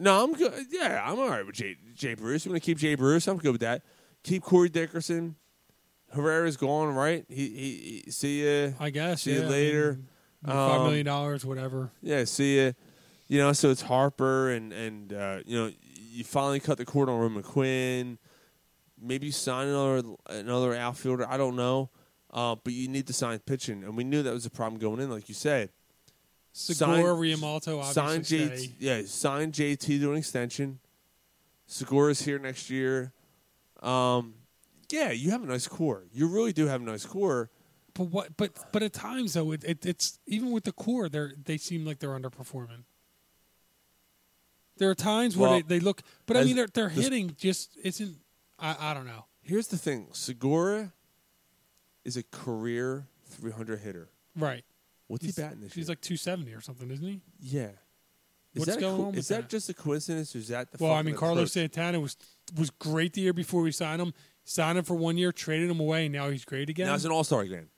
C: No, I'm good. Yeah, I'm all right with Jay, Jay Bruce. I'm going to keep Jay Bruce. I'm good with that. Keep Corey Dickerson. Herrera's gone, right? He, he, he see you.
I: I guess.
C: See
I: yeah,
C: you later.
I: I mean, Five
C: Um,
I: million dollars, whatever.
C: Yeah, see ya. You know, so it's Harper and and uh, you know you finally cut the cord on Roman Quinn. Maybe you sign another another outfielder. I don't know, uh, but you need to sign pitching, and we knew that was a problem going in, like you said. Sign-
I: Segura, Riamalto,
C: sign
I: obviously.
C: JT,
I: stay.
C: yeah, sign JT to an extension. Segura's here next year. Um, yeah, you have a nice core. You really do have a nice core.
I: But what? But but at times though, it, it, it's even with the core, they are they seem like they're underperforming. There are times where
C: Well,
I: they, they look, but I
C: as
I: mean, their their
C: this-
I: hitting just isn't. I I don't know.
C: Here's the thing: Segura is a career 300 hitter.
I: Right.
C: What's
I: he's,
C: he batting this
I: He's like two seventy or something, isn't he?
C: Yeah. Is
I: What's
C: that a
I: going
C: co-
I: on
C: Is
I: with
C: that,
I: that?
C: just a coincidence, or is that the?
I: Well, I
C: fucking
I: mean, Carlos
C: approach?
I: Santana was was great the year before we signed him. Signed him for one year, traded him away, and now he's great again.
C: now it's an All Star game.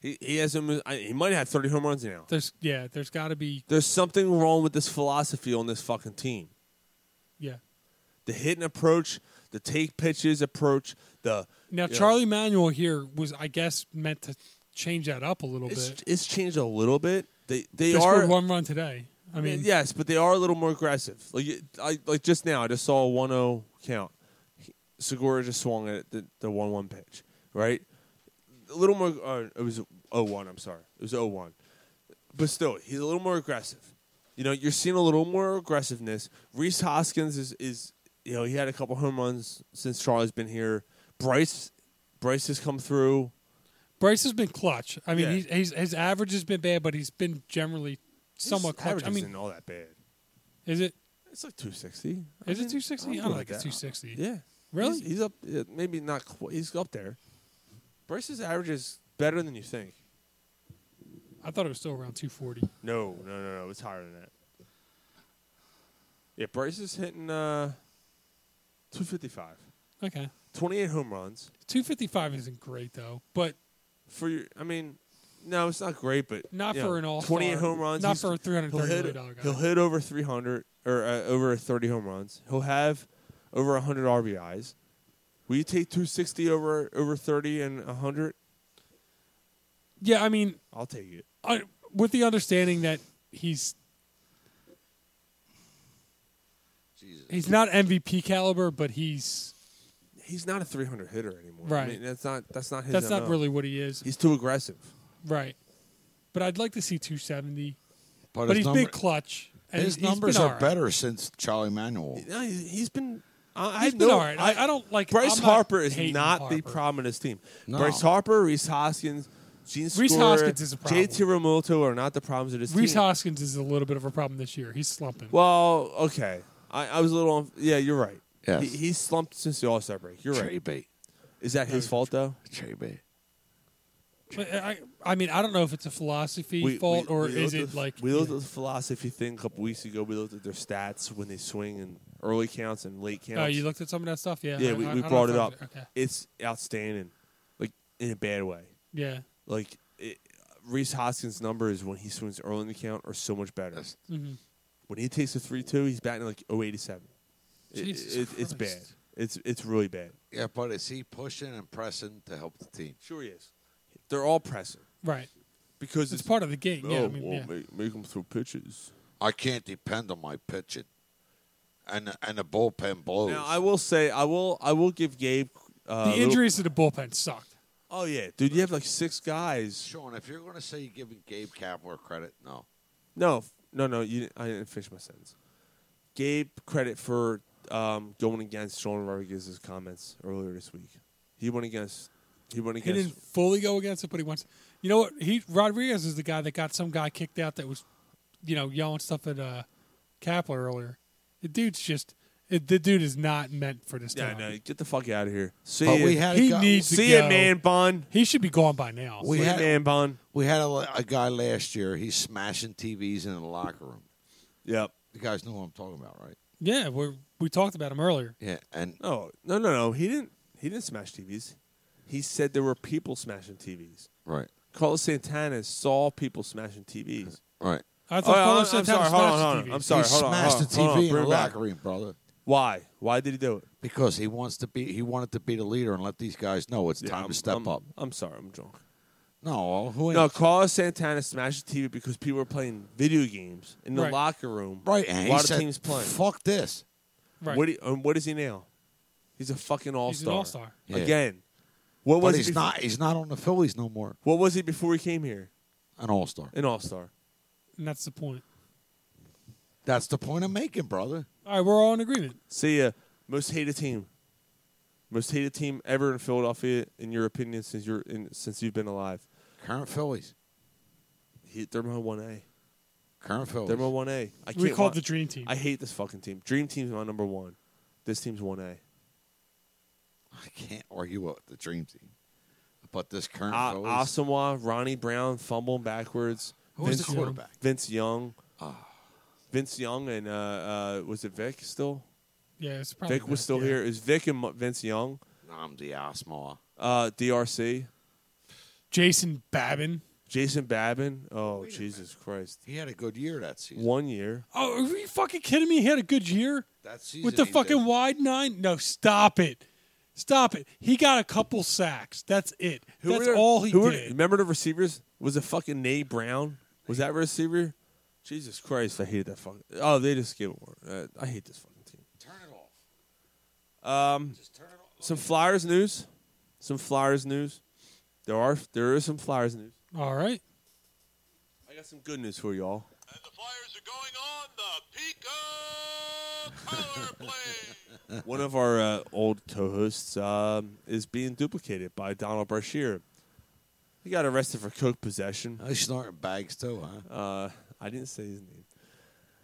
C: He he has him. I- He might have thirty home runs now.
I: there's yeah, there's got to be
C: There's something wrong with this philosophy on this fucking team.
I: yeah.
C: The hit and approach, the take pitches approach, the
I: Now
C: you know,
I: Charlie Manuel here was, I guess, meant to change that up a little
C: it's,
I: bit.
C: it's changed a little bit. They they
I: They
C: are
I: scored one run today. I mean,
C: yes, but they are a little more aggressive. Like you- I like just now, I just saw a 1-0 count. He- Segura just swung at the the one one pitch, right? A little more. Uh, it was 0-1, I'm sorry, it was 0-1. but still, he's a little more aggressive. You know, you're seeing a little more aggressiveness. Reese Hoskins is is you know he had a couple home runs since Charlie's been here. Bryce Bryce has come through.
I: Bryce has been clutch. I mean,
C: Yeah.
I: he's, he's, his average has been bad, but he's been generally somewhat
C: His
I: clutch.
C: average
I: I mean,
C: isn't all that bad.
I: is it
C: It's like 260.
I: Is it 260? I
C: I'm
I: don't
C: good
I: think
C: with
I: it's
C: that.
I: 260.
C: Yeah.
I: Really?
C: He's, he's up, yeah, maybe not, qu- he's up there. Bryce's average is better than you think.
I: I thought it was still around 240.
C: No, no, no, no. It's higher than that. Yeah, Bryce is hitting uh, 255.
I: Okay,
C: 28 home runs.
I: 255 isn't great though, but
C: For your, I mean, no, it's not great, but
I: Not
C: you
I: for
C: know,
I: an all-star.
C: 28 home runs.
I: Not
C: he's-
I: for a $330
C: he'll hit-
I: million guy.
C: He'll hit over 300 or uh, over 30 home runs. He'll have over 100 RBIs. Will you take 260 over over 30 and 100?
I: yeah, I mean,
C: I'll take it.
I: I, with the understanding that he's
H: Jesus.
I: He's not MVP caliber, but he's
C: he's not a 300 hitter anymore.
I: Right.
C: I mean, that's not that's not his.
I: That's not
C: MO.
I: really what he is.
C: He's too aggressive.
I: right. But I'd like to see 270.
H: But
I: But,
H: his
I: he's
H: number-
I: big clutch. And
H: His
I: he's- he's
H: numbers
I: been
H: are
I: all right.
H: better since Charlie Manuel.
C: No, he's, he's been. I,
I: He's
C: I
I: been
C: know-
I: all right. I- I don't like-
C: Bryce
I: I'm not
C: Harper is
I: hating
C: not the
I: Harper.
C: problem in this team.
H: No.
C: Bryce Harper, Reese Hoskins, Gene
I: Reese
C: Scorer,
I: Hoskins is a problem.
C: JT Romuto are not the problems of this
I: Reese
C: team.
I: Hoskins is a little bit of a problem this year. He's slumping.
C: well, okay. I, I was a little. Unf- yeah, you're right.
H: Yes.
C: He, he's slumped since the All Star break. You're
H: Trey
C: right.
H: Bate.
C: Is that his fault though?
H: Trey Bate.
I: But uh, I, I mean, I don't know if it's a philosophy fault or
C: we
I: is
C: looked
I: it
C: at-
I: like
C: we looked at the philosophy thing a couple weeks ago? We looked at their stats when they swing in early counts and late counts.
I: Oh, you looked at some of that stuff. Yeah,
C: Yeah,
I: I-
C: we,
I: I-
C: we
I: I don't
C: brought
I: know
C: it
I: if I
C: up.
I: was- Okay.
C: It's outstanding, like in a bad way.
I: Yeah.
C: Like it, Reese Hoskins' numbers when he swings early in the count are so much better.
I: Mhm.
C: When he takes a three-two, he's batting like 087. It-
H: Jesus
C: it- it's
H: Christ.
C: bad. It's it's really bad.
H: Yeah, but is he pushing and pressing to help the team?
C: Sure he is. They're all pressing
I: Right.
C: because Oh,
I: It's part of the game. Yeah, I mean, yeah.
C: make, make him throw pitches.
H: I can't depend on my pitching, and and the bullpen blows.
C: Now I will say I will I will give Gabe uh, a
I: The
C: little-
I: injuries to the bullpen sucked.
C: oh yeah, dude, you have like six guys.
H: Sean, if you're going to say you're giving Gabe Kapler credit, no.
C: No, f- no, no. You, didn't- I didn't finish my sentence. Gabe credit for um, going against Sean Rodriguez's comments earlier this week. He went against. He went
I: He
C: against.
I: didn't fully go against it, but he wants. You know what? He Rodriguez is the guy that got some guy kicked out that was, you know, yelling stuff at uh, Kapler earlier. The dude's just. It, the dude is not meant for this.
C: yeah,
I: Job.
C: no. Get the fuck out of here. See
H: But
C: ya.
H: we had a
I: He
H: guy-
I: needs to
C: See ya,
I: go.
C: man bun.
I: He should be gone by now.
H: We
C: See ya,
H: had-
C: man bun.
H: We had a, a guy last year. He's smashing TVs in the locker room.
C: Yep.
H: You guys know what I'm talking about, right?
I: yeah, we we talked about him earlier.
H: Yeah, and
C: No, no, no, no. He didn't. He didn't smash TVs. He said there were people smashing TVs.
H: right,
C: Carlos Santana saw people smashing TVs.
H: right.
I: I thought
C: Oh,
I: Carlos
C: I'm, I'm
I: Santana
C: sorry. Hold on,
I: smashed
C: hold on.
I: the
C: I'm
I: TVs.
C: sorry.
H: he
C: hold on,
H: smashed
C: hold on,
H: the
C: hold
H: TV
C: on,
H: in the
C: bring it back.
H: locker room, brother,
C: Why? Why did he do it?
H: because he wants to be. He wanted to be the leader and let these guys know it's time to step
C: I'm,
H: up.
C: I'm sorry. I'm drunk.
H: No, who ain't
C: No, Carlos Santana smashed the TV because people were playing video games in the
I: Right.
C: locker room.
H: right?
C: a
H: And he
C: lot of
H: said,
C: teams playing.
H: Fuck this.
I: Right.
C: What? do you- um, what is he now? He's a fucking all
I: He's an
C: star.
I: all-star.
H: Yeah.
C: again. What was
H: but
C: he
H: he's
C: bef-
H: not. He's not on the Phillies no more.
C: What was he before he came here?
H: An All Star.
C: An all star.
I: And that's the point.
H: That's the point I'm making, brother.
I: All right, we're all in agreement.
C: See ya. Most hated team. Most hated team ever in Philadelphia, in your opinion, since you're in, since you've been alive.
H: Current Phillies.
C: He, they're my one A.
H: Current Phillies.
C: They're my one A. I
I: we
C: can't
I: called
C: wa-
I: the dream team.
C: I hate this fucking team. Dream team's my number one. This team's one A.
H: I can't argue with the Dream Team, but this current
C: Uh,
H: Phillies.
C: Asamoah, Ronnie Brown fumbling backwards.
H: Who was the
C: Vince
H: quarterback?
C: Vince Young. Vince Young and uh, uh, was it Vic still?
I: yeah, it's probably
C: Vic was
I: that,
C: still
I: Oh, yeah.
C: here. It was Vic and Mo- Vince Young.
H: I'm the Osmaw.
C: Uh, DRC.
I: Jason Babin.
C: Jason Babin. Oh, Jesus Christ.
H: He had a good year that season.
C: One year.
I: Oh, are you fucking kidding me? He had a good year
H: That season
I: with the
H: he did-
I: fucking wide nine. No, stop it, stop it. He got a couple sacks. That's it.
C: were
I: That's
C: their-
I: all he
C: who were-
I: did.
C: remember the receivers? Was it fucking Nate Brown? Was that receiver? Jesus Christ, I hated that fucking. Oh, they just gave it more. Uh, I hate this fucking team.
H: Turn it off.
C: Um, some Flyers news. Some Flyers news. There are there is some Flyers news.
I: all right.
C: I got some good news for y'all. And the Flyers are going on the Pico Color One of our uh, old co-hosts um, is being duplicated by Donald Brashear. He got arrested for coke possession.
H: Oh, he's snorting bags too, huh?
C: Uh, I didn't say his name.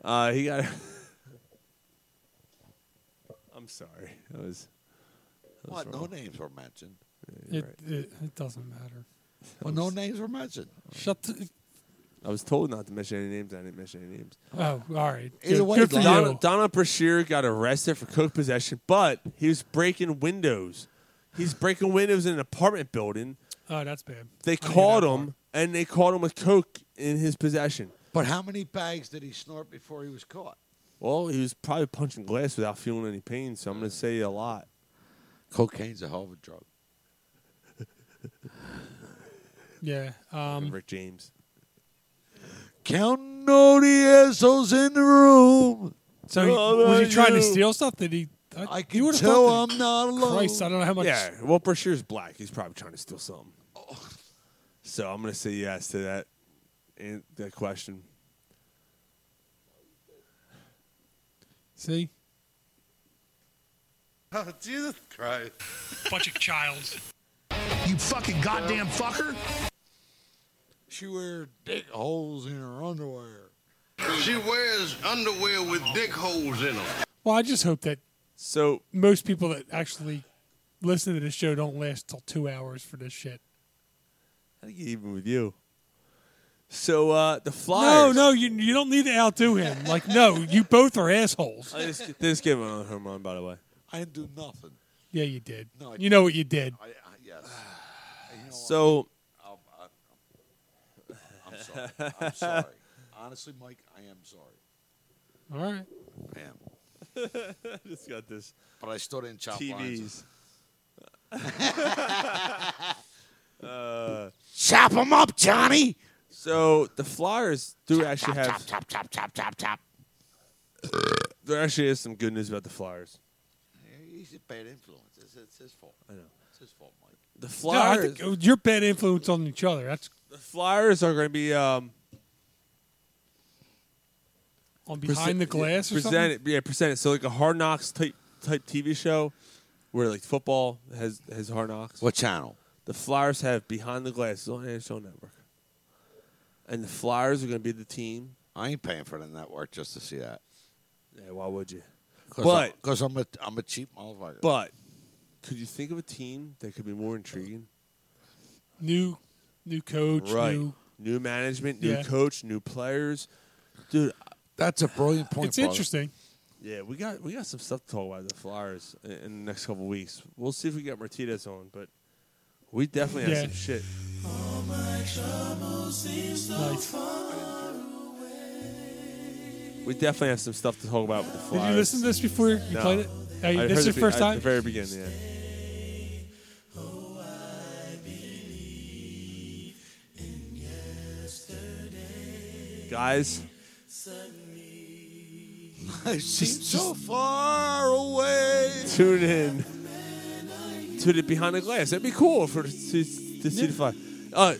C: Uh, he got. I'm sorry. That was. that was
H: What? No
C: wrong.
H: names were mentioned.
I: It, it, it doesn't matter.
H: Well, no names were mentioned.
I: Shut the.
C: I was told not to mention any names. I didn't mention any names.
I: Oh, all right.
H: Either
I: Good-
H: way,
I: good for
H: Donald-
I: you.
C: Donna, Donna Brashear got arrested for coke possession, but he was breaking windows. He's breaking windows in an apartment building.
I: Oh, that's bad. I
C: They
I: didn't hear
C: caught
I: that
C: him, and they caught him with coke in his possession.
H: But how many bags did he snort before he was caught?
C: Well, he was probably punching glass without feeling any pain, so I'm going to say a lot.
H: Cocaine's a hell of a drug.
I: part. Yeah. Um,
C: Rick James.
H: Count no Diezos in the room.
I: So he-
C: Oh,
I: was he trying to steal stuff? Did he? I, you would've
C: tell
I: thought that-
C: I'm
H: not alone.
I: Christ, I don't know how much.
C: Yeah, well, Brashear's black. He's probably trying to steal something. So I'm gonna say yes to that. an- That question.
I: See,
F: Oh, Jesus Christ.
I: bunch of childs.
F: You fucking goddamn fucker.
H: She wear dick holes in her underwear.
Q: She wears underwear with dick holes in them.
I: Well, I just hope that
C: so
I: most people that actually listen to this show don't last till two hours for this shit.
C: I think even with you. So uh, the
I: No,
C: Flyers.
I: no, you you don't need to outdo him. Like, no, you both are assholes.
C: I just, they just gave him a home run, by the way.
H: I didn't do nothing.
I: Yeah, you did.
H: No, I
I: you know what you did.
H: I, I, yes. And you know what?
C: So
H: I'm, I'm- I'm sorry. I'm sorry. Honestly, Mike, I am sorry.
I: All right.
H: I am.
C: just got this.
H: But I still didn't chop lines.
C: Uh,
H: Chop 'em up, Johnny!
C: So the Flyers do actually have.
H: Chop, chop, chop, chop, chop.
C: There actually is some good news about the Flyers.
H: He's a bad influence. It's, it's his fault.
C: I know.
H: It's his fault, Mike.
C: The
I: No, I
C: Flyers.
I: think uh, you're bad influence on each other. That's
C: the Flyers are going to be um,
I: on behind the glass or
C: presented, Yeah, presented. So like a Hard Knocks type type TV show, where like football has has Hard Knocks.
K: What channel?
C: The Flyers have Behind the Glass It's on NHL Network, and the Flyers are going to be the team.
K: I ain't paying for the network just to see that.
C: Yeah, why would you?
K: Because
C: But-
K: I'm, a I'm a cheap motherfucker.
C: But could you think of a team that could be more intriguing?
I: something? New, new coach.
C: right.
I: New,
C: New management, new
I: Yeah.
C: coach, new players. Dude,
K: that's a brilliant point.
I: it's
C: brother.
I: interesting.
C: Yeah, we got we got some stuff to talk about the Flyers in, in the next couple weeks. We'll see if we get Martinez on, but we definitely
I: Yeah.
C: have some shit.
I: Nice.
C: We definitely have some stuff to talk about with the Flyers.
I: Did you listen to this before you
C: No.
I: played it? Hey,
C: I
I: this
C: heard
I: is your
C: the-
I: first
C: at
I: time.
C: The very beginning, yeah. Guys,
H: I seem so far away.
C: tune in to the Behind the Glass. That'd be cool for to, to see the Flyers. Uh,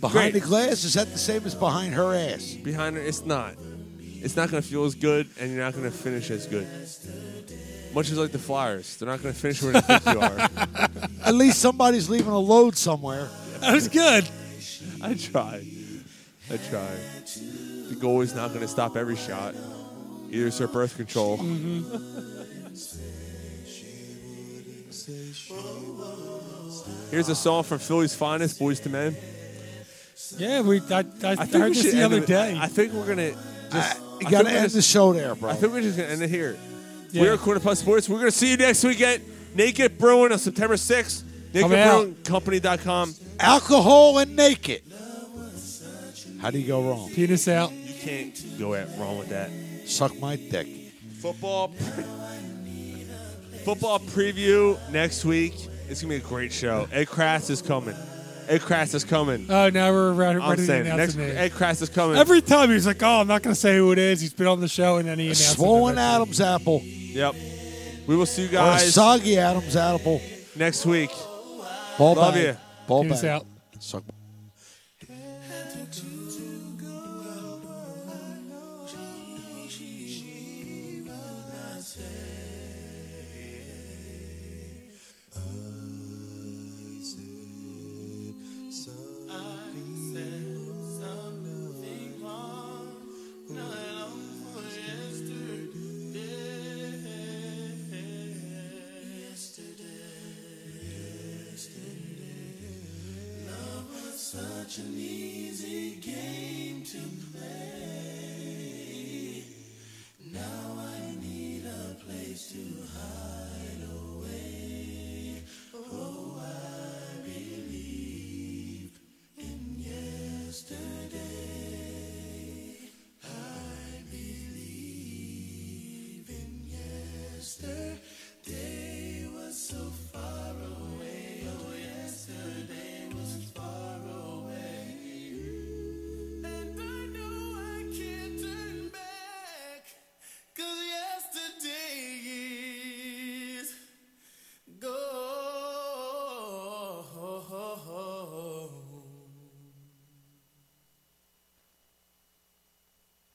K: Behind
C: great.
K: the glass, is that the same as behind her ass?
C: behind her. It's not. It's not going to feel as good, and you're not going to finish as good. Much as like the Flyers, they're not going to finish where they think you are.
H: At least somebody's leaving a load somewhere.
I: That was good.
C: I tried. I tried. The goalie's not going to stop every shot. Either it's their birth control.
I: Mm-hmm.
C: Here's a song from Philly's finest, Boys to Men.
I: Yeah, we. I, I,
C: I think
I: heard
C: we
I: this
C: should
I: the
C: end
I: other
C: it-
I: day.
C: I think we're gonna. Just,
H: You
C: I think
H: got to
C: we're
H: end the
C: just-
H: show there, bro.
C: I think we're just gonna end it here.
I: Yeah.
C: We're Corner Plus Sports. We're gonna see you next week at Naked Brewing on September 6th.
H: Come out.
C: NakedBrewingCompany.com.
H: Alcohol and naked. How do you go wrong?
I: Penis out.
C: You can't go at wrong with that.
K: Suck my dick.
C: Football. Football preview next week. It's gonna be a great show. Ed Kratz is coming. Ed Kratz is coming.
I: Oh, now we're ready,
C: I'm
I: ready to
C: saying
I: announce
C: next
I: the name.
C: Ed Kratz is coming.
I: Every time he's like, "Oh, I'm not going to say who it is." He's been on the show, and then he
H: A
I: announces.
H: swollen Adam's apple.
C: yep. We will see you
H: Or a
C: guys
H: soggy Adam's apple.
C: next week.
H: Ball
C: Love
H: bag.
C: you.
H: Ball
I: Penis
H: bag.
I: out.
K: Suck my
F: Such an easy game to play. Now I need a place to hide away. Oh, I believe in yesterday.